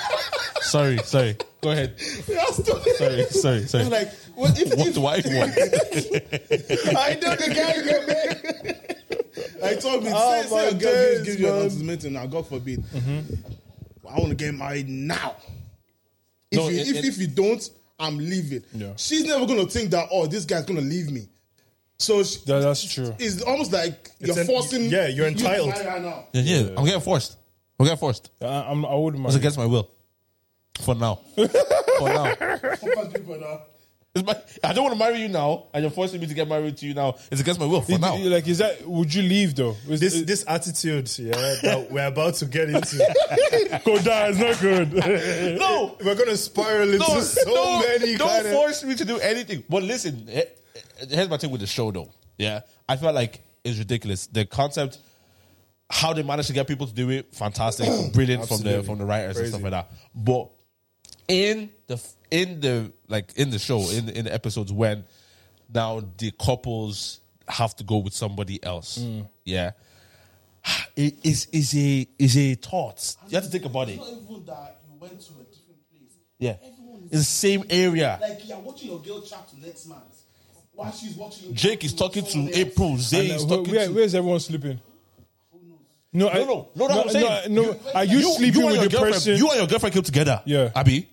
Speaker 2: sorry, sorry, sorry. Go ahead.
Speaker 3: That's
Speaker 2: Sorry,
Speaker 3: the-
Speaker 2: sorry, sorry.
Speaker 3: It's like what if,
Speaker 2: what
Speaker 3: if
Speaker 2: do I want?
Speaker 3: I know the guy go back. I told me,
Speaker 5: Oh,
Speaker 3: say, say a girl
Speaker 5: my
Speaker 3: gives,
Speaker 5: days,
Speaker 3: gives you an
Speaker 5: man.
Speaker 3: ultimatum now, God forbid. I want to get married now. If,
Speaker 2: No,
Speaker 3: you,
Speaker 2: it-
Speaker 3: if,
Speaker 2: it-
Speaker 3: if you don't, I'm leaving.
Speaker 4: Yeah.
Speaker 3: She's never going to think that, oh, this guy's going to leave me. So she,
Speaker 4: That, that's true.
Speaker 3: it's almost like you're
Speaker 5: It's en-
Speaker 6: e-,
Speaker 3: forcing.
Speaker 5: yeah, you're
Speaker 3: you to
Speaker 5: entitled.
Speaker 3: marry her now.
Speaker 2: Yeah, yeah, I'm getting forced. We got forced. It
Speaker 4: I, I'm, I wouldn't
Speaker 2: was
Speaker 4: mind.
Speaker 2: against my will. For now. For now. It's my, I don't want to marry you now, and you're forcing me to get married to you now. It's against my will. For
Speaker 4: Did-
Speaker 2: now.
Speaker 4: Like, is that? Would you leave though? Is,
Speaker 5: This
Speaker 4: is-
Speaker 5: this attitude, yeah, that we're about to get into.
Speaker 4: go die. It's not good.
Speaker 2: No!
Speaker 5: we're gonna spiral into
Speaker 2: No,
Speaker 5: so
Speaker 2: no,
Speaker 5: many
Speaker 2: don't
Speaker 5: kind of.
Speaker 2: force me to do anything. But listen, he- here's my thing with the show, though. Yeah, I felt like it's ridiculous. The concept, how they managed to get people to do it, fantastic, brilliant from the from the writers and stuff like that. But in the in the like in the show in in the episodes when now the couples have to go with somebody else,
Speaker 5: Mm.
Speaker 2: yeah. It is is a is a thought. You have to think about it.
Speaker 6: Not even that you went to a different place.
Speaker 2: Yeah,
Speaker 6: Everyone
Speaker 2: it's
Speaker 6: is
Speaker 2: the same area.
Speaker 6: like you're watching your girl chat to next man while she's watching. you
Speaker 2: Jake
Speaker 6: chat
Speaker 2: is talking
Speaker 6: someone
Speaker 2: to
Speaker 6: else.
Speaker 2: April. Zay is
Speaker 4: Uh, where,
Speaker 2: talking
Speaker 4: where-
Speaker 2: to.
Speaker 4: where's everyone sleeping? No, I,
Speaker 2: No, no, no, that's what I'm saying.
Speaker 4: no, no. Are you, sleeping
Speaker 2: and your
Speaker 4: with the
Speaker 2: girlfriend-
Speaker 4: person?
Speaker 2: You and your girlfriend came together.
Speaker 4: Yeah.
Speaker 2: Abby.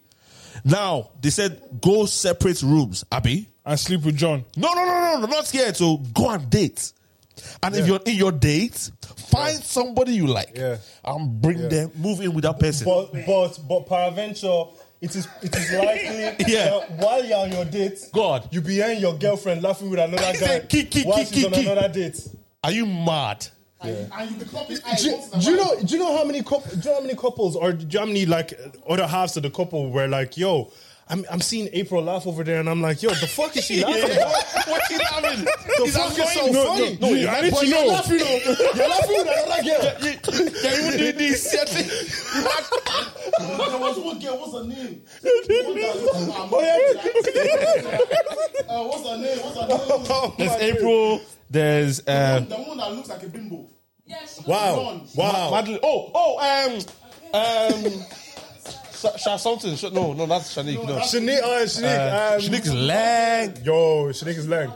Speaker 2: Now they said go separate rooms. Abby.
Speaker 4: and sleep with John.
Speaker 2: No, no, no, no, no, not scared. So go on date. And if you're in your date, find somebody you like
Speaker 4: Yeah.
Speaker 2: and bring them, move in with that person.
Speaker 5: But but but peradventure, it is it is likely
Speaker 2: Yeah.
Speaker 5: that while you're on your date,
Speaker 2: God.
Speaker 5: you be hearing your girlfriend laughing with another guy
Speaker 2: Kick, kick,
Speaker 5: while
Speaker 2: kick,
Speaker 5: she's on
Speaker 2: kick, kick.
Speaker 5: another date.
Speaker 2: Are you mad?
Speaker 6: And you be clocking eyes
Speaker 5: do,
Speaker 6: once in a
Speaker 5: do you
Speaker 6: while.
Speaker 5: know? Do you know how many couple, Do you know how many couples or do you know how many like other halves of the couple were like, "Yo, I'm I'm seeing April laugh over there," and I'm like, "Yo, the fuck is she laughing?
Speaker 2: What's he laughing?
Speaker 5: The fuck is so
Speaker 4: No,
Speaker 5: funny?"
Speaker 4: no, you- I need to know.
Speaker 5: laughing, though. You're laughing with another girl.
Speaker 2: Yeah, yeah, even doing this. yeah.
Speaker 6: There was one girl. What's her name? One that looked at her mom. Uh, What's her name? What's her name?
Speaker 2: There's April. There's um,
Speaker 6: The one that looks like a bimbo.
Speaker 5: Wow, wow.
Speaker 2: Madeline. Oh, oh, um, um, Sha, Sha something. Sha, no, no, that's Shanique. No, no.
Speaker 5: Shanique, uh, Shanique, um,
Speaker 2: Shanique is lang.
Speaker 5: Yo, Shanique is lang.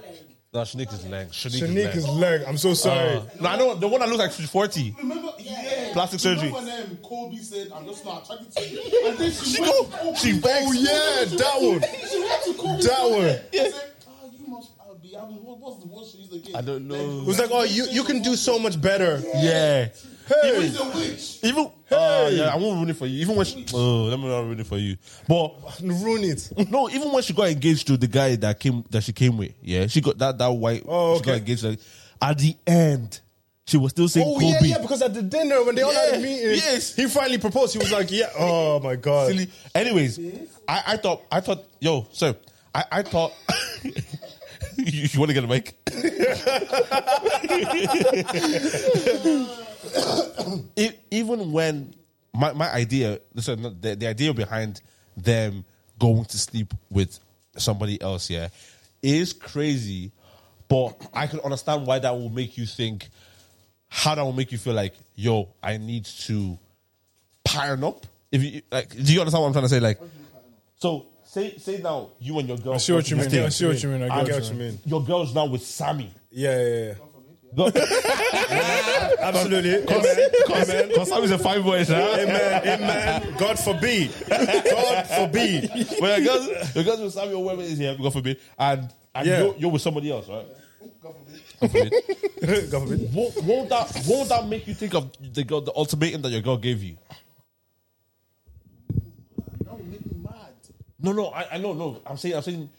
Speaker 2: No, Shanique is lang. Shanique,
Speaker 5: Shanique
Speaker 2: is
Speaker 5: is
Speaker 2: lang.
Speaker 5: lang. I'm so sorry.
Speaker 2: No, I know the one that looks like she's 40.
Speaker 6: Remember? Yeah.
Speaker 2: Plastic
Speaker 6: Remember
Speaker 2: surgery.
Speaker 6: when um, Kobe said, "I'm just not attracted to you," and then she,
Speaker 2: She
Speaker 6: went
Speaker 2: go,
Speaker 6: to Kobe.
Speaker 2: she
Speaker 5: Oh
Speaker 2: begs.
Speaker 5: yeah, that one.
Speaker 6: She went to Kobe.
Speaker 5: That one.
Speaker 6: She said, "Ah, you must uh, be having what, what's the word she used again?"
Speaker 2: I
Speaker 6: Then-
Speaker 2: don't know.
Speaker 5: It was like, oh, you, you can do so much better.
Speaker 2: Yeah.
Speaker 5: Hey,
Speaker 6: She's a witch.
Speaker 2: Even, uh, yeah, I won't ruin it for you. Even when she, oh, let me not ruin it for you. But
Speaker 5: ruin it.
Speaker 2: No, even when she got engaged to the guy that came that she came with, yeah, she got that that white.
Speaker 5: Oh,
Speaker 2: She got
Speaker 5: okay.
Speaker 2: engaged like, at the end. She was still saying
Speaker 5: Oh
Speaker 2: Kobe.
Speaker 5: yeah, yeah. Because at the dinner when they all had
Speaker 2: Yeah,
Speaker 5: a meeting,
Speaker 2: yes.
Speaker 5: he finally proposed. He was like, yeah. Oh my god.
Speaker 2: Silly. Anyways, I, I thought I thought yo sir, I I thought. You, you want to get a mic? E- even when my, my idea, so not- the, the idea behind them going to sleep with somebody else, yeah, is crazy, but I can understand why that will make you think, how that will make you feel like, yo, I need to pairing up. If you like, do you understand what I'm trying to say? Like, so say say now you and your girl.
Speaker 4: I see what you mean. I see what you mean.
Speaker 5: I
Speaker 4: I
Speaker 5: get
Speaker 4: get
Speaker 5: what you mean.
Speaker 2: Your girl's now with Sammy.
Speaker 5: Yeah, yeah, yeah.
Speaker 2: No.
Speaker 5: Absolutely. Amen. Amen.
Speaker 2: Because Sammy's a five boy, huh?
Speaker 5: Amen. Amen. God forbid. God forbid.
Speaker 2: Well, your girl's, your girl's with Sammy or whoever it is here, God forbid, and and
Speaker 5: Yeah.
Speaker 2: you're, you're with somebody else, right? God forbid.
Speaker 5: God forbid.
Speaker 2: won't, won't that won't that make you think of the girl, the ultimatum that your girl gave you?
Speaker 6: That would make me mad.
Speaker 2: No, no, I, I know, no. I'm saying, I'm saying,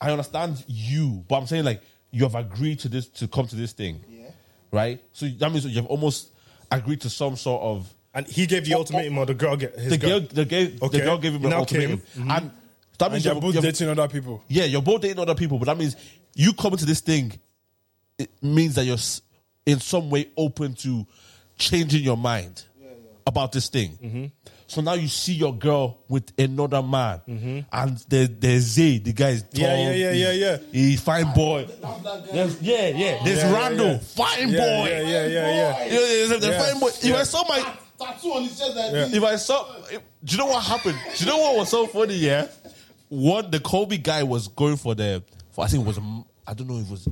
Speaker 2: I understand you, but I'm saying like you have agreed to this to come to this thing,
Speaker 6: Yeah.
Speaker 2: right? So that means you have almost agreed to some sort of
Speaker 5: And he gave the ultimatum, or the girl get his
Speaker 2: the
Speaker 5: girl.
Speaker 2: girl, the girl,
Speaker 5: Okay.
Speaker 2: the girl gave him an
Speaker 5: Now
Speaker 2: ultimatum,
Speaker 5: came.
Speaker 2: and that means
Speaker 4: And you're
Speaker 2: you've-
Speaker 4: both
Speaker 2: you've-
Speaker 4: dating other people.
Speaker 2: yeah, you're both dating other people, but that means you coming to this thing. It means that you're s- in some way open to changing your mind about this thing.
Speaker 5: Mm-hmm.
Speaker 2: So now you see your girl with another man, and there, there's Zay, the guy is tall,
Speaker 5: Mm-hmm. Yeah, yeah, yeah,
Speaker 2: he's-
Speaker 5: yeah, yeah.
Speaker 2: he's fine boy.
Speaker 6: That black guy.
Speaker 2: There's, yeah, yeah, there's
Speaker 5: yeah,
Speaker 2: Randall,
Speaker 5: yeah.
Speaker 2: fine
Speaker 5: Yeah,
Speaker 2: boy.
Speaker 5: yeah, yeah, yeah,
Speaker 2: Yeah, yeah, yeah, the
Speaker 5: Yeah.
Speaker 2: fine boy. If I saw my
Speaker 6: Tattoo on his chest like this.
Speaker 2: if I saw, if- do you know what happened? Do you know what was so funny? Yeah, what the Kobe guy was going for the, for I think it was, um, I don't know, it was,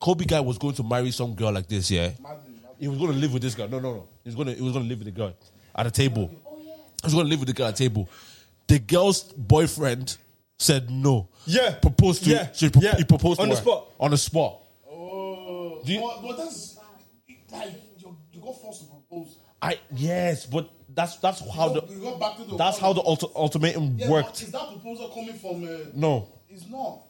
Speaker 2: Kobe guy was going to marry some girl like this. Yeah, he was going to live with this girl. No, no, no, he was going to, he was going to live with the girl at a table.
Speaker 6: Oh,
Speaker 2: He was going to live with the girl at a table. The girl's boyfriend said no.
Speaker 5: Yeah.
Speaker 2: proposed to.
Speaker 5: Yeah.
Speaker 2: she pro-
Speaker 5: Yeah.
Speaker 2: he proposed to
Speaker 5: On the
Speaker 2: her.
Speaker 5: spot.
Speaker 2: On the spot.
Speaker 6: Oh,
Speaker 2: Do you-
Speaker 6: but, but that's like your, your got forced to propose.
Speaker 2: I yes, but that's that's how
Speaker 6: You
Speaker 2: the
Speaker 6: got- you got Oh, back to the
Speaker 2: that's how the ulti- ultimatum
Speaker 6: Yeah, but
Speaker 2: worked.
Speaker 6: Is that proposal coming from? Uh,
Speaker 2: No,
Speaker 6: It's not. No,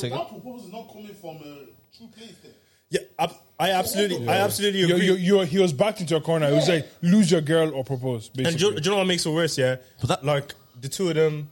Speaker 2: Say again?
Speaker 6: that proposal is not coming from a true place. There.
Speaker 5: Yeah, I, I absolutely, I absolutely
Speaker 4: You,
Speaker 5: agree.
Speaker 4: you, you, he was backed into a corner. He was like, lose your girl or propose, basically.
Speaker 5: and do, do you know what makes it worse? Yeah,
Speaker 2: But that-
Speaker 5: like the two of them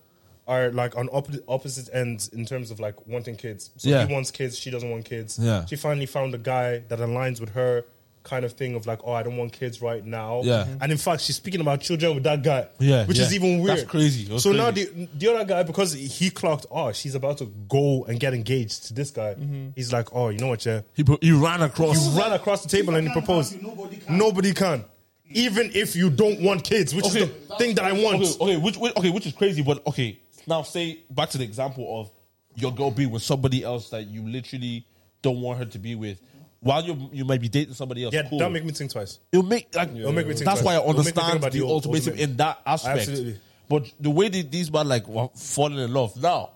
Speaker 5: are like on oppo- opposite ends in terms of like wanting kids. So
Speaker 2: Yeah.
Speaker 5: he wants kids, she doesn't want kids.
Speaker 2: Yeah.
Speaker 5: she finally found a guy that aligns with her kind of thing of like, oh, I don't want kids right now. Mm-hmm.
Speaker 2: Yeah. Mhm.
Speaker 5: and in fact, she's speaking about children with that guy.
Speaker 2: Yeah,
Speaker 5: which is
Speaker 2: yeah.
Speaker 5: even weird.
Speaker 2: That's crazy. That's
Speaker 5: so now
Speaker 2: crazy.
Speaker 5: the the other guy because he clocked, oh, she's about to go and get engaged to this guy. He's like, oh, you know what, yeah.
Speaker 2: he bro- he ran across.
Speaker 5: Ran across the table
Speaker 6: If I
Speaker 5: and he
Speaker 6: can't
Speaker 5: proposed.
Speaker 6: have you, nobody can.
Speaker 5: Nobody can. Even if you don't want kids, which
Speaker 2: Okay.
Speaker 5: is the thing that I want.
Speaker 2: Okay, okay, which, which okay, which is crazy, but okay. Now say back to the example of your girl being with somebody else that you literally don't want her to be with. While you you might be dating somebody else,
Speaker 5: Yeah,
Speaker 2: cool.
Speaker 5: that make me think twice.
Speaker 2: it'll make like
Speaker 5: It'll make me think
Speaker 2: that's
Speaker 5: twice.
Speaker 2: why I
Speaker 5: It'll make me think
Speaker 2: understand
Speaker 5: about
Speaker 2: the
Speaker 5: the
Speaker 2: ultimatum
Speaker 5: ultimate.
Speaker 2: in that aspect.
Speaker 5: Absolutely.
Speaker 2: But the way that these men like were falling in love now,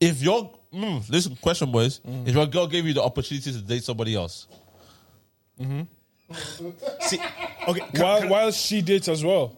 Speaker 2: if your mm, listen question boys,
Speaker 5: Mm.
Speaker 2: if your girl gave you the opportunity to date somebody else,
Speaker 5: See, okay, can,
Speaker 4: while,
Speaker 5: can-
Speaker 4: while she dates as well.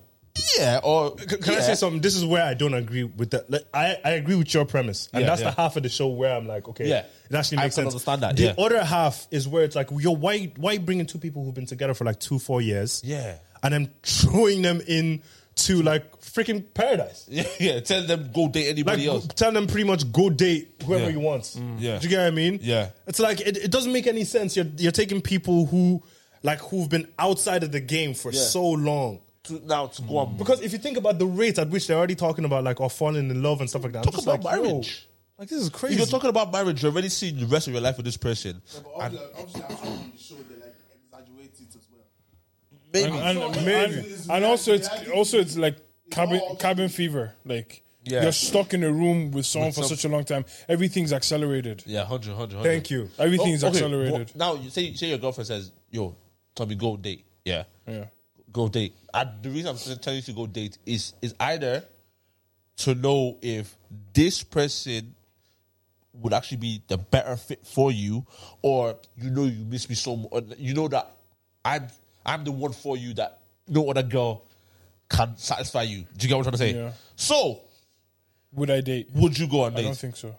Speaker 2: yeah, or
Speaker 5: can- can I say something? This is where I don't agree with that. Like, I, I agree with your premise, and
Speaker 2: Yeah,
Speaker 5: that's
Speaker 2: yeah.
Speaker 5: the half of the show where I'm like, okay,
Speaker 2: Yeah.
Speaker 5: it actually
Speaker 2: I
Speaker 5: makes
Speaker 2: can
Speaker 5: sense.
Speaker 2: understand that,
Speaker 5: The
Speaker 2: yeah.
Speaker 5: other half is where it's like, yo, why why bringing two people who've been together for like two four years,
Speaker 2: Yeah.
Speaker 5: and then throwing them in to like freaking paradise.
Speaker 2: yeah, yeah, tell them go date
Speaker 5: Like,
Speaker 2: anybody else.
Speaker 5: tell them pretty much go date whoever
Speaker 2: Yeah.
Speaker 5: you want.
Speaker 2: Yeah.
Speaker 5: Do you get what I mean?
Speaker 2: Yeah.
Speaker 5: It's like it, it doesn't make any sense. You're you're taking people who like who've been outside of the game for so long.
Speaker 2: To, now to go on
Speaker 5: Because if you think about the rate at which they're already talking about like or falling in love and stuff like that, I'm
Speaker 2: Talk
Speaker 5: just
Speaker 2: about
Speaker 5: like, yo,
Speaker 2: marriage.
Speaker 5: like this is
Speaker 2: If
Speaker 5: crazy.
Speaker 2: you're talking about marriage, you already seen the rest of your life with this person.
Speaker 6: But obviously, obviously actually on the show they like exaggerate it as well.
Speaker 4: And, and,
Speaker 6: sure
Speaker 4: and,
Speaker 6: maybe.
Speaker 4: and also, it's also it's like cabin cabin fever. Like
Speaker 2: Yeah.
Speaker 4: you're stuck in a room with someone for
Speaker 2: some-
Speaker 4: such a long time. Everything's accelerated.
Speaker 2: Yeah, 100, 100, 100.
Speaker 5: Thank you.
Speaker 4: Everything's
Speaker 2: Oh, okay,
Speaker 4: accelerated.
Speaker 2: well, now you say say your girlfriend says, "Yo, Tommy, go date." Yeah,
Speaker 4: Yeah.
Speaker 2: go date. And the reason I'm still telling you to go date is is either to know if this person would actually be the better fit for you, or you know you miss me so much. You know that I'm I'm the one for you that no other girl can satisfy you. Do you get what I'm trying to say?
Speaker 4: Yeah.
Speaker 2: So
Speaker 4: Would I date?
Speaker 2: would you go on
Speaker 4: I don't
Speaker 2: dates?
Speaker 4: think so.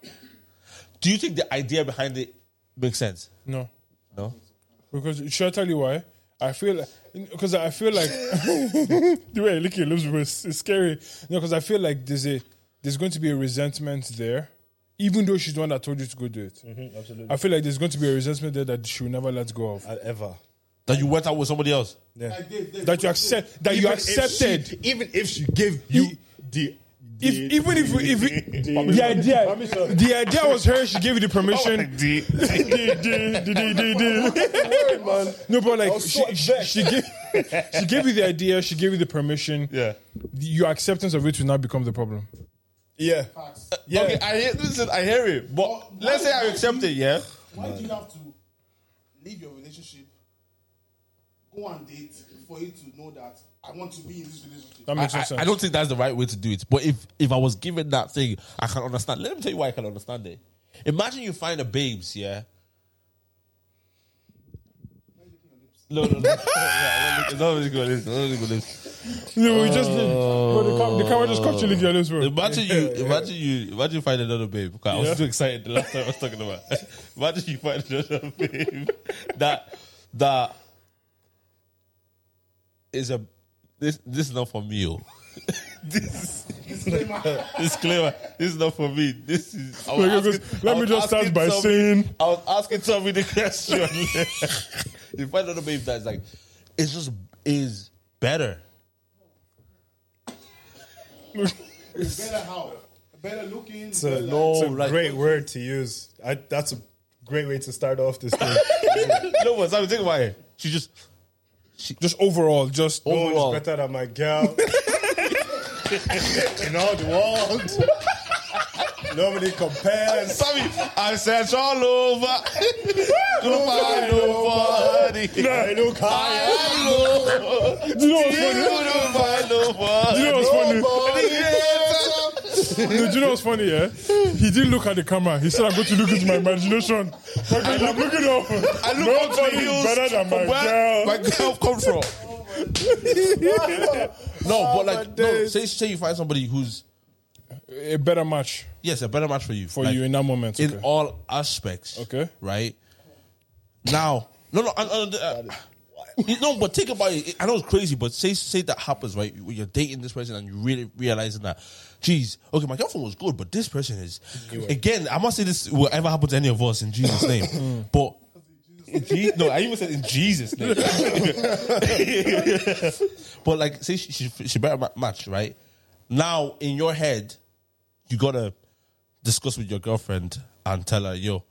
Speaker 2: Do you think the idea behind it makes sense?
Speaker 4: No,
Speaker 2: No.
Speaker 4: because should I tell you why? I feel because I feel like the way I look at your lips bro, it's, it's scary. No, because I feel like there's a there's going to be a resentment there, even though she's the one that told you to go do it.
Speaker 5: Absolutely.
Speaker 4: I feel like there's going to be a resentment there that she will never let go of.
Speaker 5: Ever.
Speaker 2: That you went out with somebody else.
Speaker 6: Like they, they,
Speaker 4: That you accept. That you
Speaker 5: Even if she-
Speaker 4: accepted.
Speaker 5: even if she gave you,
Speaker 4: You-
Speaker 5: the,
Speaker 4: If,
Speaker 5: the-
Speaker 4: even if we- if we-
Speaker 5: the-
Speaker 4: the idea
Speaker 5: Permission.
Speaker 4: the idea was her, she gave you the permission.
Speaker 5: the- Oh
Speaker 4: No, but like
Speaker 5: was so
Speaker 4: she, she, she gave she gave you the idea, she gave you the permission.
Speaker 5: yeah,
Speaker 4: Your acceptance of it will not become the problem.
Speaker 5: yeah,
Speaker 2: Uh,
Speaker 5: yeah.
Speaker 2: Okay, I hear, listen, I hear it, but let's say I accept it, yeah?
Speaker 6: Why do you
Speaker 2: uh,
Speaker 6: have to leave your relationship, go on date for you to know that I want to be in this relationship?
Speaker 4: That
Speaker 2: I,
Speaker 4: makes no
Speaker 2: I-
Speaker 4: sense.
Speaker 2: I don't think that's the right way to do it. But if if I was given that thing, I can understand. Let me tell you why I can understand it. Imagine you find a babes, yeah? No, no, no. Yeah, I won't look- no, I'm just gonna listen, I'm just gonna listen.
Speaker 4: No, we just did. Bro, the, cam- the camera just caught you, your lips, bro.
Speaker 2: Imagine you, imagine you, imagine you find another babe. Okay, I was too excited the last time I was talking about. imagine you find another babe that that is a this this is not for me. Oh. this disclaimer. This is not for me. This is. I was
Speaker 4: Like,
Speaker 2: asking-
Speaker 4: because- let
Speaker 2: I
Speaker 4: me
Speaker 2: was
Speaker 4: just start
Speaker 2: asking
Speaker 4: by
Speaker 2: Tommy-
Speaker 4: saying-
Speaker 2: I was asking Tommy the question. you find another babe that's like, it's just is better.
Speaker 6: Better how? Better looking.
Speaker 5: It's a,
Speaker 6: better
Speaker 5: it's a
Speaker 2: no, like-
Speaker 5: great word to use. I, that's a great way to start off this thing.
Speaker 2: no, but Tommy, think about it. She just
Speaker 4: Just overall, just
Speaker 5: No one
Speaker 2: Overall.
Speaker 5: is better than my girl in all the world. Nobody compares.
Speaker 2: Sammy, I search all over. Couldn't find nobody.
Speaker 5: I look higher.
Speaker 2: I
Speaker 4: you know what's funny?
Speaker 2: couldn't find nobody.
Speaker 4: You know what's funny?
Speaker 2: Nobody else.
Speaker 4: no, do you know what's funny? Yeah, he didn't look at the camera. He said, "I'm going to look into my imagination." Like, I'm looking up.
Speaker 2: I look up to
Speaker 4: Nobody
Speaker 2: you.
Speaker 4: is better than my
Speaker 2: Where
Speaker 4: girl.
Speaker 2: my girl come from? Oh, no, but like, no, say, say you find somebody who's
Speaker 4: a better match
Speaker 2: yes, a better match for you
Speaker 4: for
Speaker 2: Like,
Speaker 4: you in that moment.
Speaker 2: in
Speaker 4: okay.
Speaker 2: all aspects.
Speaker 4: Okay.
Speaker 2: right? Now, no, no, and, and, uh, you know, but think about it. I know it's crazy, but say say that happens, right? When you're dating this person and you really realizing that, geez, okay, my girlfriend was good, but this person is again. I must say this will ever happen to any of us in Jesus' name, but. Mm. in Je- no, I even said in Jesus' name. but like, say she, she she better ma- match right now. In your head, you gotta discuss with your girlfriend and tell her, "Yo,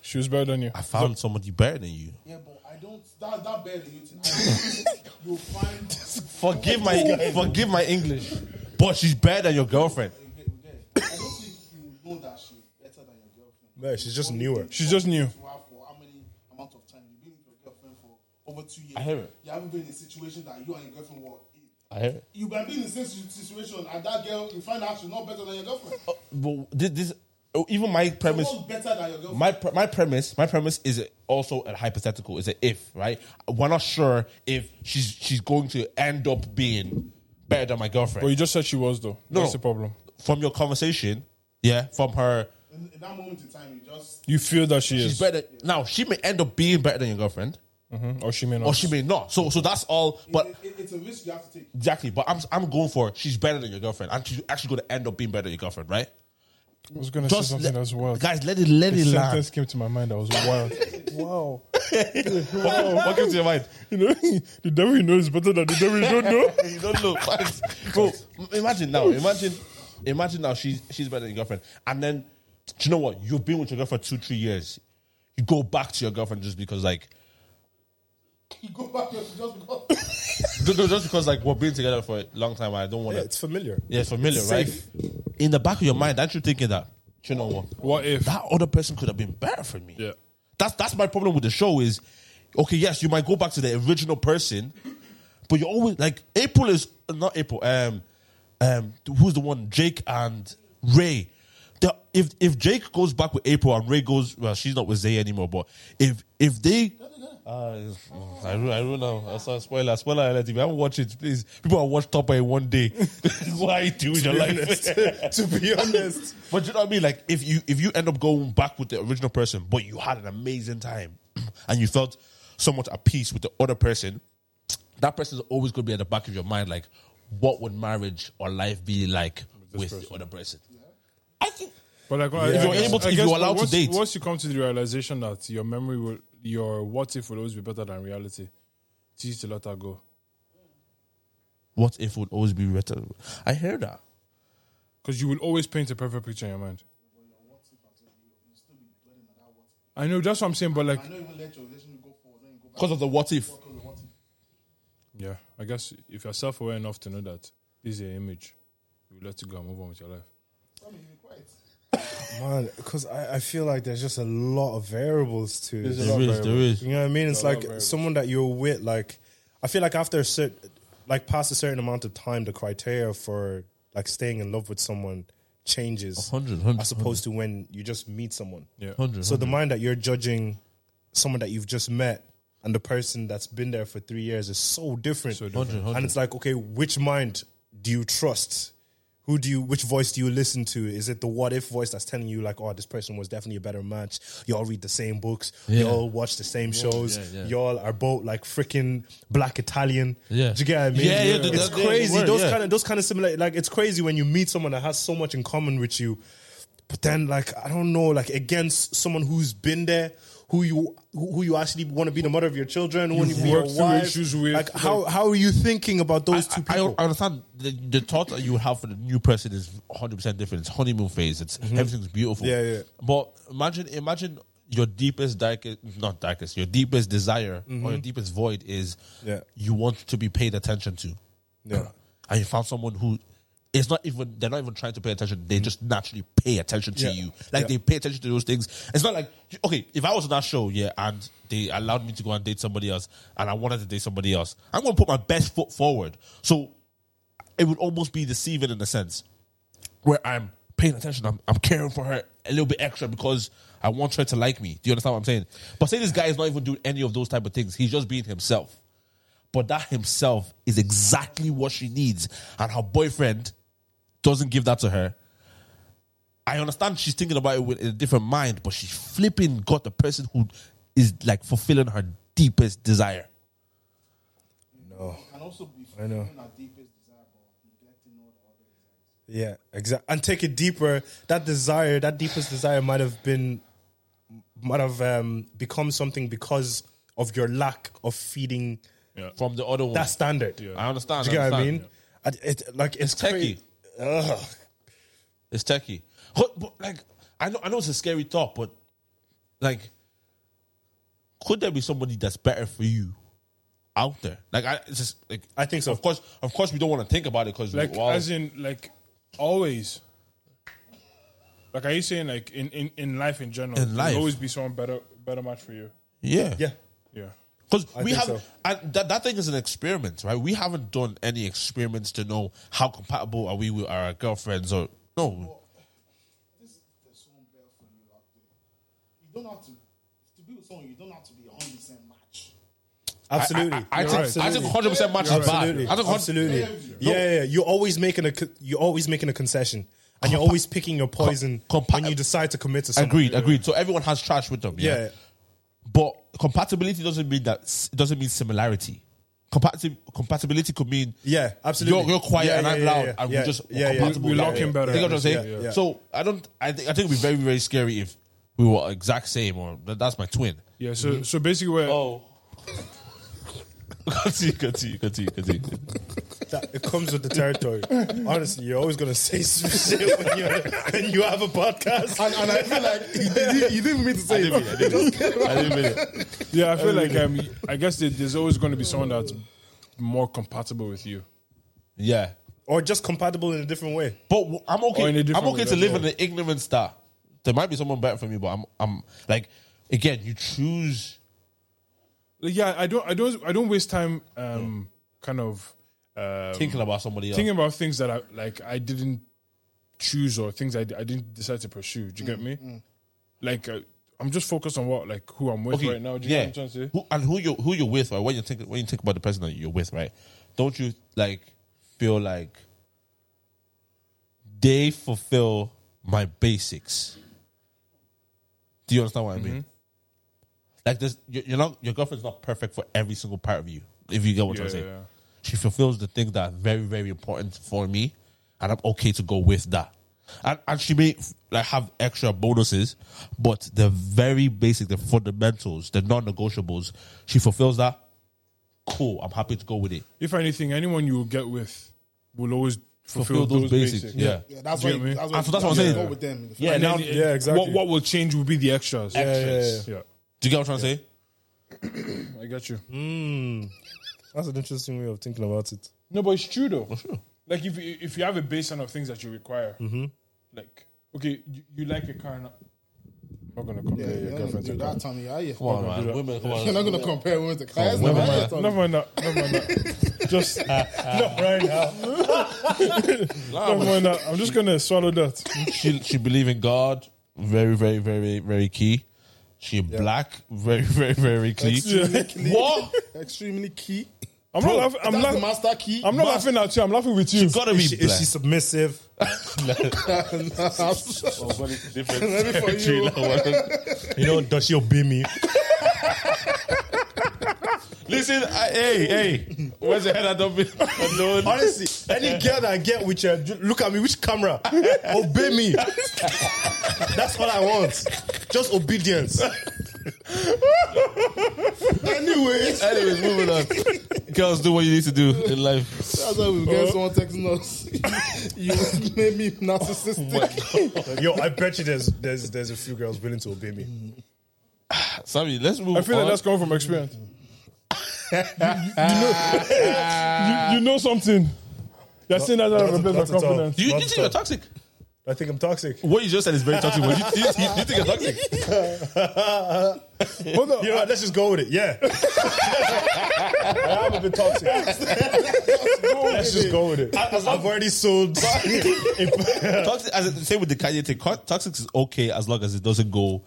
Speaker 4: She was better than you.
Speaker 2: I found somebody better than you.
Speaker 6: Yeah, but I don't. That that better you think. I think You'll find.
Speaker 2: Forgive my forgive my English, but she's better than your girlfriend.
Speaker 6: you get- you get. I don't think you know that she's better than your girlfriend.
Speaker 5: Man, she's just newer.
Speaker 4: She just knew.
Speaker 6: You have for how many amount of time you've been with your girlfriend for over two years.
Speaker 2: I hear it.
Speaker 6: You haven't been in a situation that you and your girlfriend were. in.
Speaker 2: I hear it.
Speaker 6: You might be in the same situ- situation, and that girl you find out she's not better than your girlfriend.
Speaker 2: But Uh, this, this oh, even my premise,
Speaker 6: Someone better than your girlfriend.
Speaker 2: my pre- my premise, my premise is also a hypothetical. It's an if, right? We're not sure if she's she's going to end up being better than my girlfriend.
Speaker 4: But you just said she was though.
Speaker 2: No.
Speaker 4: That's the problem.
Speaker 2: from your conversation, yeah, from her,
Speaker 6: in, in that moment in time, you just
Speaker 4: You feel that she
Speaker 2: she's
Speaker 4: is,
Speaker 2: better. Now she may end up being better than your girlfriend,
Speaker 4: Mhm. or she may not.
Speaker 2: or she may not. So so that's all. But
Speaker 6: it, it, it's a risk you have to take.
Speaker 2: Exactly, but I'm I'm going for she's better than your girlfriend, and she's actually going to end up being better than your girlfriend, right?
Speaker 4: I was gonna say something
Speaker 2: let-
Speaker 4: as well.
Speaker 2: guys. Let it let
Speaker 4: the
Speaker 2: it
Speaker 4: sentence
Speaker 2: land.
Speaker 4: came to my mind. I was wild. wow.
Speaker 5: Oh.
Speaker 2: What comes to your mind?
Speaker 4: You know, the devil you know is better than the devil you don't know.
Speaker 2: you don't know, Facts. bro. m- Imagine now, imagine, imagine now she's she's better than your girlfriend, and then do you know what? You've been with your girlfriend two three years. You go back to your girlfriend just because like
Speaker 6: You go back there to just because.
Speaker 2: ju- ju- just because like we're been together for a long time. and I don't want to.
Speaker 5: It's familiar.
Speaker 2: Yeah, it's familiar, right? In the back of your mind, aren't you thinking that? Do you know what?
Speaker 4: What if?
Speaker 2: that other person could have been better for me.
Speaker 4: Yeah.
Speaker 2: That's that's my problem with the show is okay, yes, you might go back to the original person, but you're always like April is not April, um um who's the one? Jake and Ray. The- if if Jake goes back with April and Ray goes well, she's not with Zay anymore, but if if they uh, I don't, I don't know. I saw a spoiler. Spoiler alert. If you haven't watched it, please. People have watched Top in one day. Why do with your life?
Speaker 5: to be honest,
Speaker 2: But you know what I mean? Like if you if you end up going back with the original person, but you had an amazing time and you felt somewhat at peace with the other person, that person is always gonna be at the back of your mind, like, what would marriage or life be like with the other person? I think
Speaker 4: But like, I-
Speaker 2: If you're
Speaker 4: I guess-
Speaker 2: able to-
Speaker 4: I
Speaker 2: if
Speaker 4: guess,
Speaker 2: you're
Speaker 4: but
Speaker 2: allowed to
Speaker 4: once-
Speaker 2: date.
Speaker 4: once you come to the realization that your memory will, your what if will always be better than reality, it's easy to let that go.
Speaker 2: what if would always be better. I hear that.
Speaker 4: Because you will always paint a perfect picture in your mind. I know that's what I'm saying, but like,
Speaker 6: I don't even let your relationship go forward. Then you go back
Speaker 2: Because of the what if.
Speaker 6: because of what if.
Speaker 4: yeah, I guess if you're self-aware enough to know that this is your image, you let it go and move on with your life.
Speaker 6: Tell me, you're quiet.
Speaker 5: man, because I, I feel like there's just a lot of variables to it.
Speaker 4: There's a lot of variables.
Speaker 2: is.
Speaker 5: You know what I mean? It's
Speaker 4: of
Speaker 5: like
Speaker 4: variables.
Speaker 5: someone that you're with. Like, I feel like after a certain, like past a certain amount of time, the criteria for like staying in love with someone changes.
Speaker 2: 100, 100,
Speaker 5: as opposed to when you just meet someone.
Speaker 4: Yeah.
Speaker 2: 100,
Speaker 5: So the mind that you're judging someone that you've just met and the person that's been there for three years is so different.
Speaker 4: So different.
Speaker 2: 100, 100.
Speaker 5: And it's like, okay, which mind do you trust? Who do you? Which voice do you listen to? Is it the what if voice that's telling you like, oh, this person was definitely a better match? Y'all read the same books. Y'all watch the same shows.
Speaker 2: yeah, yeah.
Speaker 5: Y'all are both like freaking black Italian.
Speaker 2: Yeah.
Speaker 5: do you get what I mean?
Speaker 2: Yeah, yeah, the-
Speaker 5: it's
Speaker 2: the- the
Speaker 5: crazy.
Speaker 2: word,
Speaker 5: those
Speaker 2: yeah.
Speaker 5: kind of those kind of similar. Like it's crazy when you meet someone that has so much in common with you, but then like I don't know, like against someone who's been there, who you who who you actually want to be the mother of your children, who you want to be your
Speaker 4: worked through
Speaker 5: wife.
Speaker 4: issues with,
Speaker 5: like how how are you thinking about those two
Speaker 2: I, I
Speaker 5: people?
Speaker 2: understand the, the thought that you have for the new person is 100% different. It's honeymoon phase. It's everything's beautiful.
Speaker 5: Mm-hmm. Yeah, yeah.
Speaker 2: But imagine imagine your deepest darkest not darkest, your deepest desire or your deepest void is
Speaker 5: Mm-hmm. Yeah.
Speaker 2: you want to be paid attention to.
Speaker 5: Yeah.
Speaker 2: And you found someone who it's not even they're not even trying to pay attention. They just naturally pay attention to
Speaker 5: Yeah.
Speaker 2: you. Like
Speaker 5: Yeah.
Speaker 2: they pay attention to those things. It's not like okay, if I was on that show, yeah, and they allowed me to go and date somebody else and I wanted to date somebody else, I'm gonna put my best foot forward. So it would almost be deceiving in a sense where I'm paying attention. I'm, I'm caring for her a little bit extra because I want her to like me. Do you understand what I'm saying? But say this guy is not even doing any of those type of things. He's just being himself. But that himself is exactly what she needs, and her boyfriend doesn't give that to her. I understand she's thinking about it with in a different mind, but she flipping got the person who is like fulfilling her deepest desire.
Speaker 6: Can also be
Speaker 5: I know.
Speaker 6: fulfilling our deepest desire, but neglecting all the other desires.
Speaker 5: Yeah, exactly. And take it deeper. That desire, that deepest desire, might have been, might have um, become something because of your lack of feeding
Speaker 2: From the other one,
Speaker 5: that standard.
Speaker 2: I understand.
Speaker 5: Do you get what I
Speaker 2: Mm. understand.
Speaker 5: mean? And It, like it's,
Speaker 2: It's techie.
Speaker 5: cra- Ugh.
Speaker 2: It's techie. But, but, like, I know, I know it's a scary thought, but like, could there be somebody that's better for you out there? Like, I it's just like,
Speaker 5: I think so.
Speaker 2: of course, of course, we don't want to think about it because
Speaker 4: Like as in like always. Like are you saying like in, in, in life in general,
Speaker 2: In
Speaker 4: there'll
Speaker 2: life.
Speaker 4: always be someone better better match for you.
Speaker 2: yeah,
Speaker 5: Yeah.
Speaker 4: Yeah.
Speaker 2: Because we
Speaker 5: think
Speaker 2: have
Speaker 5: so.
Speaker 2: and that, that thing is an experiment, right? We haven't done any experiments to know how compatible are we with our girlfriends or no.
Speaker 6: This there's someone better for you out there. You don't have to to be with someone. You don't have to be 100 percent match.
Speaker 5: Absolutely.
Speaker 2: I, I, I think I think 100 percent match is bad.
Speaker 5: Absolutely.
Speaker 2: I think 100
Speaker 5: Absolutely. Yeah, yeah, yeah. You're always making a co- you're always making a concession, and you're always picking your poison
Speaker 2: Com- compa-
Speaker 5: when you decide to commit to something.
Speaker 2: Agreed, agreed. So everyone has trash with them. Yeah.
Speaker 5: Yeah.
Speaker 2: But compatibility doesn't mean that it doesn't mean similarity. Compatib- compatibility could mean
Speaker 5: Yeah, absolutely.
Speaker 2: You're, you're quiet
Speaker 5: Yeah,
Speaker 2: and
Speaker 5: yeah,
Speaker 2: I'm
Speaker 5: yeah,
Speaker 2: loud
Speaker 5: yeah,
Speaker 2: and
Speaker 5: yeah,
Speaker 2: we're just
Speaker 5: yeah, yeah.
Speaker 2: compatible.
Speaker 4: We
Speaker 2: that
Speaker 4: lock
Speaker 2: way.
Speaker 4: in better.
Speaker 2: You know what I'm saying?
Speaker 4: Yeah, yeah.
Speaker 2: So I don't. I think I think it'd be very very scary if we were exact same or that, that's my twin.
Speaker 4: Yeah, so so basically where
Speaker 2: Mm-hmm. Oh. continue, continue, continue, continue.
Speaker 5: That, it comes with the territory. Honestly, you're always gonna say some shit when, you're, when you have a podcast.
Speaker 3: And, and I feel like you didn't, you didn't mean to
Speaker 2: I
Speaker 3: say
Speaker 2: didn't mean it. I didn't mean it. I didn't mean it.
Speaker 4: Yeah, I feel like um, I guess there- there's always going to be someone that's more compatible with you.
Speaker 2: Yeah.
Speaker 5: or just compatible in a different way.
Speaker 2: But w- I'm
Speaker 4: Or in
Speaker 2: okay.
Speaker 4: a
Speaker 2: I'm
Speaker 4: different
Speaker 2: okay
Speaker 4: way,
Speaker 2: to live
Speaker 4: yeah.
Speaker 2: in the ignorance that there might be someone better for me, but I'm I'm like again, you choose
Speaker 4: Like, yeah, I don't, I don't, I don't waste time, um, kind of um,
Speaker 2: thinking about somebody else.
Speaker 4: thinking about things that I like I didn't choose or things I, I didn't decide to pursue. Do you get
Speaker 2: Mm,
Speaker 4: me? Like uh, I'm just focused on what like who I'm with
Speaker 2: okay,
Speaker 4: right now. Do you
Speaker 2: yeah.
Speaker 4: get what I'm trying to say?
Speaker 2: Who, and who you who you're with, right? When you think when you think about the person that you're with, right? Don't you like feel like they fulfill my basics? Do you understand what I
Speaker 4: Mm-hmm.
Speaker 2: mean? Like this, you- you're not your girlfriend's not perfect for every single part of you. If you get what I'm
Speaker 4: Yeah,
Speaker 2: saying,
Speaker 4: yeah.
Speaker 2: she fulfills the things that are very very important for me, and I'm okay to go with that. And and she may like have extra bonuses, but the very basic, the fundamentals, the non-negotiables, she fulfills that. Cool, I'm happy to go with it.
Speaker 4: If anything, anyone you will get with will always fulfill,
Speaker 2: Fulfill,
Speaker 4: those, basics.
Speaker 2: yeah.
Speaker 6: Yeah, that's
Speaker 4: Do
Speaker 6: why.
Speaker 4: you get me?
Speaker 6: you- That's why.
Speaker 2: And
Speaker 6: you
Speaker 2: so that's what I'm
Speaker 6: have to
Speaker 2: saying.
Speaker 6: Go with them. in the
Speaker 2: Yeah,
Speaker 4: And
Speaker 2: now,
Speaker 4: then,
Speaker 2: do
Speaker 4: it-
Speaker 5: yeah, exactly.
Speaker 4: What, what will change will be the extras. Yeah,
Speaker 5: Extras.
Speaker 4: yeah,
Speaker 2: you get what I'm trying to say?
Speaker 4: I get you.
Speaker 5: That's an interesting way of thinking about it.
Speaker 4: No, but it's true though. Like if you- if you have a baseline of things that you require,
Speaker 5: Mm-hmm.
Speaker 4: like okay, you, you like a car. And I'm not gonna compare
Speaker 6: Yeah,
Speaker 4: your
Speaker 6: you're not gonna
Speaker 4: girlfriend
Speaker 6: do
Speaker 4: to
Speaker 6: that, Tommy. Are you?
Speaker 2: Come on, man. Women, come on.
Speaker 6: You're not gonna compare women to class.
Speaker 2: women,
Speaker 6: Never
Speaker 2: man.
Speaker 6: mind.
Speaker 4: Oh, Never mind that. Never mind that. Just
Speaker 5: Ah,
Speaker 4: not right now. Never mind that. I'm just gonna swallow that.
Speaker 2: she she believe in God. Very very very very key. She black. Very very very key. What?
Speaker 6: Extremely key.
Speaker 4: I'm not laughing. I'm,
Speaker 6: That's
Speaker 4: laugh-
Speaker 6: the master key.
Speaker 4: I'm not laughing at you. I'm laughing with you.
Speaker 2: Gotta be
Speaker 5: Is she, is
Speaker 2: black.
Speaker 5: she submissive?
Speaker 2: Oh,
Speaker 6: for you.
Speaker 5: You
Speaker 2: Oh,
Speaker 5: know, does she obey me?
Speaker 2: Listen, I, hey hey, where's the head? I don't be alone.
Speaker 5: Honestly, any girl that I get with you, ju- look at me, which camera? obey me. That's all I want. Just obedience.
Speaker 6: Anyways,
Speaker 2: Anyways, moving on. Girls, do what you need to do in life.
Speaker 6: that's why we get someone texting us. you made me narcissistic.
Speaker 5: Oh Yo, I bet you there's there's there's a few girls willing to obey me.
Speaker 2: Sammy, let's move.
Speaker 4: I feel
Speaker 2: on.
Speaker 4: like that's coming from experience. you, you know, you, you know something. You're saying that out of a
Speaker 5: not-
Speaker 4: place of
Speaker 5: not at all.
Speaker 4: confidence.
Speaker 2: Do you, you
Speaker 5: Not
Speaker 2: think
Speaker 5: so.
Speaker 2: you're toxic?
Speaker 5: I think I'm toxic.
Speaker 2: What you just said is very toxic. But you, you, you, you think you're toxic?
Speaker 4: Hold on.
Speaker 5: You know what? Let's just go with it. Yeah. I have a bit toxic.
Speaker 4: Go with Let's just go with it.
Speaker 5: I've already sold.
Speaker 2: Toxic, as I say with the Kanye thing, co- toxic is okay as long as it doesn't go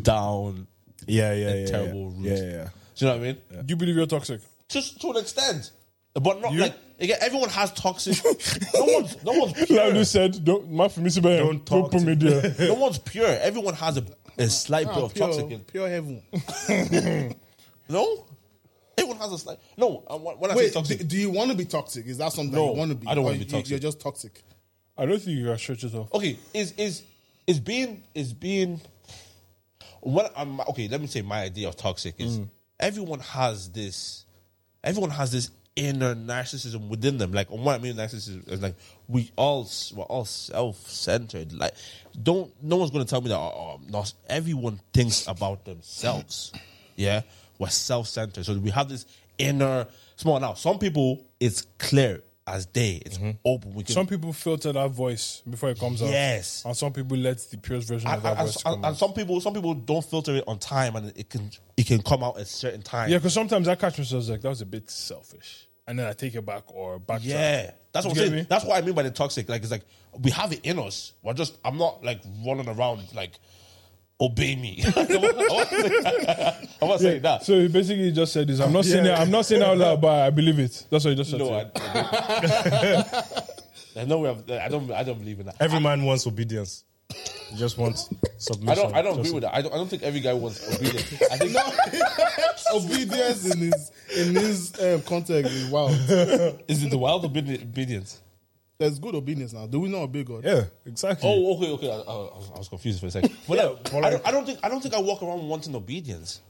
Speaker 2: down.
Speaker 5: yeah, yeah,
Speaker 2: a terrible route. Do you know what I mean?
Speaker 4: Do you believe you're toxic?
Speaker 2: Just to an extent, but not like again. Everyone has toxic. no one's no one's pure.
Speaker 4: Lalu said, don't, my for Mr. Bayern, don't,
Speaker 2: talk
Speaker 4: put
Speaker 2: to-
Speaker 4: me there.
Speaker 2: no one's pure. Everyone has a, a slight bit of
Speaker 3: pure,
Speaker 2: toxic. In,
Speaker 3: pure heaven.
Speaker 2: no, everyone has a slight. No, and when when I say
Speaker 3: Wait, do,
Speaker 2: toxic,
Speaker 3: do you want to be toxic? Is that something
Speaker 2: No,
Speaker 3: you want to be?
Speaker 2: I don't wanna
Speaker 3: Or
Speaker 2: be
Speaker 3: you-
Speaker 2: toxic.
Speaker 3: You're just toxic.
Speaker 4: I don't think you can stretch it off.
Speaker 2: okay, is is is being is being what I'm okay, let me say my idea of toxic is everyone has this everyone has this inner narcissism within them. Like and what I mean narcissism is like we all s- we're all self centered. Like don't no one's gonna tell me that oh, oh, not everyone thinks about themselves. Yeah? We're self centered. So we have this inner small now. Some people it's clear as day. It's open. We can
Speaker 4: Some people filter that voice before it comes out.
Speaker 2: Yes.
Speaker 4: And some people let the purest version of
Speaker 2: and,
Speaker 4: that
Speaker 2: and-
Speaker 4: voice
Speaker 2: and-
Speaker 4: come out.
Speaker 2: and some people some people don't filter it on time and it can it can come out at certain time
Speaker 4: Yeah, because sometimes I catch myself like that was a bit selfish, and then I take it back or back.
Speaker 2: yeah that's what
Speaker 4: You
Speaker 2: I'm
Speaker 4: get
Speaker 2: saying
Speaker 4: me?
Speaker 2: that's what I mean by the toxic like it's like we have it in us we're just I'm not like running around like obey me I was saying that
Speaker 4: So he basically just said this. I'm not saying it. I'm not saying it out loud, but I believe it. That's what he just said.
Speaker 2: no
Speaker 4: to
Speaker 2: I,
Speaker 4: you.
Speaker 2: I know we have, I don't I don't believe in that
Speaker 5: Every man wants obedience. He just wants
Speaker 2: I
Speaker 5: submission.
Speaker 2: don't I don't
Speaker 5: Just-
Speaker 2: agree with that I don't I don't think every guy wants obedience I think
Speaker 3: Obedience in his in his um, context is wow.
Speaker 2: is it the wild obedi- obedience
Speaker 3: There's good obedience now. Do we not obey God?
Speaker 5: Yeah, exactly.
Speaker 2: Oh, okay, okay. I, I, was- I was confused for a second. But like,
Speaker 5: but
Speaker 2: I,
Speaker 5: like-
Speaker 2: don't, I don't think I don't think I walk around wanting obedience.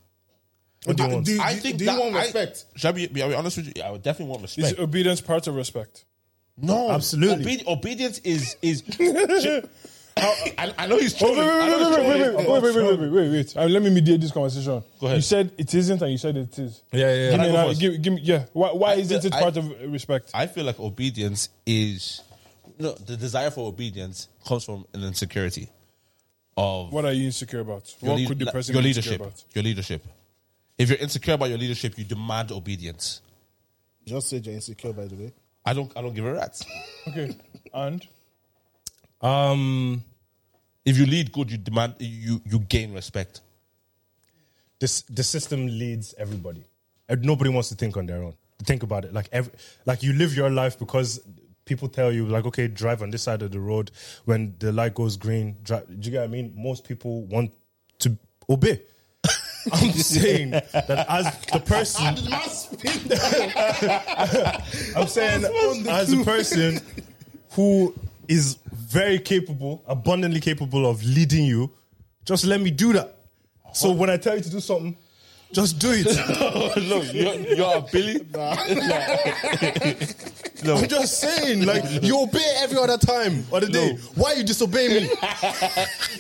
Speaker 5: what do you
Speaker 3: I-
Speaker 5: want?
Speaker 3: do you,
Speaker 2: I think
Speaker 3: do you
Speaker 2: that
Speaker 3: want
Speaker 2: I-
Speaker 3: respect?
Speaker 2: Should I be, be, I be honest with you? I would definitely want respect.
Speaker 4: Is obedience part of respect?
Speaker 2: no,
Speaker 5: Absolutely.
Speaker 2: Obe- obedience is is. I, I- I know he's trolling.
Speaker 4: Wait, wait,
Speaker 2: I know he's
Speaker 4: wait, wait,
Speaker 2: trolling.
Speaker 4: wait, wait, wait, wait, wait, wait, wait, wait. Uh, let me mediate this conversation.
Speaker 2: Go ahead.
Speaker 4: You said it isn't, and you said it is.
Speaker 5: Yeah, yeah, yeah.
Speaker 4: Give
Speaker 5: Can
Speaker 4: me,
Speaker 2: I go
Speaker 4: an-
Speaker 2: first?
Speaker 4: give, give me, yeah. Why, why isn't it
Speaker 2: I-
Speaker 4: part of respect?
Speaker 2: I feel like obedience is no. The desire for obedience comes from an insecurity of
Speaker 4: what are you insecure about?
Speaker 2: your
Speaker 4: What
Speaker 2: lead-
Speaker 4: could the
Speaker 2: like,
Speaker 4: person
Speaker 2: your
Speaker 4: be insecure
Speaker 2: leadership.
Speaker 4: about?
Speaker 2: Your leadership. If you're insecure about your leadership, you demand obedience.
Speaker 3: Just said you're insecure, by the way.
Speaker 2: I don't. I don't give a rat's.
Speaker 4: Okay, and
Speaker 5: Um,
Speaker 2: If you lead good, you demand. You you gain respect.
Speaker 5: this the system leads everybody. And Nobody wants to think on their own. Think about it. Like every, like you live your life because people tell you like, okay, drive on this side of the road when the light goes green. Drive. Do you get what I mean? Most people want to obey. I'm saying that as the person, I'm saying as a person who is very capable, abundantly capable of leading you, just let me do that. So when I tell you to do something, just do it.
Speaker 2: Look, you're, you're a Billy.
Speaker 5: I'm just saying, like you obey every other time of the day. Why you disobey me?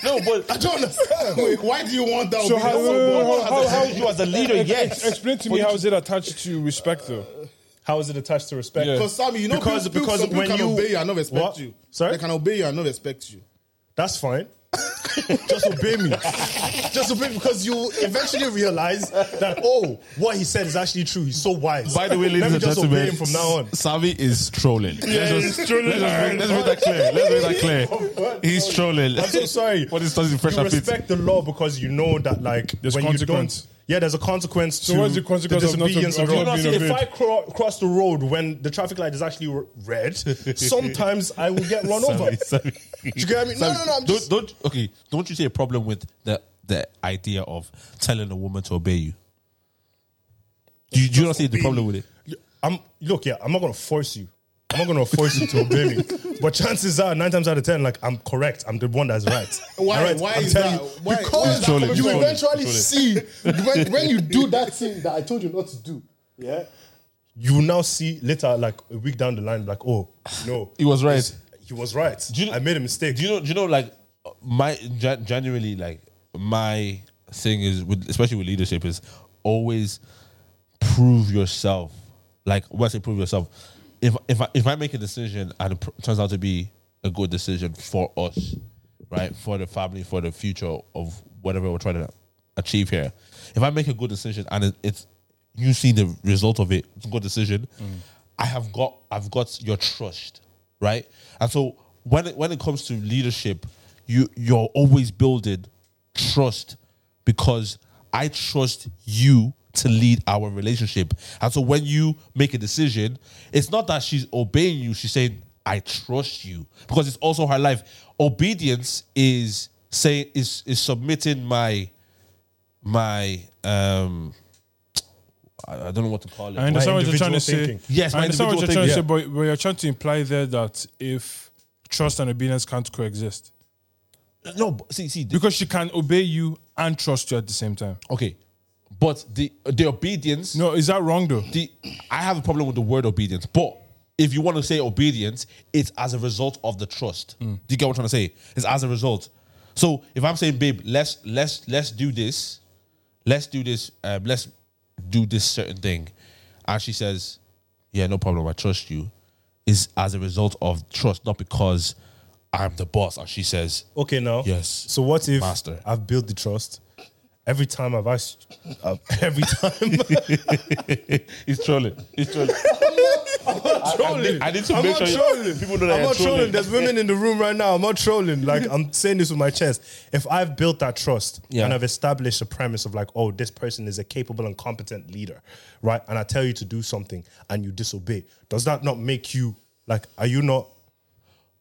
Speaker 2: No, but
Speaker 5: I don't understand.
Speaker 3: Wait, why do you want that?
Speaker 4: so how,
Speaker 3: obedience?
Speaker 4: how, how, how,
Speaker 2: you as a leader, yes.
Speaker 4: explain to me how is it attached to respect though?
Speaker 5: How is it attached to respect?
Speaker 4: Yeah.
Speaker 3: Because Sammy, you know,
Speaker 5: Because-
Speaker 3: people,
Speaker 5: because
Speaker 3: some people
Speaker 5: when
Speaker 3: can
Speaker 5: you-
Speaker 3: obey you and not respect
Speaker 5: What?
Speaker 3: you.
Speaker 5: Sorry?
Speaker 3: they can obey you and not respect you.
Speaker 5: That's fine. Just obey me. Just obey because you eventually realize that oh, what he said is actually true. He's so wise.
Speaker 2: By the way,
Speaker 5: let
Speaker 2: ladies
Speaker 5: me
Speaker 2: and
Speaker 5: just
Speaker 2: gentlemen,
Speaker 5: obey him from now on.
Speaker 2: Savvy is trolling.
Speaker 5: Yeah,
Speaker 2: let's,
Speaker 5: he's
Speaker 2: just,
Speaker 5: trolling. Oh,
Speaker 2: let's, just make, let's make that clear. Let's make that clear. He's trolling.
Speaker 5: I'm so sorry.
Speaker 2: What is does fresh
Speaker 5: you
Speaker 2: and fit?
Speaker 5: respect the law because you know that like
Speaker 4: There's
Speaker 5: when
Speaker 4: consequence.
Speaker 5: you don't. Yeah, there's a consequence so to
Speaker 4: what's the consequence of not
Speaker 5: disobedience
Speaker 4: ob- of
Speaker 5: the
Speaker 4: not
Speaker 5: law.
Speaker 4: being
Speaker 5: if I
Speaker 4: obeyed?
Speaker 5: cro- cross the road when the traffic light is actually r- red, sometimes I will get run over.
Speaker 2: Savvy.
Speaker 5: you get what I mean? No,
Speaker 2: Savvy,
Speaker 5: no, no, I'm
Speaker 2: don't,
Speaker 5: just-
Speaker 2: don't. Okay, don't you see a problem with the the idea of telling a woman to obey you? Do you, do you not see the problem with it?
Speaker 5: I'm look, yeah, I'm not gonna force you. I'm not gonna force you to obey me. But chances are, nine times out of ten, like I'm correct. I'm the one that's right.
Speaker 3: Why?
Speaker 5: All right,
Speaker 3: Why
Speaker 5: I'm
Speaker 3: is
Speaker 5: telling
Speaker 3: that?
Speaker 5: you,
Speaker 3: Why?
Speaker 5: because
Speaker 3: why is that
Speaker 2: trolling,
Speaker 3: coming
Speaker 2: he's
Speaker 3: from you?
Speaker 2: trolling, he's
Speaker 3: eventually see when, when you do that thing that I told you not to do. Yeah,
Speaker 5: you will now see later, like a week down the line, like oh no,
Speaker 2: He was right.
Speaker 5: he was right.
Speaker 2: Do you-
Speaker 5: I made a mistake.
Speaker 2: do you know? Do you know? Like my gen- genuinely, like my thing is, with, especially with leadership, is always prove yourself. Like when I say prove yourself, if if I, if I make a decision and it pr- turns out to be a good decision for us, right, for the family, for the future of whatever we're trying to achieve here, if I make a good decision and it, it's you see the result of it, it's a good decision. I have got I've got your trust, right? And so when it, when it comes to leadership, you you're always building trust because I trust you to lead our relationship. And so when you make a decision, it's not that she's obeying you, she's saying I trust you because it's also her life. Obedience is saying is is submitting my my um I I don't know what to call it.
Speaker 4: I understand what you're trying to
Speaker 5: individual
Speaker 4: say.
Speaker 5: thinking.
Speaker 2: Yes,
Speaker 4: I
Speaker 2: my
Speaker 4: understand what you're
Speaker 2: individual
Speaker 4: trying to say, but, but you're trying to imply there that if trust and obedience can't coexist,
Speaker 2: No, but see, see, the-
Speaker 4: because she can obey you and trust you at the same time.
Speaker 2: okay, but the the obedience.
Speaker 4: No, is that wrong though?
Speaker 2: the I have a problem with the word obedience, but if you want to say obedience, it's as a result of the trust. Do you get what I'm trying to say? It's as a result. So if I'm saying, babe, let's let's let's do this, let's do this, um, let's do this certain thing, and she says, yeah, no problem, I trust you, is as a result of trust, not because I'm the boss. And she says,
Speaker 5: Okay, now.
Speaker 2: Yes.
Speaker 5: So what if
Speaker 2: Master.
Speaker 5: I've built the trust? Every time I've asked, uh, every time
Speaker 2: he's trolling, he's trolling. I, need, I need to
Speaker 5: I'm
Speaker 2: make
Speaker 5: not
Speaker 2: sure
Speaker 5: trolling.
Speaker 2: people know that
Speaker 5: I'm
Speaker 2: you're
Speaker 5: not trolling.
Speaker 2: trolling.
Speaker 5: There's women in the room right now. I'm not trolling. Like I'm saying this with my chest. If I've built that trust
Speaker 2: Yeah.
Speaker 5: and I've established a premise of like, oh, this person is a capable and competent leader, right? And I tell you to do something and you disobey, does that not make you like? Are you not?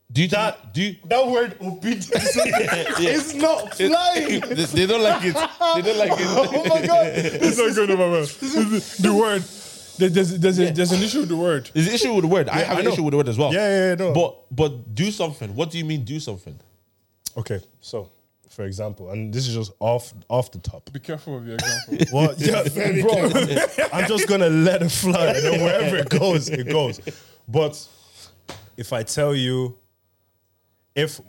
Speaker 2: Do you that? Do you,
Speaker 5: That word obedience
Speaker 2: is
Speaker 5: not Oh
Speaker 2: they, they don't like it. They don't like it.
Speaker 5: my god!
Speaker 4: It's not going over well. the word. there- There's, there's, a, there's an issue with the word.
Speaker 2: There's an issue with the word. I have
Speaker 5: I
Speaker 2: an
Speaker 5: know.
Speaker 2: issue with the word as well.
Speaker 5: Yeah, yeah, yeah, no.
Speaker 2: But but do something. What do you mean do something?
Speaker 5: Okay, so for example, and this is just off off the top.
Speaker 4: Be careful of your example.
Speaker 5: Well, yeah, bro, I'm just gonna let it fly, and then wherever it goes, it goes. But if I tell you, if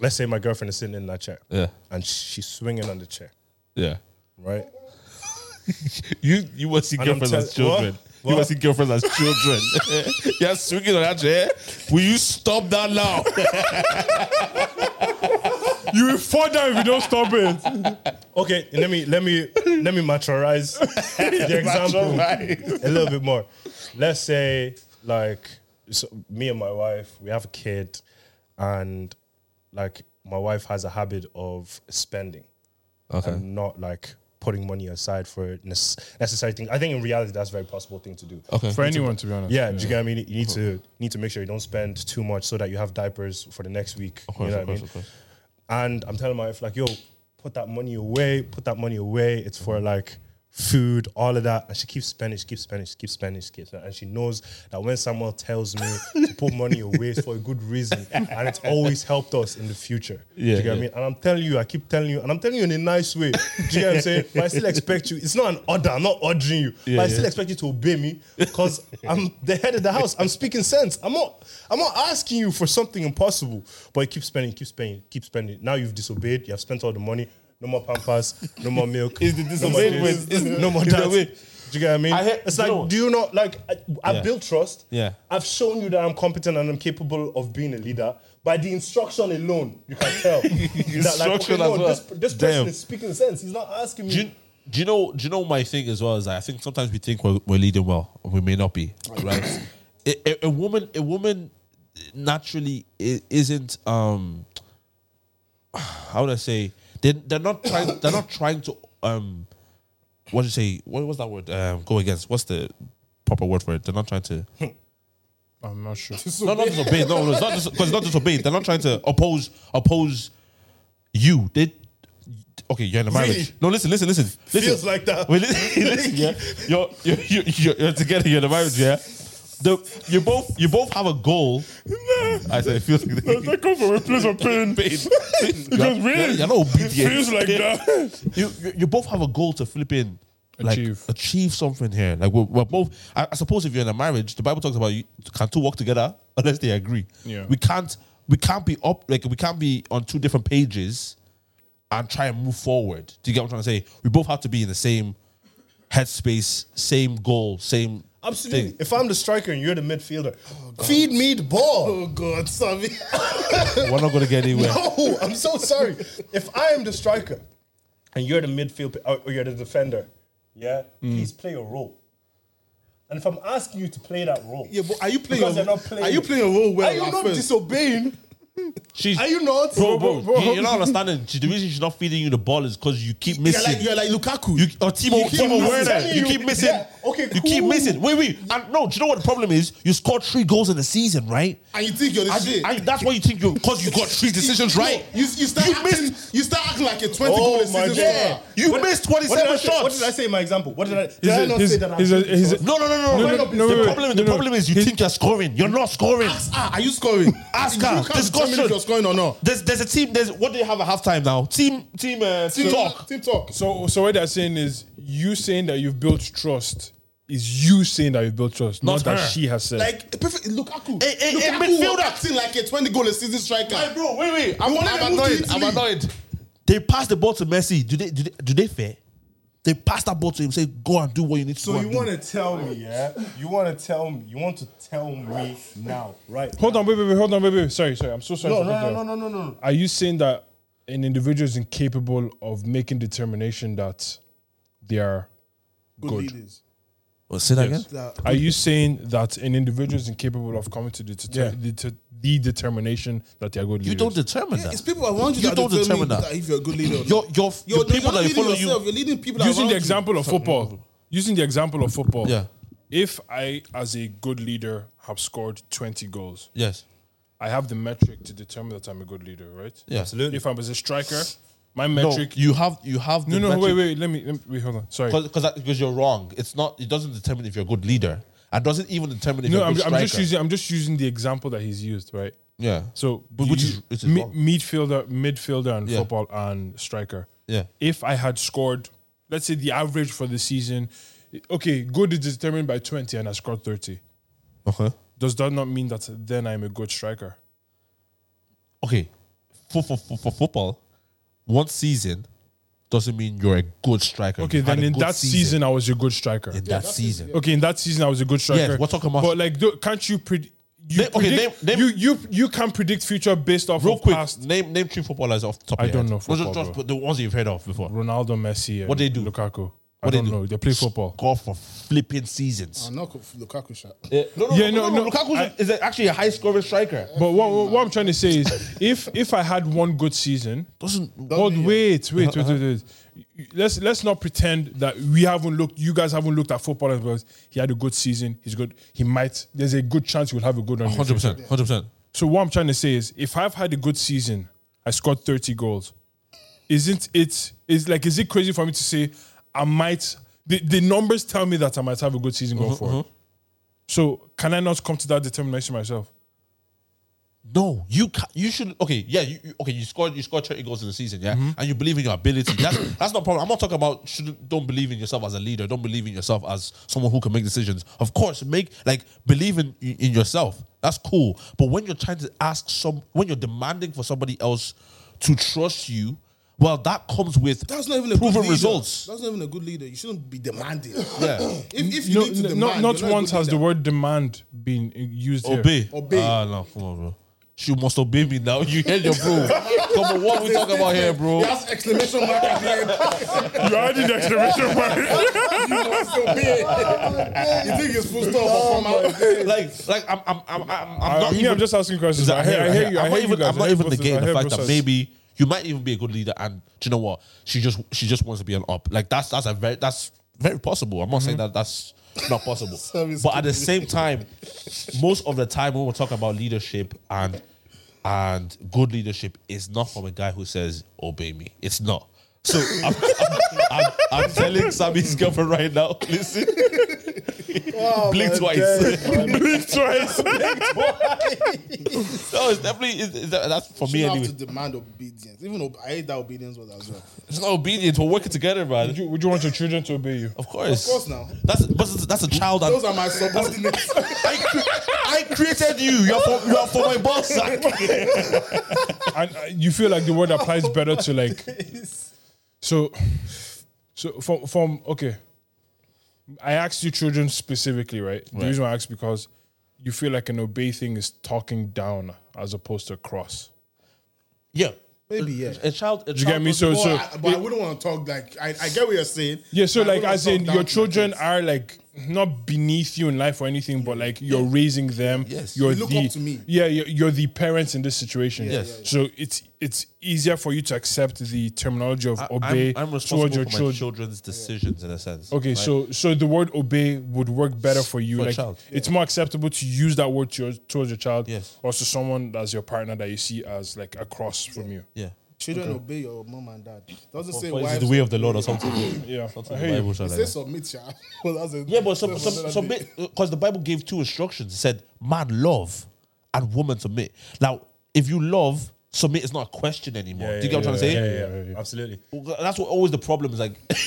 Speaker 5: let's say my girlfriend is sitting in that chair,
Speaker 2: Yeah.
Speaker 5: and she's swinging on the chair,
Speaker 2: Yeah.
Speaker 5: right?
Speaker 2: You you want to see
Speaker 5: And I'm
Speaker 2: girlfriends
Speaker 5: tell-
Speaker 2: as children.
Speaker 5: What?
Speaker 2: You
Speaker 5: What?
Speaker 2: want to see girlfriends as children. You're swinging on that chair. Will you stop that now?
Speaker 4: you will fall down if you don't stop it.
Speaker 5: Okay, let me let me let me maturize the example a little bit more. Let's say like so me and my wife, we have a kid, and like my wife has a habit of spending, and not like putting money aside for nece- necessary things. I think in reality, that's a very possible thing to do.
Speaker 2: Okay.
Speaker 4: For anyone, to be honest.
Speaker 5: Yeah, do you get what I mean? You need to need to make sure you don't spend too much so that you have diapers for the next week.
Speaker 2: course,
Speaker 5: you know
Speaker 2: of
Speaker 5: what
Speaker 2: course, of
Speaker 5: I mean?
Speaker 2: course.
Speaker 5: And I'm telling my wife, like, yo, put that money away, put that money away. It's for like food, all of that. And she keeps spending, she keeps spending, she keeps spending, she keeps spending. And she knows that when someone tells me to put money away, it's for a good reason. And it's always helped us in the future.
Speaker 2: Yeah,
Speaker 5: do you get what I
Speaker 2: yeah.
Speaker 5: mean? And I'm telling you, I keep telling you, and I'm telling you in a nice way. Do you get what I'm saying? But I still expect you. It's not an order. I'm not ordering you. but I still expect you to obey me because I'm the head of the house. I'm speaking sense. I'm not. I'm not asking you for something impossible. But you keep spending, keep spending, keep spending. Now you've disobeyed. You have spent all the money. No more pampers. No more milk.
Speaker 2: Is the disobedience-
Speaker 5: No more, this,
Speaker 2: is-
Speaker 5: no more
Speaker 2: is the
Speaker 5: that.
Speaker 2: way-
Speaker 5: Do you get what I mean?
Speaker 2: I hear-
Speaker 5: it's
Speaker 2: you
Speaker 5: like,
Speaker 2: know what?
Speaker 5: do you not like? I, I
Speaker 2: Yeah.
Speaker 5: built trust.
Speaker 2: Yeah.
Speaker 5: I've shown you that I'm competent and I'm capable of being a leader. By the instruction alone, you can tell that, like, okay,
Speaker 2: Instruction
Speaker 5: no,
Speaker 2: as well.
Speaker 5: this, this person
Speaker 2: Damn.
Speaker 5: is speaking sense. He's not asking me.
Speaker 2: do you, do you know do you know my thing as well is that I think sometimes we think we're, we're leading well we may not be right a, a- a woman a woman naturally i- isn't um how would I say they they're not trying they're not trying to um what do you say what was that word um go against what's the proper word for it they're not trying to
Speaker 4: I'm not sure.
Speaker 2: no, not disobey. No, no, it's not because it's not disobey. They're not trying to oppose oppose you. They okay, you're in a marriage.
Speaker 5: Really?
Speaker 2: No, listen, listen, listen. listen.
Speaker 5: Feels like that.
Speaker 2: Wait, listen, listen yeah. You're, you're, you're, you're, you're together. You're in a marriage. Yeah. The, you both you both have a goal. I said it feels like that.
Speaker 4: come from a place of pain.
Speaker 2: You're, you're,
Speaker 4: really
Speaker 2: you're not obedient.
Speaker 4: feels like that.
Speaker 2: you, you you both have a goal to flip in like
Speaker 4: Achieve.
Speaker 2: achieve, something here like we're, we're both I, I suppose if you're in a marriage the bible talks about you can two walk together unless they agree
Speaker 4: Yeah.
Speaker 2: we can't we can't be up like we can't be on two different pages and try and move forward do you get what i'm trying to say we both have to be in the same headspace same goal same
Speaker 5: Absolutely.
Speaker 2: thing.
Speaker 5: If I'm the striker and you're the midfielder,
Speaker 3: Oh,
Speaker 5: feed me the ball.
Speaker 6: Oh God, Sammy.
Speaker 2: we're not going to get anywhere
Speaker 5: No, I'm so sorry. if I am the striker
Speaker 3: Mm.
Speaker 5: and you're the midfield or or you're the defender, yeah, please play a role. And if I'm asking you to play that role,
Speaker 3: Yeah, but are you playing?
Speaker 5: Because
Speaker 3: your-
Speaker 5: they're not playing.
Speaker 3: Are you playing a role well?
Speaker 5: Are you
Speaker 3: at
Speaker 5: not
Speaker 3: first?
Speaker 5: disobeying?
Speaker 2: She's,
Speaker 3: Are you not?
Speaker 2: bro, bro, you- you're not understanding. She, the reason she's not feeding you the ball is because you keep
Speaker 3: You're
Speaker 2: missing.
Speaker 3: like, you're like Lukaku.
Speaker 2: You or Timo,
Speaker 3: You keep
Speaker 2: Timo
Speaker 3: missing.
Speaker 2: Werner.
Speaker 3: Telling
Speaker 2: You
Speaker 3: you.
Speaker 2: keep missing.
Speaker 3: Yeah, okay,
Speaker 2: You keep
Speaker 3: cool.
Speaker 2: missing. Wait, wait. And no, do you know what the problem is? You scored three goals in the season, right?
Speaker 3: and you think you're the shit.
Speaker 2: And that's why you think you because you got three decisions
Speaker 3: No,
Speaker 2: right.
Speaker 3: You, you start
Speaker 2: You
Speaker 3: acting,
Speaker 2: missed- Oh
Speaker 3: You start acting like a twenty goal a season
Speaker 2: Yeah,
Speaker 3: scorer.
Speaker 2: you missed
Speaker 5: What did, I
Speaker 2: 27
Speaker 5: say, what did I
Speaker 2: shots.
Speaker 5: say in my example? What did I? Did
Speaker 4: He's
Speaker 5: I
Speaker 4: a-
Speaker 5: not
Speaker 4: he's-
Speaker 5: say that? I
Speaker 4: he's a-
Speaker 5: think
Speaker 4: he's a-
Speaker 5: so?
Speaker 2: No, no, no, no.
Speaker 4: No,
Speaker 2: no,
Speaker 4: no, no,
Speaker 2: the
Speaker 4: no,
Speaker 2: problem, the
Speaker 4: no, no.
Speaker 2: problem is you
Speaker 4: He's-
Speaker 2: think you're scoring. You're not scoring.
Speaker 3: Ah, are you scoring?
Speaker 2: Ask
Speaker 3: You
Speaker 2: her.
Speaker 3: can't
Speaker 2: Discussion.
Speaker 3: determine if you're scoring or not.
Speaker 2: There's there's a team. There's what do you have at halftime now? Team team uh, team talk.
Speaker 3: Team talk.
Speaker 4: So, so what they're saying is, you saying that you've built trust is you saying that you've built trust, not,
Speaker 2: Not
Speaker 4: that
Speaker 2: her.
Speaker 4: she has said.
Speaker 3: Like perfect Lukaku.
Speaker 2: Eh, eh, eh,
Speaker 3: Lukaku was
Speaker 2: midfielder.
Speaker 3: acting like a twenty goal a season striker.
Speaker 2: Hey, bro, wait, wait. I'm,
Speaker 3: You wanted
Speaker 2: I'm
Speaker 3: them to
Speaker 2: annoyed.
Speaker 3: Italy.
Speaker 2: I'm annoyed. They pass the ball to Messi. Do they do they, do they fair? They pass that ball to him. Say go and do what you need to.
Speaker 5: So
Speaker 2: go
Speaker 5: you
Speaker 2: and do."
Speaker 5: want to tell me, yeah? You want to tell me? You want to tell me now, right?
Speaker 4: hold on, wait, wait, wait, hold on, wait, wait. Sorry, sorry. I'm so sorry.
Speaker 5: No,
Speaker 4: for
Speaker 5: no,
Speaker 4: interrupting.
Speaker 5: no, no, no, no, no.
Speaker 4: Are you saying that an individual is incapable of making determination that they are good?
Speaker 3: leaders.
Speaker 2: Oh, say that again.
Speaker 4: Are you saying that an individual is incapable of coming to the, deter- the, to- the determination that they are good
Speaker 2: You
Speaker 4: leaders?
Speaker 2: don't determine
Speaker 3: It's
Speaker 2: that.
Speaker 3: people around you,
Speaker 2: You
Speaker 3: that
Speaker 2: don't determine that.
Speaker 3: if you're a good leader. or not.
Speaker 2: Your
Speaker 3: You're-
Speaker 2: your the people
Speaker 3: you're not
Speaker 2: that
Speaker 3: leading
Speaker 2: follow
Speaker 3: yourself.
Speaker 2: you.
Speaker 3: You're leading people
Speaker 4: using
Speaker 3: around
Speaker 4: the
Speaker 3: you.
Speaker 4: example of football. Using the example of football.
Speaker 2: Yeah.
Speaker 4: If I, as a good leader, have scored 20 goals,
Speaker 2: Yes.
Speaker 4: I have the metric to determine that I'm a good leader, right?
Speaker 2: Yeah. Absolutely.
Speaker 4: If I was a striker, my
Speaker 2: No,
Speaker 4: metric.
Speaker 2: you have you have
Speaker 4: No, no, wait, wait. Let me, let me wait, hold on. Sorry.
Speaker 2: because because you're wrong. It's not. It doesn't determine if you're a good leader. It doesn't even determine if
Speaker 4: No,
Speaker 2: you're a
Speaker 4: I'm,
Speaker 2: good
Speaker 4: I'm
Speaker 2: striker.
Speaker 4: just using. I'm just using the example that he's used, right?
Speaker 2: Yeah.
Speaker 4: So,
Speaker 2: But which
Speaker 4: you-
Speaker 2: is- which is
Speaker 4: mi-
Speaker 2: wrong.
Speaker 4: midfielder, midfielder, and
Speaker 2: Yeah.
Speaker 4: football and striker.
Speaker 2: Yeah.
Speaker 4: If I had scored, let's say the average for the season, okay, good is determined by twenty, and I scored thirty.
Speaker 2: Okay.
Speaker 4: Does that not mean that then I'm a good striker?
Speaker 2: okay, for, for, for, for football, one season doesn't mean you're a good striker.
Speaker 4: Okay,
Speaker 2: You had
Speaker 4: then
Speaker 2: a
Speaker 4: in
Speaker 2: good
Speaker 4: that season I was a good striker.
Speaker 2: in that season,
Speaker 4: Okay, in that season I was a good striker.
Speaker 2: we're talking about-
Speaker 4: But like, do, can't you predict? You
Speaker 2: Name- okay,
Speaker 4: predict-
Speaker 2: name- name-
Speaker 4: you you you can predict future based off
Speaker 2: real
Speaker 4: of
Speaker 2: quick,
Speaker 4: past
Speaker 2: name name three footballers off the top.
Speaker 4: I
Speaker 2: of your
Speaker 4: don't
Speaker 2: head.
Speaker 4: know
Speaker 2: Those are
Speaker 4: football,
Speaker 2: just
Speaker 4: bro.
Speaker 2: the ones that you've heard of before.
Speaker 4: Ronaldo, Messi, and
Speaker 2: What they do?
Speaker 4: Lukaku. I
Speaker 2: What
Speaker 4: don't
Speaker 2: they do?
Speaker 4: know. They play football.
Speaker 2: Score for flipping seasons.
Speaker 3: I'm not Lukaku shot.
Speaker 2: Yeah, no, no,
Speaker 4: Yeah,
Speaker 2: no,
Speaker 4: no,
Speaker 2: no,
Speaker 4: no,
Speaker 2: Lukaku's
Speaker 4: I-
Speaker 2: is actually a high scoring striker.
Speaker 4: But what, what, what I'm trying to say is, if if I had one good season,
Speaker 2: Doesn't
Speaker 4: but wait, wait,
Speaker 2: Uh-huh.
Speaker 4: wait, wait, wait. Let's let's not pretend that we haven't looked. You guys haven't looked at football as well. He had a good season. He's good. He might. There's a good chance he will have a good run. in the
Speaker 2: hundred
Speaker 4: future.
Speaker 2: percent, hundred percent.
Speaker 4: So what I'm trying to say is, if I've had a good season, I scored 30 goals. Isn't it? Is like, is it crazy for me to say I might? The, the numbers tell me that I might have a good season going forward. So can I not come to that determination myself?
Speaker 2: No, you ca- you should okay. Yeah, you, you- okay. You scored you scored thirty goals in the season, yeah, and you believe in your ability. That's that's not a problem. I'm not talking about shouldn't don't believe in yourself as a leader. Don't believe in yourself as someone who can make decisions. Of course, make like believe in in yourself. That's cool. But when you're trying to ask some, when you're demanding for somebody else to trust you, well, that comes with
Speaker 3: That's not even a good
Speaker 2: proven
Speaker 3: leader.
Speaker 2: results.
Speaker 3: That's not even a good leader. You shouldn't be demanding.
Speaker 2: Yeah.
Speaker 3: if if you
Speaker 4: No,
Speaker 3: need to
Speaker 4: no-
Speaker 3: demand,
Speaker 4: not
Speaker 3: you're
Speaker 4: not
Speaker 3: a
Speaker 4: once
Speaker 3: good
Speaker 4: has the
Speaker 3: leader.
Speaker 4: word demand been used here.
Speaker 2: Obey.
Speaker 3: Obey.
Speaker 2: Ah, no, come on, bro. She must obey me now. You heard your bro. come on, what we talking about here, bro?
Speaker 3: He has exclamation mark at the end.
Speaker 4: You already did exclamation mark.
Speaker 3: You must obey. You think it's full stop or comma?
Speaker 2: like, like I'm, I'm, I'm, I'm, I'm
Speaker 4: I
Speaker 2: not.
Speaker 4: mean,
Speaker 2: even-
Speaker 4: I'm just asking questions. I
Speaker 2: I hear,
Speaker 4: hear, I hear you. I
Speaker 2: am not
Speaker 4: hear you
Speaker 2: even,
Speaker 4: guys.
Speaker 2: I'm not
Speaker 4: I hear
Speaker 2: even
Speaker 4: both- I
Speaker 2: negating the fact
Speaker 4: hear both
Speaker 2: that
Speaker 4: sides.
Speaker 2: maybe you might even be a good leader, and do you know what? She just, she just wants to be an up. Like that's that's a very that's very possible. I'm not saying that that's not possible,
Speaker 3: Service
Speaker 2: but at the same time, most of the time when we're talking about leadership and and good leadership is not from a guy who says obey me. It's not. So I'm, I'm, I'm, I'm telling Sammy's girlfriend right now. Listen, blink twice, blink twice, blink twice. no, it's definitely it's, it's, that's for
Speaker 3: You
Speaker 2: me
Speaker 3: have
Speaker 2: anyway.
Speaker 3: to demand obedience. Even ob- I hate that obedience was as well.
Speaker 2: It's not obedience. We're working together, man.
Speaker 4: Would you, would you want your children to obey you?
Speaker 2: Of course.
Speaker 3: Of course now.
Speaker 2: That's but that's a child.
Speaker 3: Those
Speaker 2: I,
Speaker 3: are my subordinates.
Speaker 2: I, cre- I created you. You're for, you're for my boss.
Speaker 4: and uh, you feel like the word applies better to like so so from from okay i asked you children specifically right, the reason why i asked because you feel like an obey thing is talking down as opposed to cross
Speaker 2: yeah.
Speaker 3: Maybe, yeah.
Speaker 2: A child. A
Speaker 4: you
Speaker 2: child
Speaker 4: get me
Speaker 2: does-
Speaker 4: so
Speaker 3: But,
Speaker 4: so
Speaker 3: I, but I wouldn't want to talk like I, I get what you're saying.
Speaker 4: yeah so
Speaker 3: but I
Speaker 4: like
Speaker 3: wouldn't
Speaker 4: as
Speaker 3: talk
Speaker 4: in
Speaker 3: down
Speaker 4: your
Speaker 3: to my
Speaker 4: children
Speaker 3: kids.
Speaker 4: are like not beneath you in life or anything, but like you're raising them.
Speaker 2: Yes.
Speaker 4: you're
Speaker 3: You look
Speaker 4: the
Speaker 3: up to me.
Speaker 4: yeah, you're, you're the parents in this situation.
Speaker 2: Yes. yeah, yeah.
Speaker 4: so it's it's easier for you to accept the terminology of
Speaker 2: I-
Speaker 4: obey
Speaker 2: I'm, I'm responsible
Speaker 4: towards
Speaker 2: for
Speaker 4: your
Speaker 2: my
Speaker 4: children.
Speaker 2: children's decisions in a sense.
Speaker 4: Okay,
Speaker 2: Like,
Speaker 4: so so the word obey would work better for you.
Speaker 2: For a
Speaker 4: like
Speaker 2: child,
Speaker 4: it's more acceptable to use that word to your, towards your child,
Speaker 2: Yes.
Speaker 4: or to someone that's your partner that you see as like across from you.
Speaker 2: yeah,
Speaker 3: Children obey your mom and dad. Doesn't say
Speaker 2: What is it,
Speaker 3: wives.
Speaker 2: the way of the Lord or something.
Speaker 4: Yeah,
Speaker 2: Something
Speaker 4: I
Speaker 2: in
Speaker 4: hear
Speaker 2: the
Speaker 4: you.
Speaker 2: Bible, something
Speaker 3: It
Speaker 2: like
Speaker 3: says
Speaker 2: that.
Speaker 3: submit, yeah. well, that's a,
Speaker 2: Yeah, but some,
Speaker 3: that's
Speaker 2: some,
Speaker 3: another bit.
Speaker 2: submit because the Bible gave two instructions. It said, "Man love, and woman submit." Now, if you love, submit is not a question anymore. Do you get what I'm trying to say?
Speaker 5: yeah, yeah, absolutely.
Speaker 2: Well, That's what always the problem is. Like,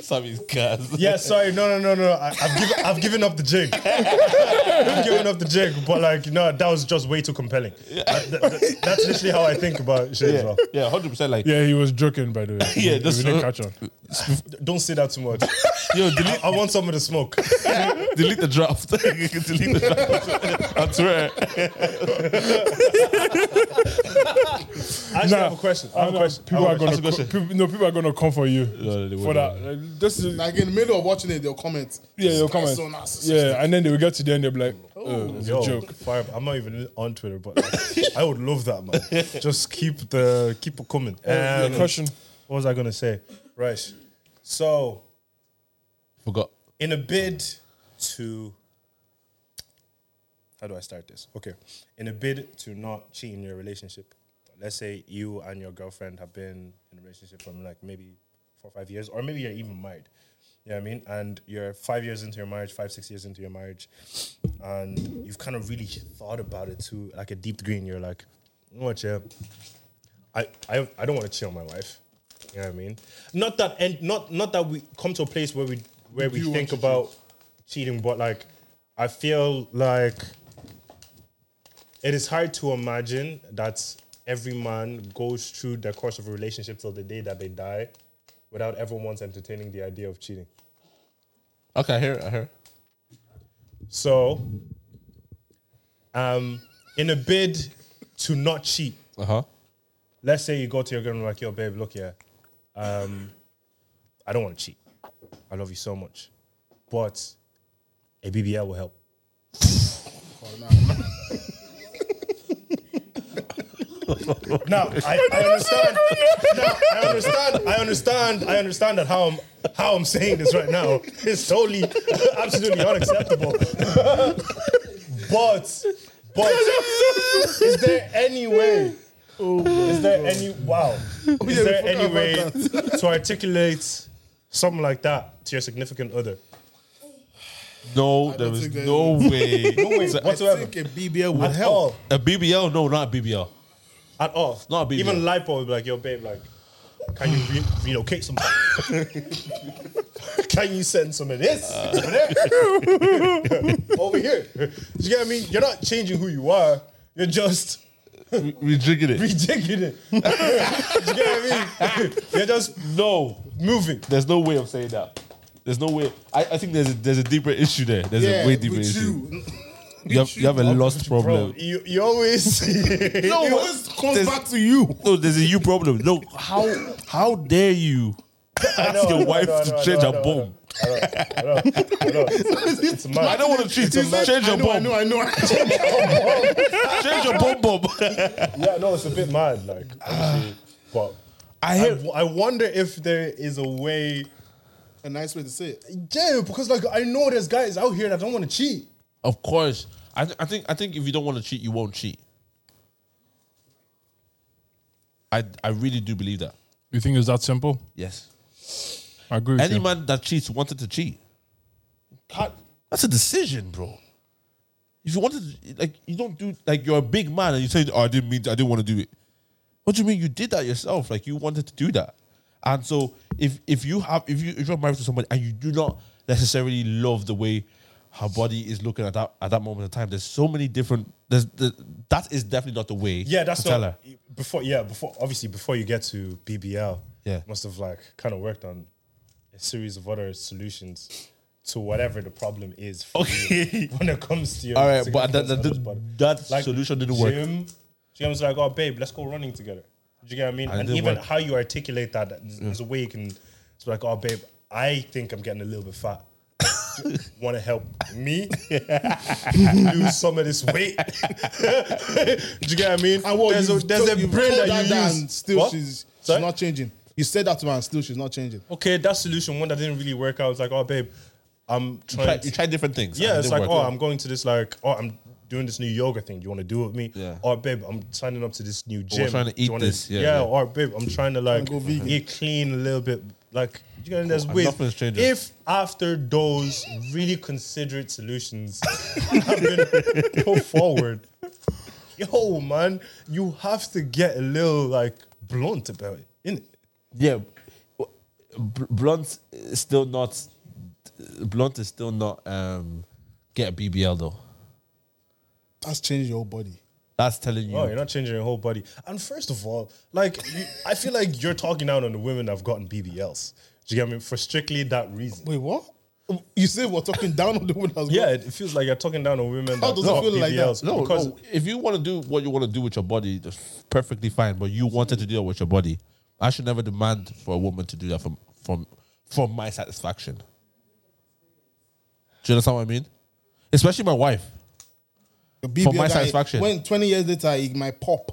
Speaker 2: Sammy's cars.
Speaker 5: Yeah, sorry, no, no, no, no. I, I've, given, I've given up the jig. I've given up the jig, but like, no, that was just way too compelling. That- that- that- that's literally how I think about shit as well.
Speaker 2: yeah, hundred percent. Like,
Speaker 4: Yeah, he was joking by the way.
Speaker 2: Yeah,
Speaker 4: If
Speaker 2: that's-
Speaker 4: you didn't catch on.
Speaker 5: Don't say that too much.
Speaker 2: yo,
Speaker 5: I,
Speaker 2: delete,
Speaker 5: I want some of the smoke.
Speaker 2: delete the draft. delete the draft. I swear.
Speaker 5: I actually have a question. I
Speaker 4: I
Speaker 5: have a
Speaker 4: know,
Speaker 5: question.
Speaker 4: People
Speaker 5: I
Speaker 4: are
Speaker 5: have a
Speaker 4: gonna
Speaker 5: question.
Speaker 4: co- people, no people are gonna come for you
Speaker 2: they
Speaker 4: for
Speaker 2: will,
Speaker 4: that. Like, this is
Speaker 3: Like in the middle of watching it, they'll comment.
Speaker 4: yeah,
Speaker 3: "This
Speaker 4: you'll
Speaker 3: guy's
Speaker 4: come
Speaker 3: so
Speaker 4: and,
Speaker 3: narcissistic."
Speaker 4: yeah, and then they will get to the end. They'll be like, oh, it's a
Speaker 5: Yo,
Speaker 4: joke.
Speaker 5: fire- I'm not even on Twitter, but like, I would love that, man. Just keep the keep it coming.
Speaker 4: Yeah,
Speaker 5: Um,
Speaker 4: question.
Speaker 5: What was I gonna say? Right. So,
Speaker 2: Forgot.
Speaker 5: in a bid to, how do I start this? Okay, in a bid to not cheat in your relationship, let's say you and your girlfriend have been in a relationship from like maybe four or five years, or maybe you're even married. You know what I mean? And you're five years into your marriage, five, six years into your marriage, and you've kind of really thought about it to like a deep green. You're like, you know what, yeah, I, I, I don't want to cheat on my wife. You know what I mean? Not that and not not that we come to a place where we where we think about cheating, but like I feel like it is hard to imagine that every man goes through the course of a relationship till the day that they die without ever once entertaining the idea of cheating.
Speaker 2: Okay, I hear it. I hear it.
Speaker 5: So um in a bid to not cheat,
Speaker 2: Uh huh.
Speaker 5: let's say you go to your girl and you're like, yo, babe, look here. Um, I don't want to cheat. I love you so much. But a BBL will help. now I, I understand. Now, I understand. I understand. I understand that how I'm how I'm saying this right now is totally, absolutely unacceptable. but, but, is there any way? is there any
Speaker 2: Oh,
Speaker 5: wow? Is there any way to articulate something like that to your significant other?
Speaker 2: No, there was
Speaker 3: think there
Speaker 2: no way. no way.
Speaker 3: I think a BBL would
Speaker 5: At
Speaker 3: help.
Speaker 5: all,
Speaker 2: A BBL? No, not a BBL.
Speaker 5: at all.
Speaker 2: Not a BBL.
Speaker 5: Even lipo would be like, "Yo, babe, like, can you re- relocate somebody? can you send some of this
Speaker 2: Uh.
Speaker 5: over there? over here? You get what I mean? You're not changing who you are. You're just."
Speaker 2: Rejigging it.
Speaker 5: Rejigging it. you get what I mean? You're just
Speaker 2: No,
Speaker 5: moving.
Speaker 2: there's no way of saying that. There's no way. I, I think there's a, there's a deeper issue there. There's
Speaker 3: Yeah,
Speaker 2: a way deeper
Speaker 3: with
Speaker 2: issue.
Speaker 3: you.
Speaker 2: You, have, you have a lost problem.
Speaker 5: Bro, you, you always
Speaker 2: no,
Speaker 3: It always comes back to you.
Speaker 2: no, there's a you problem. No, how how dare you ask your wife to change her bomb?
Speaker 5: It's mad.
Speaker 2: I don't want to cheat. Change your
Speaker 3: I
Speaker 2: bomb.
Speaker 3: know, I know.
Speaker 2: Change your bomb, bomb.
Speaker 5: Yeah, no, it's a bit mad. Like, honestly, but
Speaker 2: I
Speaker 5: I,
Speaker 2: hear.
Speaker 5: w- I wonder if there is a way.
Speaker 3: a nice way to say it.
Speaker 5: Yeah, because like I know there's guys out here that don't want to cheat.
Speaker 2: Of course, I, th- I think I think if you don't want to cheat, you won't cheat. I I really do believe that.
Speaker 4: You think it's that simple?
Speaker 2: Yes.
Speaker 4: I agree. With
Speaker 2: Any
Speaker 4: you.
Speaker 2: man that cheats wanted to cheat.
Speaker 5: Can't,
Speaker 2: That's a decision, bro. If you wanted, to, like, you don't do like you're a big man and you say, "Oh, I didn't mean, I didn't want to do it." What do you mean? You did that yourself. Like you wanted to do that, and so if if you have if you if you're married to somebody and you do not necessarily love the way her body is looking at that at that moment in time, there's so many different. There's the, that is definitely not the way.
Speaker 5: yeah, that's
Speaker 2: to
Speaker 5: not
Speaker 2: tell her.
Speaker 5: before. Yeah, before obviously before you get to BBL,
Speaker 2: Yeah.
Speaker 5: must have like kind of worked on a series of other solutions to whatever the problem is. For
Speaker 2: Okay.
Speaker 5: you when it comes to your
Speaker 2: All right, but that
Speaker 5: significant
Speaker 2: that,
Speaker 5: other's
Speaker 2: that,
Speaker 5: body.
Speaker 2: that solution didn't work.
Speaker 5: Gym, she was like, "Oh, babe, let's go running together." Do you get what I mean?
Speaker 2: And it
Speaker 5: and
Speaker 2: didn't
Speaker 5: even
Speaker 2: work.
Speaker 5: how you articulate that, there's there's a way you can. It's like, "Oh, babe, I think I'm getting a little bit fat." want to help me lose some of this weight? Do you get what I mean?
Speaker 3: And what,
Speaker 5: there's a,
Speaker 3: you've
Speaker 5: there's
Speaker 3: told-
Speaker 5: a
Speaker 3: you've
Speaker 5: brain
Speaker 3: told
Speaker 5: that
Speaker 3: her
Speaker 5: you
Speaker 3: and
Speaker 5: use.
Speaker 3: still
Speaker 5: What?
Speaker 3: she's she's
Speaker 5: Sorry?
Speaker 3: not changing. You said that to her and still she's not changing.
Speaker 5: okay, that solution, one that didn't really work out. It's like, oh, babe, I'm
Speaker 2: You try,
Speaker 5: trying.
Speaker 2: you try different things.
Speaker 5: yeah,
Speaker 2: and
Speaker 5: it's
Speaker 2: they
Speaker 5: like,
Speaker 2: work.
Speaker 5: oh, I'm going to this, like, oh, I'm doing this new yoga thing. Do you want to do it with me?
Speaker 2: Yeah.
Speaker 5: Or, babe, I'm signing up to this new gym.
Speaker 2: trying to
Speaker 5: Do you
Speaker 2: eat
Speaker 5: wanna-
Speaker 2: this. Yeah, yeah.
Speaker 5: Or, babe, I'm trying to, like,
Speaker 3: go vegan.
Speaker 5: eat clean a little bit. Like, you know, there's
Speaker 2: And
Speaker 5: ways.
Speaker 2: nothing's changing.
Speaker 5: If after those really considerate solutions have been put forward, yo, man, you have to get a little, like, blunt about it, innit?
Speaker 2: yeah. Bl- Blunt is still not. Blunt is still not. Um, get a BBL though.
Speaker 3: That's changed your whole body.
Speaker 2: That's telling you.
Speaker 5: Oh, you're not changing your whole body. And first of all, like you, I feel like you're talking out on the women that've gotten BBLs. Do you get me? For strictly that reason.
Speaker 3: Wait, what? You said we're talking down on the woman as
Speaker 5: Yeah, it feels like you're talking down on women.
Speaker 3: How
Speaker 5: that
Speaker 3: does it
Speaker 5: got
Speaker 3: feel like that?
Speaker 5: BBLs
Speaker 2: No,
Speaker 5: because
Speaker 2: no. If you want to do what you want to do with your body, that's perfectly fine. But you wanted to do that with your body. I should never demand for a woman to do that from from for my satisfaction. Do you understand what I mean? Especially my wife.
Speaker 3: Your BBL guy,
Speaker 2: my satisfaction.
Speaker 3: When 20 years later, it might pop.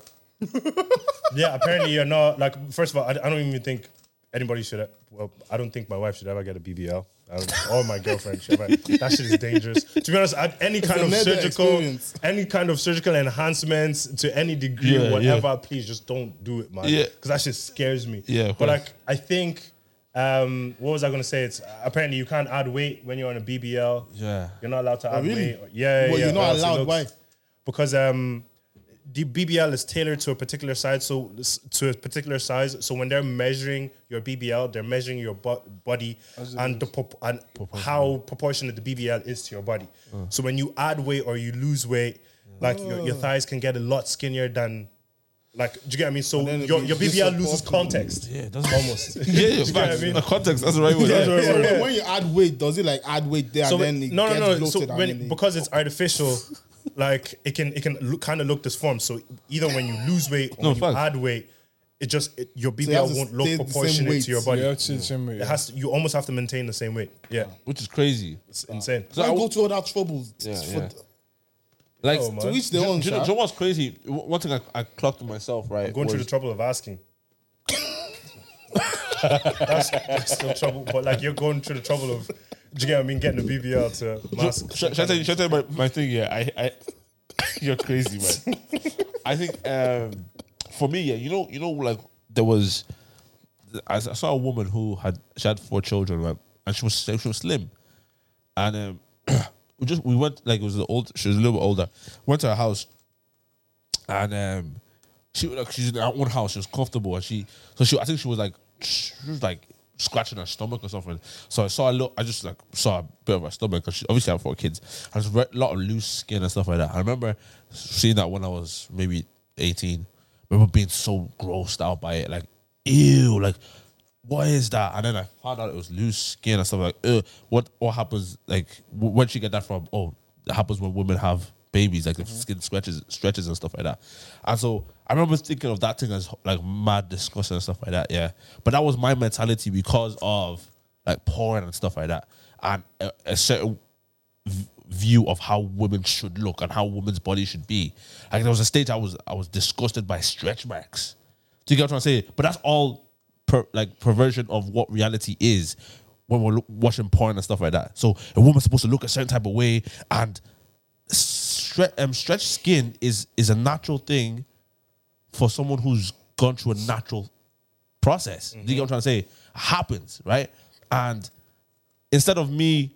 Speaker 5: yeah, apparently you're not like. First of all, I, I don't even think anybody should. Well, I don't think my wife should ever get a BBL. I don't- Or my girlfriend should ever. That shit is dangerous. To be honest, I- any kind
Speaker 3: a
Speaker 5: of
Speaker 3: leather
Speaker 5: surgical,
Speaker 3: experience.
Speaker 5: any kind of surgical enhancements to any degree,
Speaker 2: Yeah,
Speaker 5: whatever, please just don't do it, man.
Speaker 2: Yeah.
Speaker 5: because that shit scares me.
Speaker 2: Yeah, of
Speaker 5: but
Speaker 2: course.
Speaker 5: like I think. Um, what was I gonna say? It's apparently you can't add weight when you're on a BBL.
Speaker 2: Yeah.
Speaker 5: you're not allowed to add
Speaker 3: Oh, really?
Speaker 5: weight. Yeah, yeah,
Speaker 3: Well,
Speaker 5: yeah.
Speaker 3: you're not
Speaker 5: or else it
Speaker 3: allowed.
Speaker 5: looks-
Speaker 3: Why?
Speaker 5: because um, the BBL is tailored to a particular size. So to a particular size. So when they're measuring your BBL, they're measuring your bo- body and the prop- and how proportionate the BBL is to your body. So when you add weight or you lose weight, like your, your thighs can get a lot skinnier than. Like, do you get what I mean? So
Speaker 3: then it'll
Speaker 5: your,
Speaker 3: be
Speaker 5: your BBL
Speaker 3: disproportionate.
Speaker 5: loses context.
Speaker 2: Yeah, it doesn't-
Speaker 5: almost.
Speaker 2: Yeah, yeah,
Speaker 5: Do you get what I
Speaker 2: facts.
Speaker 5: mean?
Speaker 2: The context. That's the right word. That's the right
Speaker 3: So
Speaker 2: word.
Speaker 3: when- when you add weight, does it like add weight there
Speaker 5: So
Speaker 3: and then
Speaker 5: when-
Speaker 3: it
Speaker 5: no,
Speaker 3: gets
Speaker 5: no, no. So
Speaker 3: bloated? and
Speaker 5: when,
Speaker 3: then it-
Speaker 5: because it's artificial, like it can it can look, kind of look disformed. So either when you lose weight or
Speaker 2: No,
Speaker 5: when you
Speaker 2: facts.
Speaker 5: add weight, it just it, your
Speaker 3: it has
Speaker 5: BBL
Speaker 3: to
Speaker 5: won't
Speaker 3: stay
Speaker 5: look
Speaker 3: the same
Speaker 5: proportionate
Speaker 3: weight.
Speaker 5: to your body.
Speaker 4: Yeah, it's the same way,
Speaker 5: It
Speaker 4: yeah.
Speaker 5: has to, you almost have to maintain the same weight. Yeah,
Speaker 2: Which is crazy.
Speaker 5: it's insane.
Speaker 2: So I
Speaker 3: Don't
Speaker 2: w-
Speaker 3: go to all that trouble.
Speaker 2: Yeah,
Speaker 3: for
Speaker 2: yeah.
Speaker 3: th-
Speaker 2: like,
Speaker 5: Oh, man.
Speaker 3: To which their
Speaker 2: do,
Speaker 3: own.
Speaker 2: do you know,
Speaker 3: sha.
Speaker 2: do you know what's crazy? W- One thing I, I clocked myself, right?
Speaker 5: Going through the
Speaker 2: was-
Speaker 5: trouble of asking. that's, that's still trouble, but like you're going through the trouble of, do you get what I mean? Getting the BBL to mask.
Speaker 2: Should, should I tell you, should I tell you my, my thing? Yeah, I, I you're crazy, man. I think um, for me, yeah, you know, you know, like there was, I, s- I saw a woman who had she had four children, right, and she was she was slim, and um, we just we went like it was the old she was a little bit older, went to her house, and um, she was, like she's in her own house. She was comfortable, and she so she I think she was like she was like scratching her stomach or something. So I saw a lot. I just like saw a bit of her stomach because she obviously had four kids. And there's a lot of loose skin and stuff like that. I remember seeing that when I was maybe eighteen. I remember being so grossed out by it, like ew, like. What is that? And then I found out it was loose skin and stuff like, Ugh, what what happens? Like, wh- where'd you get that from? Oh, that happens when women have babies, like the skin stretches, stretches and stuff like that. And so I remember thinking of that thing as like mad disgusting and stuff like that. Yeah, but that was my mentality because of like porn and stuff like that, and a, a certain v- view of how women should look and how women's body should be. Like there was a stage I was I was disgusted by stretch marks. Do you get what I'm saying? But that's all per, like perversion of what reality is when we're lo- watching porn and stuff like that. So a woman's supposed to look a certain type of way, and stre- um, stretched skin is is a natural thing for someone who's gone through a natural process. Do you get what I'm trying to say? Happens, right? And instead of me,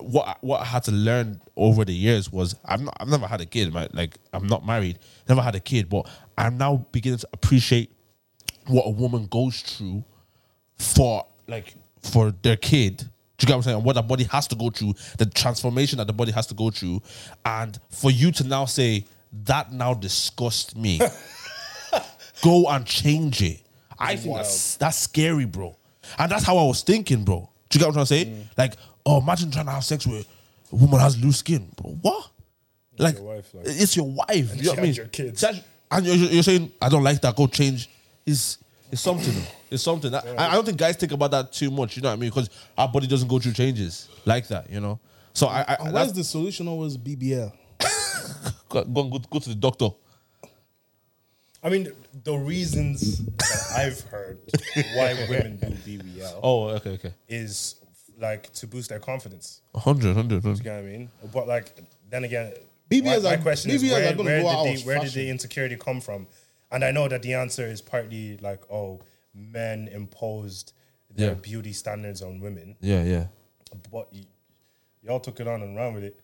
Speaker 2: what I- what I had to learn over the years was I've not, I've never had a kid, right? Like I'm not married, never had a kid, but I'm now beginning to appreciate what a woman goes through for like for their kid. Do you get what I'm saying? And what the body has to go through, the transformation that the body has to go through, and for you to now say that now disgusts me. go and change it. I think that's, that's scary, bro. And that's how I was thinking, bro. Do you get what I'm trying
Speaker 5: Mm.
Speaker 2: to say? Like, oh, imagine trying to have sex with a woman who has loose skin, bro. What? Like,
Speaker 5: your wife, like-
Speaker 2: it's your wife. you know
Speaker 5: she
Speaker 2: what I mean?
Speaker 5: had your kids.
Speaker 2: She had- and you're, you're saying I don't like that. Go change. Is is something. It's something. I, I don't think guys think about that too much. You know what I mean? Because our body doesn't go through changes like that. You know. So I, I
Speaker 3: And where's
Speaker 2: that's-
Speaker 3: the solution always BBL?
Speaker 2: go, go, go to the doctor.
Speaker 5: I mean, the reasons that I've heard why women do BBL
Speaker 2: Oh, okay, okay.
Speaker 5: is like to boost their confidence.
Speaker 2: 100, 100, 100.
Speaker 5: You know what I mean? But like, then again,
Speaker 3: BBLs
Speaker 5: my, my
Speaker 3: are-
Speaker 5: question is
Speaker 3: BBLs are
Speaker 5: where,
Speaker 3: gonna
Speaker 5: where,
Speaker 3: go out
Speaker 5: did
Speaker 3: of
Speaker 5: the, where did
Speaker 3: fashion.
Speaker 5: the insecurity come from? And I know that the answer is partly like, oh, men imposed their
Speaker 2: Yeah.
Speaker 5: beauty standards on women,
Speaker 2: Yeah, yeah.
Speaker 5: but y- y'all took it on and ran with it.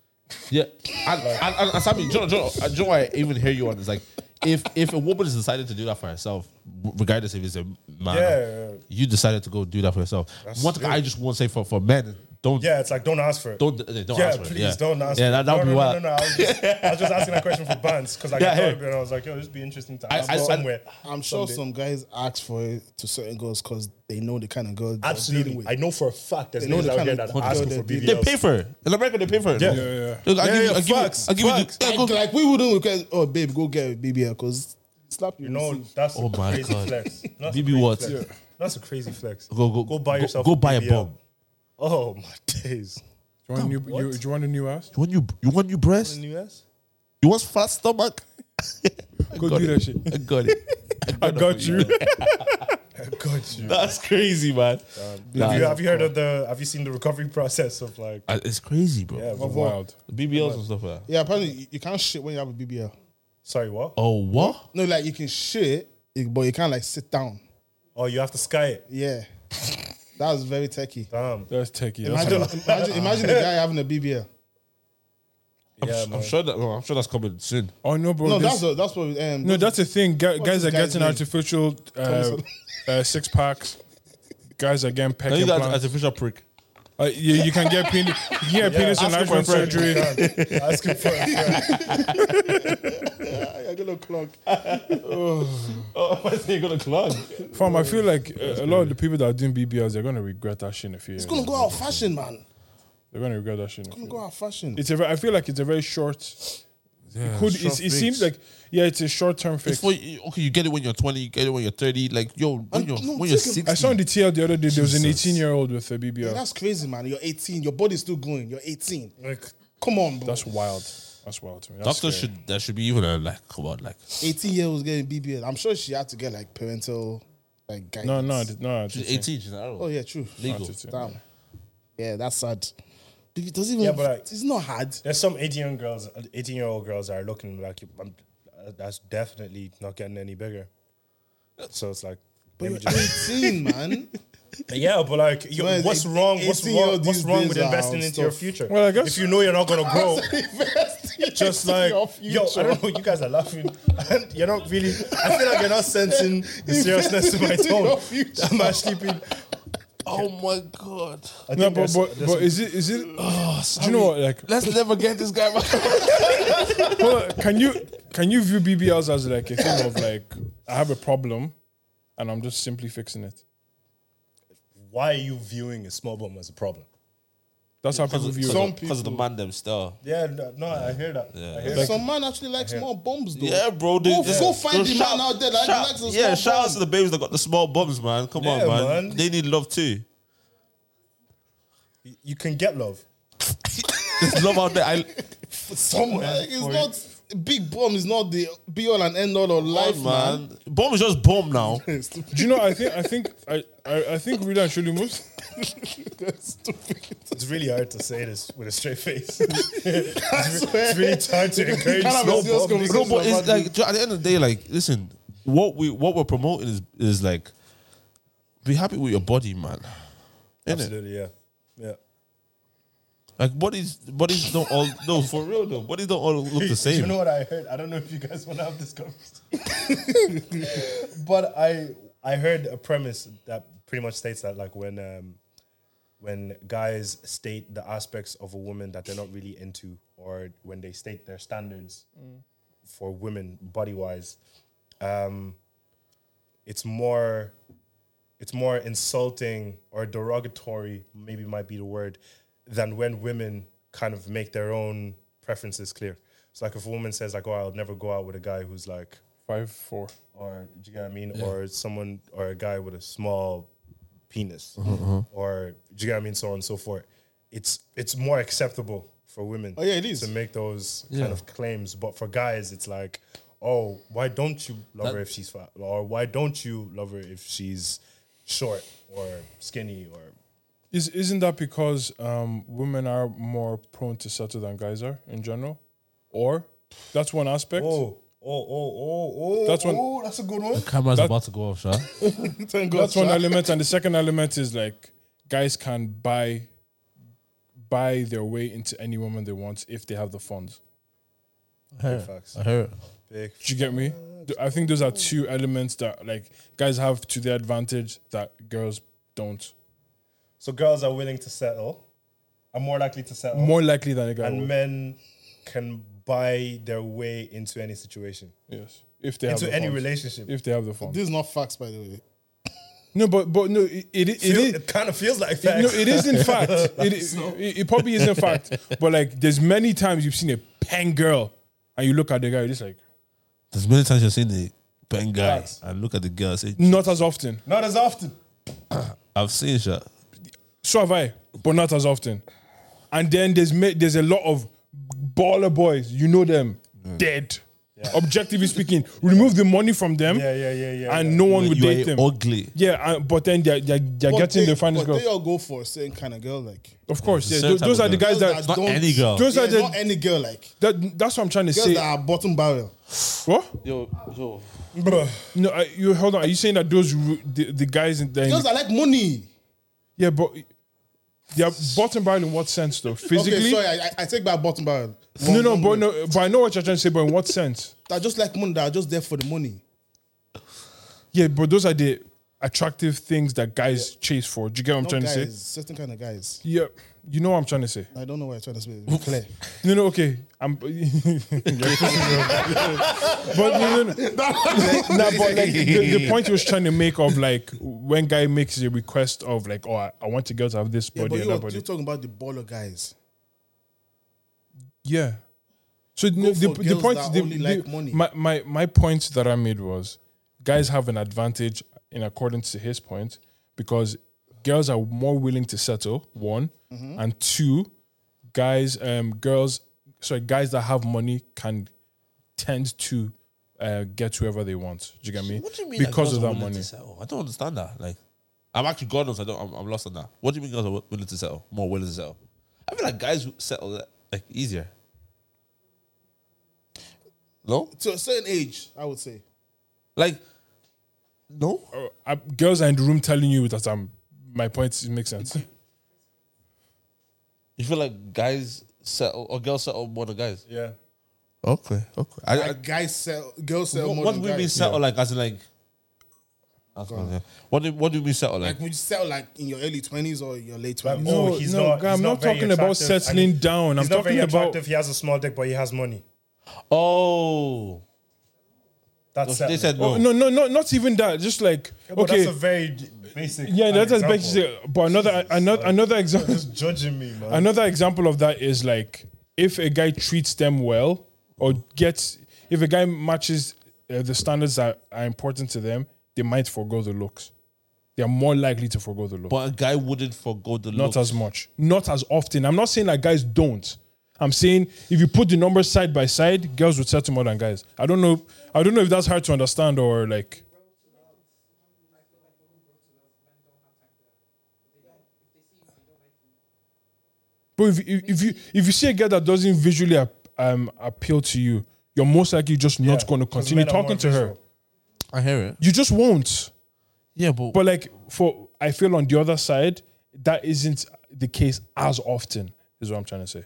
Speaker 2: Yeah, and, and, and, and Sammy, do you know, do you know- do you know why I even hear you on this? Like, if if a woman has decided to do that for herself, w- regardless if it's a man, or-
Speaker 5: Yeah.
Speaker 2: you decided to go do that for yourself. One thing I just won't say for, for men, don't
Speaker 5: Yeah, it's like don't ask for it.
Speaker 2: don't eh, don't
Speaker 5: yeah,
Speaker 2: ask for
Speaker 5: please
Speaker 2: it. Yeah,
Speaker 5: don't ask.
Speaker 2: Yeah,
Speaker 5: for
Speaker 2: that
Speaker 5: it.
Speaker 2: that would
Speaker 5: no,
Speaker 2: be
Speaker 5: no,
Speaker 2: wild.
Speaker 5: No, no, no. I was just, I was just asking that question for bands because like
Speaker 2: Yeah,
Speaker 5: I thought
Speaker 2: hey.
Speaker 5: about it and I was like, yo, this would be interesting to
Speaker 2: I-
Speaker 5: ask
Speaker 2: I- I-
Speaker 5: somewhere.
Speaker 3: I'm sure some guys ask for it to certain girls because they know the kind of girl they're dealing
Speaker 5: Absolutely,
Speaker 3: with.
Speaker 5: I know for a fact there's
Speaker 3: They know
Speaker 5: niggas
Speaker 3: the
Speaker 5: out
Speaker 3: kind
Speaker 5: here
Speaker 3: of
Speaker 5: that
Speaker 3: control
Speaker 5: asking
Speaker 3: they
Speaker 5: for
Speaker 3: do.
Speaker 5: BBLs.
Speaker 2: They pay for it in America. They pay for it.
Speaker 5: Yeah.
Speaker 2: no?
Speaker 5: Yeah,
Speaker 4: yeah.
Speaker 2: Look, I
Speaker 5: Yeah,
Speaker 2: give you,
Speaker 5: yeah,
Speaker 2: I give
Speaker 5: facts,
Speaker 2: you, I give you.
Speaker 5: facts.
Speaker 2: the- I
Speaker 3: Like,
Speaker 2: go-
Speaker 3: like we wouldn't request, oh babe, go get a BBL because slap your
Speaker 5: You know,
Speaker 3: receipt."
Speaker 5: that's
Speaker 2: Oh
Speaker 5: a
Speaker 2: my
Speaker 5: crazy
Speaker 2: God.
Speaker 5: flex. That's a
Speaker 2: BB
Speaker 5: crazy
Speaker 2: what?
Speaker 5: flex. That's a crazy flex.
Speaker 2: Go go
Speaker 5: go buy yourself.
Speaker 2: Go buy a
Speaker 5: BBL.
Speaker 2: bomb.
Speaker 5: Oh my days.
Speaker 4: Do you want, a new, you, do you want a new ass?
Speaker 2: You want you you want your breast?
Speaker 5: US?
Speaker 2: You want fat stomach? I
Speaker 4: Go
Speaker 2: got
Speaker 4: do
Speaker 2: it.
Speaker 4: that shit.
Speaker 2: I got it.
Speaker 4: I got you.
Speaker 5: Got you.
Speaker 2: That's crazy, man.
Speaker 5: Have Um, you, have you heard of the? Have you seen the recovery process of like?
Speaker 2: Uh, It's crazy, bro.
Speaker 5: Yeah, but-
Speaker 4: Wild.
Speaker 2: BBLs and stuff uh. like that.
Speaker 3: Yeah, apparently you- you can't shit when you have a BBL.
Speaker 5: sorry, what?
Speaker 2: Oh, what?
Speaker 3: No, like you can shit, you- but you can't like sit down.
Speaker 5: Oh, you have to sky it.
Speaker 3: Yeah, that was very techie.
Speaker 5: Damn.
Speaker 4: That's techie. That's
Speaker 3: Imagine, imagine, imagine a guy having a BBL.
Speaker 5: Yeah,
Speaker 2: I'm
Speaker 5: man.
Speaker 2: sure that well, I'm sure that's coming soon.
Speaker 4: oh no, bro.
Speaker 3: No,
Speaker 4: this-
Speaker 3: that's a, that's what. Um,
Speaker 4: No, that's the thing. Gu- guys
Speaker 3: this
Speaker 4: are
Speaker 3: guy's
Speaker 4: getting
Speaker 3: name?
Speaker 4: artificial uh, uh, six packs. Guys are getting
Speaker 2: I
Speaker 4: pecking
Speaker 2: think that's
Speaker 4: plants.
Speaker 2: artificial prick.
Speaker 4: Uh, you, you can get penis, you can get penis
Speaker 5: ask him
Speaker 4: enlargement
Speaker 5: for a friend.
Speaker 4: surgery.
Speaker 5: Ask him for a friend.
Speaker 3: I got a clock.
Speaker 2: Oh, I think you're gonna clog.
Speaker 4: Fam, I feel like uh, a lot of the people that are doing BBLs, they're gonna regret that shit in a few years.
Speaker 3: It's gonna go out of fashion, man.
Speaker 4: They're gonna regret that shit. In a few
Speaker 3: It's gonna go
Speaker 4: years.
Speaker 3: out of fashion.
Speaker 4: It's a ve- I feel like it's a very short. it could.
Speaker 2: short
Speaker 4: it's, it
Speaker 2: fix.
Speaker 4: seems like yeah, it's a short term fix.
Speaker 2: Before you, okay, you get it when you're 20, you get it when you're 30. Like yo, when you're
Speaker 3: no,
Speaker 2: when you're
Speaker 3: think
Speaker 2: 60,
Speaker 4: I saw on the TL the other day there was an
Speaker 2: Jesus.
Speaker 4: 18 year old with a BBL.
Speaker 3: That's crazy, man. You're 18. Your body's still going. You're 18.
Speaker 5: Like,
Speaker 3: Come on, bro.
Speaker 4: That's wild. That's wild to me. That's
Speaker 2: doctors
Speaker 4: scary.
Speaker 2: should there should be even a like come on like
Speaker 3: 18 year olds getting BBL. I'm sure she had to get like parental, like guidance.
Speaker 4: No, no, I did- no. I did
Speaker 2: she's
Speaker 4: think-
Speaker 2: 18. She's an adult.
Speaker 3: Oh yeah, true.
Speaker 2: legal.
Speaker 4: Attitude.
Speaker 3: Damn. Yeah, that's sad. If it doesn't even.
Speaker 5: Yeah, but, like-
Speaker 3: it's not hard.
Speaker 5: there's some 18 year girls, 18 year old girls that are looking like you. I'm, that's definitely not getting any bigger. So it's like, maybe
Speaker 3: You're
Speaker 5: just
Speaker 3: 18, man.
Speaker 5: Yeah, but like, you,
Speaker 3: Well,
Speaker 5: what's
Speaker 3: it-
Speaker 5: wrong?
Speaker 3: it-
Speaker 5: What's
Speaker 3: 18 year
Speaker 5: wrong?
Speaker 3: old
Speaker 5: What's
Speaker 3: these
Speaker 5: wrong
Speaker 3: days
Speaker 5: with
Speaker 3: are
Speaker 5: investing
Speaker 3: and
Speaker 5: into your
Speaker 3: stuff.
Speaker 5: future?
Speaker 4: Well, I guess-
Speaker 5: if you know you're not gonna grow, just
Speaker 3: Just
Speaker 5: like yo, I don't know. You guys are laughing. And you're not really. I feel like you're not sensing the seriousness in my
Speaker 3: into your
Speaker 5: tone.
Speaker 3: future.
Speaker 5: I'm actually being.
Speaker 2: Oh my god. Oh,
Speaker 5: I
Speaker 4: No, but
Speaker 5: think there's-
Speaker 4: but,
Speaker 5: there's-
Speaker 4: but is it is it? do you know what? Like,
Speaker 2: Let's never get this guy back.
Speaker 4: Well, can you can you view BBLs as like a thing of like I have a problem and I'm just simply fixing it?
Speaker 5: why are you viewing a small bum as a problem?
Speaker 4: That's how people view it.
Speaker 2: Because of the man them style.
Speaker 5: Yeah, no, no I hear that. I hear that.
Speaker 3: Some man actually likes more bombs, though.
Speaker 2: Yeah, bro. They,
Speaker 3: Go-
Speaker 2: they-
Speaker 3: go find
Speaker 2: yo,
Speaker 3: the man out there that likes the small
Speaker 2: yeah, shout out
Speaker 3: bum.
Speaker 2: to the babies that got the small bombs, man. Come
Speaker 5: Yeah,
Speaker 2: on, man.
Speaker 5: man.
Speaker 2: They need love too.
Speaker 5: You can get love.
Speaker 2: There's love out there. I,
Speaker 3: Somewhere. Like, it's not big bomb. Is not the be all and end all of life,
Speaker 2: Come
Speaker 3: man.
Speaker 2: on, man. Bomb is just bomb now.
Speaker 4: Do you know? I think I think I I, I think really and truly most
Speaker 5: It's really hard to say this with a straight face. it's, re- it's really hard to encourage
Speaker 3: can't have a
Speaker 5: small
Speaker 3: serious
Speaker 5: bum.
Speaker 2: no,
Speaker 3: about
Speaker 2: but it's like at the end of the day, like listen, what we what we're promoting is is like be happy with your body, man. Innit?
Speaker 5: Absolutely, yeah, yeah.
Speaker 2: Like bodies, bodies don't all no for real though. Bodies don't all look the
Speaker 5: Do
Speaker 2: same.
Speaker 5: you know what I heard? I don't know if you guys want to have this conversation, but I I heard a premise that pretty much states that like when um, when guys state the aspects of a woman that they're not really into, or when they state their standards for women body wise, um, it's more it's more insulting or derogatory, maybe might be the word, than when women kind of make their own preferences clear. It's like if a woman says like, "Oh, I'll never go out with a guy who's like
Speaker 4: Five four.
Speaker 5: or do you get what I mean? Or someone or a guy with a small penis, or do you get what I mean? So on and so forth. It's it's more acceptable for women. Oh
Speaker 3: yeah, it is.
Speaker 5: to make those kind of claims, but for guys, it's like, oh, why don't you love her if she's fat, or why don't you love her if she's short or skinny or
Speaker 4: Is isn't that because um, women are more prone to settle than guys are in general, or that's one aspect.
Speaker 5: oh oh oh oh oh.
Speaker 4: That's one.
Speaker 3: Oh, that's a good one.
Speaker 2: Camera's about to go off, Sha.
Speaker 3: Thank God.
Speaker 4: that's one element, and the second element is like guys can buy buy their way into any woman they want if they have the funds.
Speaker 5: Facts.
Speaker 2: I heard.
Speaker 5: Big
Speaker 4: Do you get me? Th- I think those are two elements that like guys have to their advantage that girls don't.
Speaker 5: So girls are willing to settle, are more likely to settle,
Speaker 4: More likely than a guy.
Speaker 5: and
Speaker 4: would.
Speaker 5: men can buy their way into any situation,
Speaker 4: Yes, if they have
Speaker 5: into
Speaker 4: the
Speaker 5: any
Speaker 4: funds.
Speaker 5: relationship.
Speaker 4: If they have the funds.
Speaker 3: This is not facts, by the way.
Speaker 4: No, but but no, it it, it,
Speaker 5: Feel-
Speaker 4: is-
Speaker 5: it, kind of feels like
Speaker 4: It-
Speaker 5: facts.
Speaker 4: No, it is in fact. It, it, it probably is in fact. But like, there's many times you've seen a pen girl, and you look at the guy, you're just like,
Speaker 2: There's many times you've seen the pen guy and look at the girl. and Say,
Speaker 4: not as often.
Speaker 5: Not as often.
Speaker 2: I've seen Sha.
Speaker 4: So have I, but not as often. And then there's ma- there's a lot of baller boys. You know them, dead. Objectively speaking, remove the money from them,
Speaker 5: Yeah, yeah, yeah, yeah.
Speaker 4: and
Speaker 5: yeah.
Speaker 4: no one would
Speaker 2: You
Speaker 4: date
Speaker 2: are
Speaker 4: them.
Speaker 2: ugly.
Speaker 4: Yeah, and, but then they're they're, they're
Speaker 3: But
Speaker 4: getting
Speaker 3: they-
Speaker 4: the finest
Speaker 3: but
Speaker 4: girl.
Speaker 3: They all go for a certain kind of girl, like
Speaker 4: Of course, yeah,
Speaker 2: Certain
Speaker 4: tho-
Speaker 2: type
Speaker 4: those
Speaker 2: of
Speaker 4: are the
Speaker 2: girl.
Speaker 4: guys
Speaker 3: Girls
Speaker 4: that.
Speaker 2: Not
Speaker 3: Don't-
Speaker 2: any girl.
Speaker 4: Those
Speaker 3: yeah,
Speaker 4: are
Speaker 3: not
Speaker 4: the.
Speaker 3: any girl, like
Speaker 4: That, that's what I'm trying to
Speaker 3: girls
Speaker 4: say.
Speaker 3: that are bottom barrel.
Speaker 4: What?
Speaker 2: Yo, yo.
Speaker 4: No, I, you hold on. Are you saying that those ru- the, the guys in the,
Speaker 3: Girls that like money.
Speaker 4: yeah, but they are bottom barrel in what sense though?
Speaker 3: Okay,
Speaker 4: Physically?
Speaker 3: sorry, I, I- I take back bottom barrel.
Speaker 4: no,
Speaker 3: Wrong,
Speaker 4: no,
Speaker 3: wrong,
Speaker 4: but
Speaker 3: wrong.
Speaker 4: no, but I know what you're trying to say. But in what sense?
Speaker 3: That just like money. That are just there for the money.
Speaker 4: Yeah, but those are the attractive things that guys chase for. Do you get what I'm trying
Speaker 3: guys,
Speaker 4: to say?
Speaker 3: certain kind of guys.
Speaker 4: Yeah, you know what I'm trying to say.
Speaker 3: I don't know what I'm trying to say. Be Clear.
Speaker 4: No, no, okay. I'm. You're pissing me off. but no, no, no. Nah, but like the, the point he was trying to make of like when guy makes a request of like, oh, I, I want a girl to have this
Speaker 3: Yeah,
Speaker 4: body
Speaker 3: but
Speaker 4: and
Speaker 3: you're,
Speaker 4: that body.
Speaker 3: you're talking about the baller guys.
Speaker 4: Yeah. So the, the,
Speaker 3: for
Speaker 4: the
Speaker 3: girls
Speaker 4: point,
Speaker 3: that
Speaker 4: the,
Speaker 3: only
Speaker 4: the-
Speaker 3: like money.
Speaker 4: My, my my point that I made was, guys have an advantage in accordance to his point because girls are more willing to settle one and two, guys um girls sorry guys that have money can tend to uh, get whoever they want. Do you get me?
Speaker 2: What do you mean? like,
Speaker 4: Because
Speaker 2: girls
Speaker 4: of
Speaker 2: are
Speaker 4: that
Speaker 2: willing
Speaker 4: money.
Speaker 2: to settle? I don't understand that. Like, I'm actually God knows I don't. I'm, I'm lost on that. What do you mean girls are wi- willing to settle? More willing to settle? I feel like guys would settle like easier. No,
Speaker 3: To a certain age, I would say.
Speaker 2: like no.
Speaker 4: Uh, I- girls are in the room telling you that I'm. My point makes sense.
Speaker 2: You feel like guys settle or girls settle more than guys?
Speaker 4: yeah.
Speaker 2: Okay, okay. I, I,
Speaker 3: Like guys sell, girls sell
Speaker 2: what
Speaker 3: more
Speaker 2: what do
Speaker 3: than
Speaker 2: we
Speaker 3: guys.
Speaker 2: mean settle like? As in like, that's what I'm saying. what do what do we mean settle like?
Speaker 3: Like we sell like in your early twenties or your late twenties.
Speaker 4: No,
Speaker 5: oh, he's
Speaker 4: no,
Speaker 5: not.
Speaker 4: I'm
Speaker 5: he's
Speaker 4: not
Speaker 5: very
Speaker 4: talking about
Speaker 5: attractive and
Speaker 4: settling
Speaker 5: he-
Speaker 4: down.
Speaker 5: He's
Speaker 4: I'm
Speaker 5: not
Speaker 4: talking
Speaker 5: very
Speaker 4: about-
Speaker 5: attractive. He has a small dick, but he has money.
Speaker 2: Oh,
Speaker 5: That's
Speaker 2: they
Speaker 5: settling.
Speaker 2: said no.
Speaker 4: Oh, no, no, no, not even that. Just like
Speaker 5: But
Speaker 4: okay,
Speaker 5: that's a very d- basic.
Speaker 4: Yeah,
Speaker 5: an
Speaker 4: that's as
Speaker 5: example.
Speaker 4: basically. But another another another example
Speaker 5: Just judging me, man.
Speaker 4: another example of that is like if a guy treats them well or gets if a guy matches uh, the standards that are important to them, they might forego the looks. They are more likely to forego the look,
Speaker 2: But a guy wouldn't forgo the
Speaker 4: not
Speaker 2: look.
Speaker 4: as much, not as often. I'm not saying that guys don't. I'm saying if you put the numbers side by side, girls would settle more than guys. I don't know. I don't know if that's hard to understand or like. But if, if, if you if you see a girl that doesn't visually ap- um, appeal to you, you're most likely just not
Speaker 5: Yeah,
Speaker 4: going to
Speaker 5: 'cause
Speaker 4: continue
Speaker 5: men are more
Speaker 4: talking to her.
Speaker 5: visual.
Speaker 2: I hear it.
Speaker 4: You just won't.
Speaker 2: Yeah, but,
Speaker 4: But like for I feel on the other side, that isn't the case as often, is what I'm trying to say.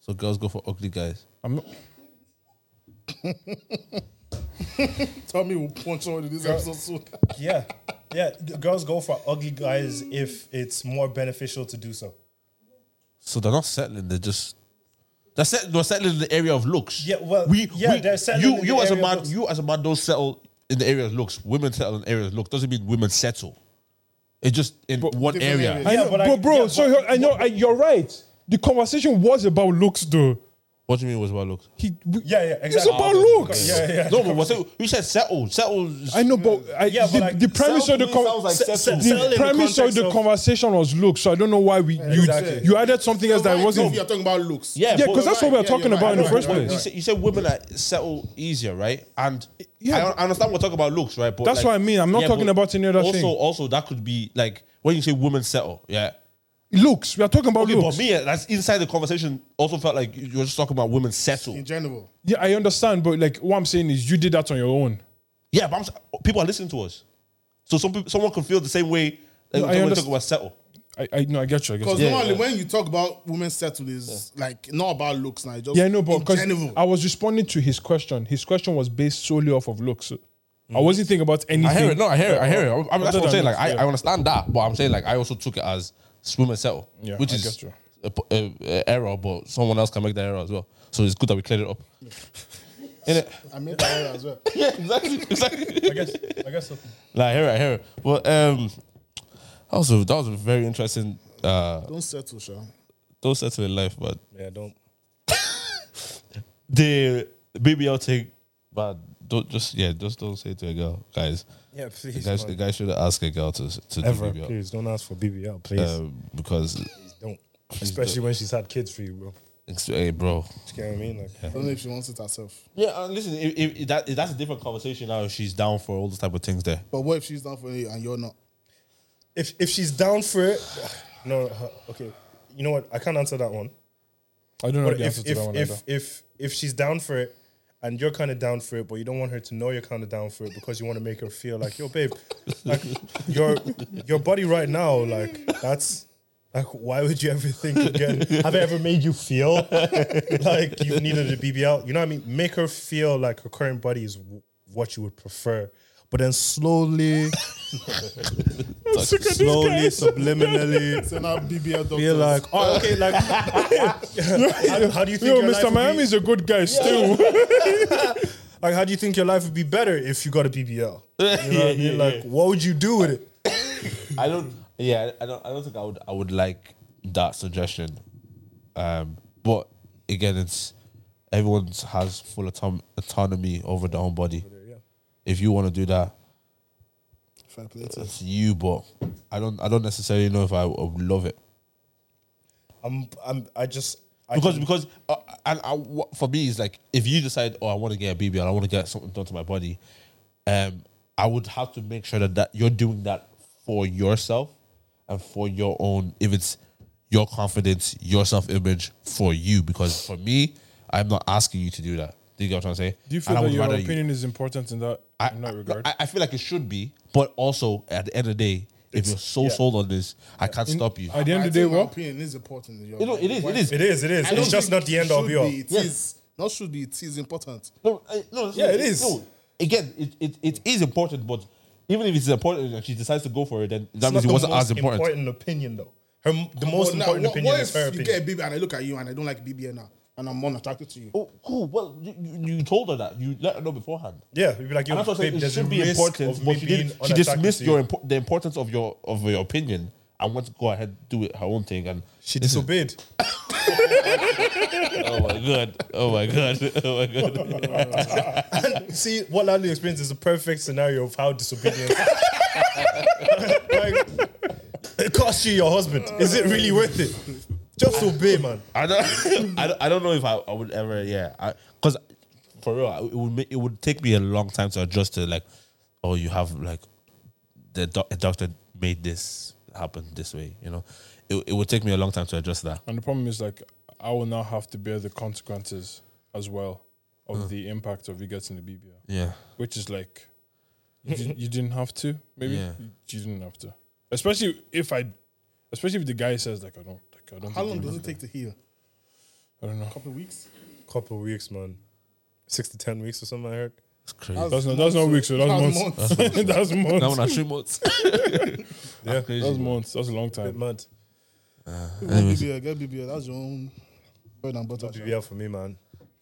Speaker 2: so girls go for ugly guys.
Speaker 4: I'm not
Speaker 3: Tell me we'll punch on in this episode soon.
Speaker 5: Yeah, yeah. g- Girls go for ugly guys if it's more beneficial to do so.
Speaker 2: So they're not settling. They're just they're settling. They're settling in the area of looks.
Speaker 5: Yeah, well, yeah, they're settling
Speaker 2: You,
Speaker 5: in
Speaker 2: you
Speaker 5: the
Speaker 2: as a
Speaker 5: area of
Speaker 2: man,
Speaker 5: looks.
Speaker 2: you as a man don't settle in the area of looks. Women settle in the area of looks. Doesn't mean women settle. It's just in one
Speaker 3: different
Speaker 2: area.
Speaker 3: areas.
Speaker 4: I
Speaker 5: Yeah,
Speaker 4: know,
Speaker 5: but I-
Speaker 4: bro, bro.
Speaker 5: yeah,
Speaker 4: so
Speaker 5: but-
Speaker 4: I know I, you're right. The conversation was about looks, though.
Speaker 2: What do you mean it was about looks?
Speaker 4: He, we,
Speaker 5: Yeah, yeah,
Speaker 4: It's
Speaker 5: exactly.
Speaker 4: about looks.
Speaker 5: Yeah, yeah.
Speaker 2: No, but what's it, we said settle. Settle.
Speaker 4: I know, but I,
Speaker 5: Yeah,
Speaker 4: the,
Speaker 5: but like,
Speaker 4: the premise of the
Speaker 7: Sounds
Speaker 4: con-
Speaker 7: like
Speaker 5: se-
Speaker 7: settle.
Speaker 5: se-
Speaker 4: the
Speaker 5: in the
Speaker 4: premise of
Speaker 5: context
Speaker 4: the
Speaker 5: of-
Speaker 4: conversation was looks. So I don't know why we you
Speaker 5: exactly.
Speaker 4: you added something else that wasn't.
Speaker 3: You're talking about looks.
Speaker 2: yeah,
Speaker 4: Yeah,
Speaker 2: but-
Speaker 4: because that's what we were
Speaker 3: Yeah,
Speaker 4: talking
Speaker 3: you're
Speaker 4: about in the
Speaker 3: right,
Speaker 4: first
Speaker 3: you're right,
Speaker 4: place.
Speaker 2: You said, you said women that settle easier, right? And
Speaker 4: Yeah,
Speaker 2: I, un- I understand we're talking about looks, right? But
Speaker 4: That's
Speaker 2: like-
Speaker 4: what I mean. I'm not talking
Speaker 2: but
Speaker 4: about any other
Speaker 2: also,
Speaker 4: thing.
Speaker 2: Also, that could be like when you say women settle, yeah.
Speaker 4: Looks. We are talking about
Speaker 2: Okay,
Speaker 4: looks.
Speaker 2: but me, eh, that's inside the conversation. Also felt like you you were just talking about women settle.
Speaker 3: In general.
Speaker 4: yeah, I understand, but like what I'm saying is, you did that on your own.
Speaker 2: Yeah, but I'm, s- people are listening to us, so some people, someone can feel the same way. Like,
Speaker 4: No, I
Speaker 2: when we
Speaker 4: underst-
Speaker 2: talk about settle.
Speaker 4: I, I no, I get you. I get
Speaker 3: Because
Speaker 4: you.
Speaker 3: normally when you talk about women settled, is like not about looks now. it's Just
Speaker 4: Yeah, no, but
Speaker 3: in
Speaker 4: because
Speaker 3: general.
Speaker 4: I was responding to his question. His question was based solely off of looks. I wasn't thinking about anything.
Speaker 2: I hear it. No, I hear it. I hear it. I, I, that's
Speaker 4: Other
Speaker 2: what I'm saying.
Speaker 4: than
Speaker 2: Like, I,
Speaker 4: looks,
Speaker 2: I understand that, but I'm saying like I also took it as swim and settle,
Speaker 4: Yeah,
Speaker 2: which
Speaker 4: I
Speaker 2: is
Speaker 4: get you.
Speaker 2: a, p- a- a error, but someone else can make that error as well. So it's good that we cleared it up. Innit?
Speaker 3: I made that error as well.
Speaker 2: yeah, exactly, exactly.
Speaker 5: I guess, I guess so.
Speaker 2: Like, I hear it, I hear it. But um, also that was a very interesting. Uh,
Speaker 3: Don't settle, Sean.
Speaker 2: those settle in life, but
Speaker 5: Yeah, don't.
Speaker 2: the BBL thing, but don't just yeah, just don't say to a girl, guys.
Speaker 5: Yeah,
Speaker 2: The
Speaker 5: please.
Speaker 2: guy, the guy should ask a girl to to
Speaker 5: Ever,
Speaker 2: do BBL
Speaker 5: please don't ask for BBL, please.
Speaker 2: um, because,
Speaker 5: don't. Especially when she's had kids for you, bro.
Speaker 2: it's- hey, bro.
Speaker 5: You know what I mean? Like,
Speaker 3: I don't know if she wants it herself.
Speaker 2: Yeah, and listen, if, if, if that, if that's a different conversation now. If she's down for all those type of things, there.
Speaker 3: But what if she's down for it and you're not?
Speaker 5: if if she's down for it, no. huh, Okay, you know what? I can't answer that one.
Speaker 4: I don't know
Speaker 5: But
Speaker 4: the
Speaker 5: if
Speaker 4: answer to
Speaker 5: if
Speaker 4: that one. either.
Speaker 5: if, if if she's down for it, and you're kind of down for it, but you don't want her to know you're kind of down for it because you want to make her feel like, yo, babe, like your your body right now, like that's. Like, why would you ever think again? Have I ever made you feel like you needed a BBL? You know what I mean? Make her feel like her current body is w- what you would prefer. But then slowly, slowly, subliminally,
Speaker 3: Send out BBL doctors.
Speaker 5: Be like, oh, okay, like, how, how do you think
Speaker 4: Yo,
Speaker 5: your life
Speaker 4: Mr.
Speaker 5: would
Speaker 4: Miami is a good guy still.
Speaker 5: Be, like, how do you think your life would be better if you got a BBL? You know what I mean? like, what would you do with it?
Speaker 2: I don't. Yeah, I don't. I don't think I would. I would like that suggestion. Um, but again, it's everyone has full autom- autonomy over their own body. If you want to do that,
Speaker 3: Fair play to you.
Speaker 2: it's you. But I don't. I don't necessarily know if I would love it
Speaker 5: I'm, I'm, I just, I
Speaker 2: because
Speaker 5: can-
Speaker 2: because uh, and I, wha- for me it's like if you decide oh I want to get a BBL I want to get something done to my body, um, I would have to make sure that that you're doing that for yourself and for your own if it's your confidence your self image for you because for me I'm not asking you to do that. Do you get what I'm saying?
Speaker 4: Do you
Speaker 2: And
Speaker 4: feel
Speaker 2: I
Speaker 4: that
Speaker 2: would
Speaker 4: your
Speaker 2: rather you-
Speaker 4: opinion is important in that in that regard?
Speaker 2: I, I feel like it should be, but also at the end of the day, if you're so sold on this, I can't stop you.
Speaker 4: At the end
Speaker 3: I
Speaker 4: of the day,
Speaker 3: think my
Speaker 4: well,
Speaker 3: opinion is important.
Speaker 2: you know, it is, it is,
Speaker 5: it is, it is. It's just not the end all be all.
Speaker 3: It
Speaker 2: Yes.
Speaker 3: is. Not should be. It is important.
Speaker 2: No, I, no, that's
Speaker 5: Yeah,
Speaker 2: not-
Speaker 5: it is.
Speaker 2: No, again, it, it, it is important, but even if it's important and she decides to go for it, then that
Speaker 5: It's not
Speaker 2: means it
Speaker 5: the
Speaker 2: wasn't as
Speaker 5: most
Speaker 2: important.
Speaker 5: opinion though. Her, m- the
Speaker 3: But
Speaker 5: most
Speaker 3: now,
Speaker 5: important
Speaker 3: what-
Speaker 5: opinion
Speaker 3: what
Speaker 5: is
Speaker 3: if
Speaker 5: her
Speaker 3: you
Speaker 5: opinion.
Speaker 3: get a BBL and I look at you and I don't like BBL now and I'm unattracted to you?
Speaker 2: Oh, cool. Well, you, you you told her that. You let her know beforehand.
Speaker 5: yeah, you'd be like, yo,
Speaker 2: And that's what I'm saying.
Speaker 5: babe,
Speaker 2: It
Speaker 5: there's a
Speaker 2: should be
Speaker 5: risk
Speaker 2: important.
Speaker 5: of
Speaker 2: But
Speaker 5: me
Speaker 2: she,
Speaker 5: being
Speaker 2: did, she
Speaker 5: unattracted
Speaker 2: dismissed
Speaker 5: to
Speaker 2: your
Speaker 5: you.
Speaker 2: impo- the importance of your of your opinion and went to go ahead do it her own thing. And
Speaker 5: She disobeyed.
Speaker 2: oh my god, oh my god, oh my god.
Speaker 5: See, what Lando experienced is a perfect scenario of how disobedience. like, it costs you your husband. Is it really worth it? Just obey, man.
Speaker 2: I don't, I don't, I don't know if I, I would ever, yeah, because for real, I- it would ma- it would take me a long time to adjust to like, oh, you have like, the doc- a doctor made this happen this way, you know, it it would take me a long time to adjust to that.
Speaker 4: and the problem is like I will now have to bear the consequences as well of the impact of you getting the BBL,
Speaker 2: Yeah,
Speaker 4: which is like you, di- you didn't have to. Maybe
Speaker 2: Yeah.
Speaker 4: you, you didn't have to, especially if I, especially if the guy says like I don't, like I don't.
Speaker 3: How
Speaker 4: think
Speaker 3: long
Speaker 4: you
Speaker 3: does
Speaker 4: need
Speaker 3: it take to heal?
Speaker 4: I don't know.
Speaker 3: couple of weeks?
Speaker 5: Couple of weeks, man. Six to ten weeks or something. I heard.
Speaker 2: it's crazy.
Speaker 4: That's not that's not weeks. So that's
Speaker 3: That's
Speaker 4: months. that's months.
Speaker 2: That one at three months.
Speaker 5: Yeah,
Speaker 4: That's months. That's a long time.
Speaker 5: mad.
Speaker 3: BBL, get BBL. That's your own bread and butter.
Speaker 5: BBL for me, man.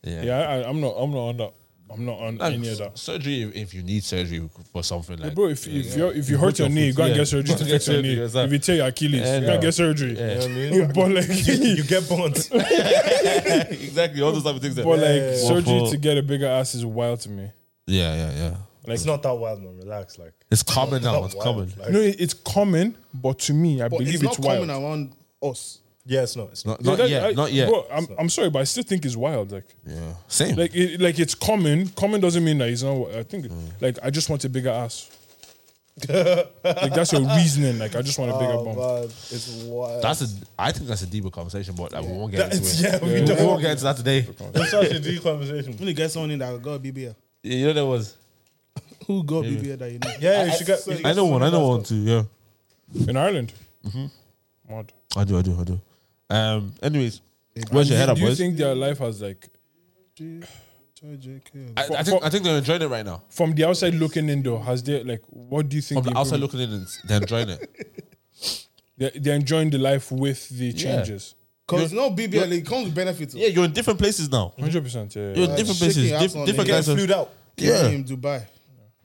Speaker 2: Yeah.
Speaker 4: Yeah, I, I- I'm not. I'm not on that. I'm not on
Speaker 2: And
Speaker 4: any of that.
Speaker 2: Surgery, if- if you need surgery for something like
Speaker 4: Bro, if, if, You're, if you
Speaker 2: You
Speaker 4: hurt
Speaker 2: put
Speaker 4: your
Speaker 2: your
Speaker 4: knee,
Speaker 2: foot-
Speaker 4: go and
Speaker 2: yeah.
Speaker 4: get surgery to
Speaker 2: Get
Speaker 4: fix your
Speaker 2: surgery,
Speaker 4: knee. If
Speaker 2: exactly.
Speaker 4: you tear your Achilles,
Speaker 2: Yeah,
Speaker 4: go and
Speaker 2: no.
Speaker 4: get surgery.
Speaker 2: Yeah.
Speaker 4: but like,
Speaker 5: You get bonds.
Speaker 2: exactly all those type of things.
Speaker 4: but like
Speaker 5: Yeah.
Speaker 4: surgery
Speaker 2: Waffle.
Speaker 4: to get a bigger ass is wild to me.
Speaker 2: yeah, yeah, yeah.
Speaker 5: it's not that wild, man. Relax, like
Speaker 2: It's common now.
Speaker 5: not
Speaker 2: It's
Speaker 5: wild,
Speaker 2: common.
Speaker 5: like-
Speaker 4: No, it- it's common, but to me, I
Speaker 3: But
Speaker 4: believe
Speaker 3: it's
Speaker 4: it's,
Speaker 3: not
Speaker 4: wild.
Speaker 3: common around us.
Speaker 5: yeah, it's not. It's not.
Speaker 2: Not, not
Speaker 4: Yeah, that-
Speaker 2: yet.
Speaker 4: I-
Speaker 2: not yet.
Speaker 4: Bro, I'm, I'm sorry, but I still think it's wild. Like,
Speaker 2: yeah. Same.
Speaker 4: like, it, like it's common. Common doesn't mean that it's not. wi- I think,
Speaker 2: Mm.
Speaker 4: like, I just want a bigger ass. like that's your reasoning. Like, I just want a bigger bum.
Speaker 5: wild. It's wild.
Speaker 2: that's a. I think that's a deeper conversation, but like, we won't get
Speaker 5: That's-
Speaker 2: into it.
Speaker 5: yeah, we
Speaker 2: we
Speaker 5: don't-
Speaker 2: won't get into that today.
Speaker 5: That's such a deep conversation.
Speaker 6: When you get someone in that got BBL,
Speaker 2: You know there was.
Speaker 6: who got BBL that you know?
Speaker 5: Yeah, you should get.
Speaker 6: so
Speaker 5: you should
Speaker 2: I
Speaker 5: get
Speaker 2: know one. I
Speaker 5: someone
Speaker 2: know
Speaker 5: else.
Speaker 2: one too. Yeah.
Speaker 4: In Ireland,
Speaker 2: Mm-hmm.
Speaker 4: Mad.
Speaker 2: I do. I do. I do. Um. Anyways, where's your head up,
Speaker 4: Do you
Speaker 2: boys?
Speaker 4: think their life has like
Speaker 2: I, I think I think they're enjoying it right now.
Speaker 4: from the outside looking in though? Has they like what do you think?
Speaker 2: From the
Speaker 4: the
Speaker 2: outside
Speaker 4: improvement-
Speaker 2: looking in, it's- they're enjoying it.
Speaker 4: they're, they're enjoying the life with the changes.
Speaker 2: Mm-hmm.
Speaker 6: Because no BBL, it comes with benefits.
Speaker 2: Yeah, you're in different places now.
Speaker 4: Hundred percent. Yeah.
Speaker 2: You're
Speaker 4: yeah.
Speaker 2: in
Speaker 6: shaking
Speaker 2: different places.
Speaker 6: ass
Speaker 2: Diff-
Speaker 6: on
Speaker 2: different
Speaker 6: it.
Speaker 5: Get
Speaker 2: guys. are-
Speaker 5: flued out.
Speaker 2: Yeah.
Speaker 6: In Dubai.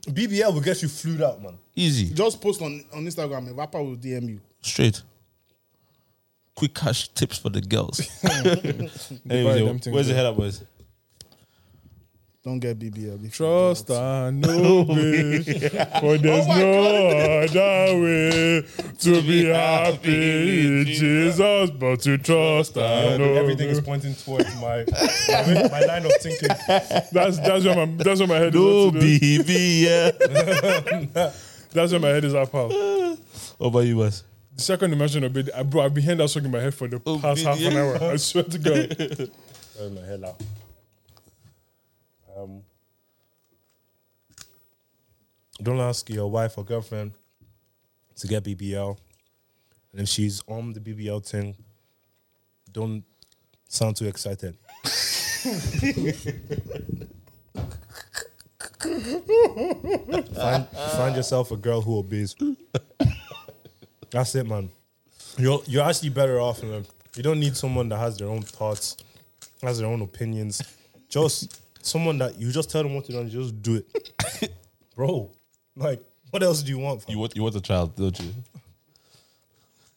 Speaker 5: BBL will get you flued out, man.
Speaker 2: Easy.
Speaker 6: Just post on, on Instagram, a rapper will DM you.
Speaker 2: Straight. Quick cash tips for the girls.
Speaker 4: Buy them things, yeah.
Speaker 2: head up, boys?
Speaker 6: Don't get BBL. before-
Speaker 4: Trust and
Speaker 5: Oh,
Speaker 4: obey, for there's no other way to be happy in Jesus but to trust and
Speaker 5: Everything
Speaker 4: obey.
Speaker 5: is pointing towards my my, my line of thinking.
Speaker 4: That's that's where my that's where my head is.
Speaker 2: No
Speaker 4: at today.
Speaker 2: BB, yeah.
Speaker 4: That's where my head is at, pal. The
Speaker 2: What about you, boys?
Speaker 4: second dimension obey, I- bro. I've been hearing that song in my head for the past half an hour. I swear to God.
Speaker 5: Oh, my hell out. Um, don't ask your wife or girlfriend to get BBL. And if she's on the BBL thing, don't sound too excited. find, find yourself a girl who obeys. That's it, man. You're you're actually better off, man. You don't need someone that has their own thoughts, has their own opinions. Just someone that you just tell them what to do and you just do it, bro. Like, what else do you want? fam?
Speaker 2: You want you want a child, don't you?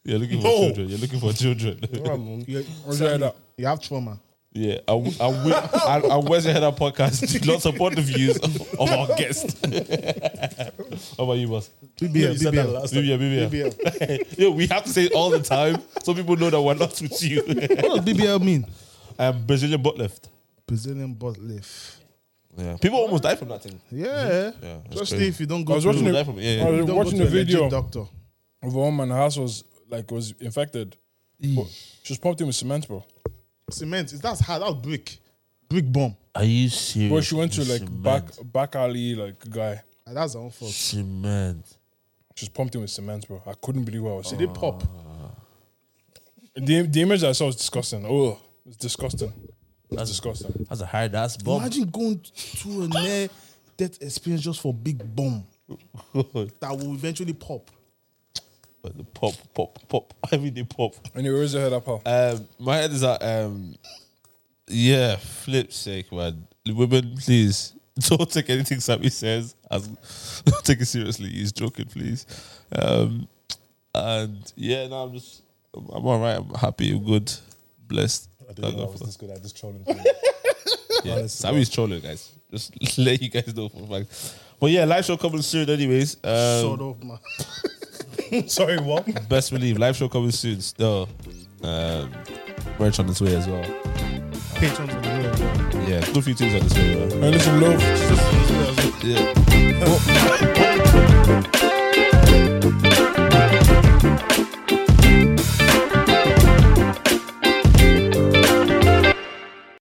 Speaker 2: You're looking for
Speaker 5: No.
Speaker 2: children. You're looking for children.
Speaker 5: Come on,
Speaker 4: Where's your head at?
Speaker 6: You have trauma.
Speaker 2: yeah, I, w- I, w- I, I Where's Your Head Up podcast did not support the views of, of our guest. How about you, boss?
Speaker 5: Yeah, you said that last time.
Speaker 2: BBL, BBL. Yo, we have to say it all the time so people know that we're not with you.
Speaker 6: What does BBL mean?
Speaker 2: um, Brazilian butt lift.
Speaker 6: Brazilian butt lift.
Speaker 2: Yeah. People almost die from that thing.
Speaker 6: Yeah.
Speaker 2: Mm-hmm. Yeah, that's
Speaker 6: Just
Speaker 2: crazy.
Speaker 6: if you don't
Speaker 4: I
Speaker 6: go
Speaker 4: was
Speaker 6: to,
Speaker 4: watching
Speaker 2: People
Speaker 4: a,
Speaker 2: die from it. Yeah, yeah.
Speaker 4: I was
Speaker 6: don't go to
Speaker 4: watching a
Speaker 6: a legit
Speaker 4: video of
Speaker 6: doctor.
Speaker 4: a woman. Her house was like was infected. But She was pumped in with cement, bro.
Speaker 6: Cement. Is That's hard. That's brick. Brick bomb.
Speaker 2: Are you serious?
Speaker 4: Well, she went to like back back alley like guy.
Speaker 6: Ah, That's our own fault.
Speaker 2: Cement.
Speaker 4: She was pumped in with cement, bro. I couldn't believe what I was
Speaker 6: Did
Speaker 4: seeing.
Speaker 6: it pop?
Speaker 4: The, the image I saw was disgusting. Oh, it's disgusting. That's disgusting.
Speaker 2: That's a hard ass bomb.
Speaker 6: Imagine going through a near death experience just for big bomb that will eventually pop.
Speaker 2: pop, pop, pop. Every day pop.
Speaker 4: Anyway, where's your head up, pal?
Speaker 2: Um, my head is at um, yeah, flip sake, man. Women, please don't take anything Sammy says as don't take it seriously. He's joking, please. Um, and yeah, no, I'm just I'm, I'm all right. I'm happy. I'm good. Blessed.
Speaker 5: I
Speaker 2: Thank
Speaker 5: didn't know I
Speaker 2: God for
Speaker 5: was
Speaker 2: that.
Speaker 5: this good at this trolling thing.
Speaker 2: Yeah, Sammy's trolling, guys. Just let you guys know for a fact. But yeah, live show coming soon, anyways. Um,
Speaker 6: Shut up, man.
Speaker 5: Sorry, what?
Speaker 2: best believe live show coming soon. Still, um, merch on its way as well.
Speaker 5: Patrons of the world.
Speaker 2: Yeah, good few things on this way.
Speaker 4: And listen, love.
Speaker 2: Yeah.
Speaker 5: bro.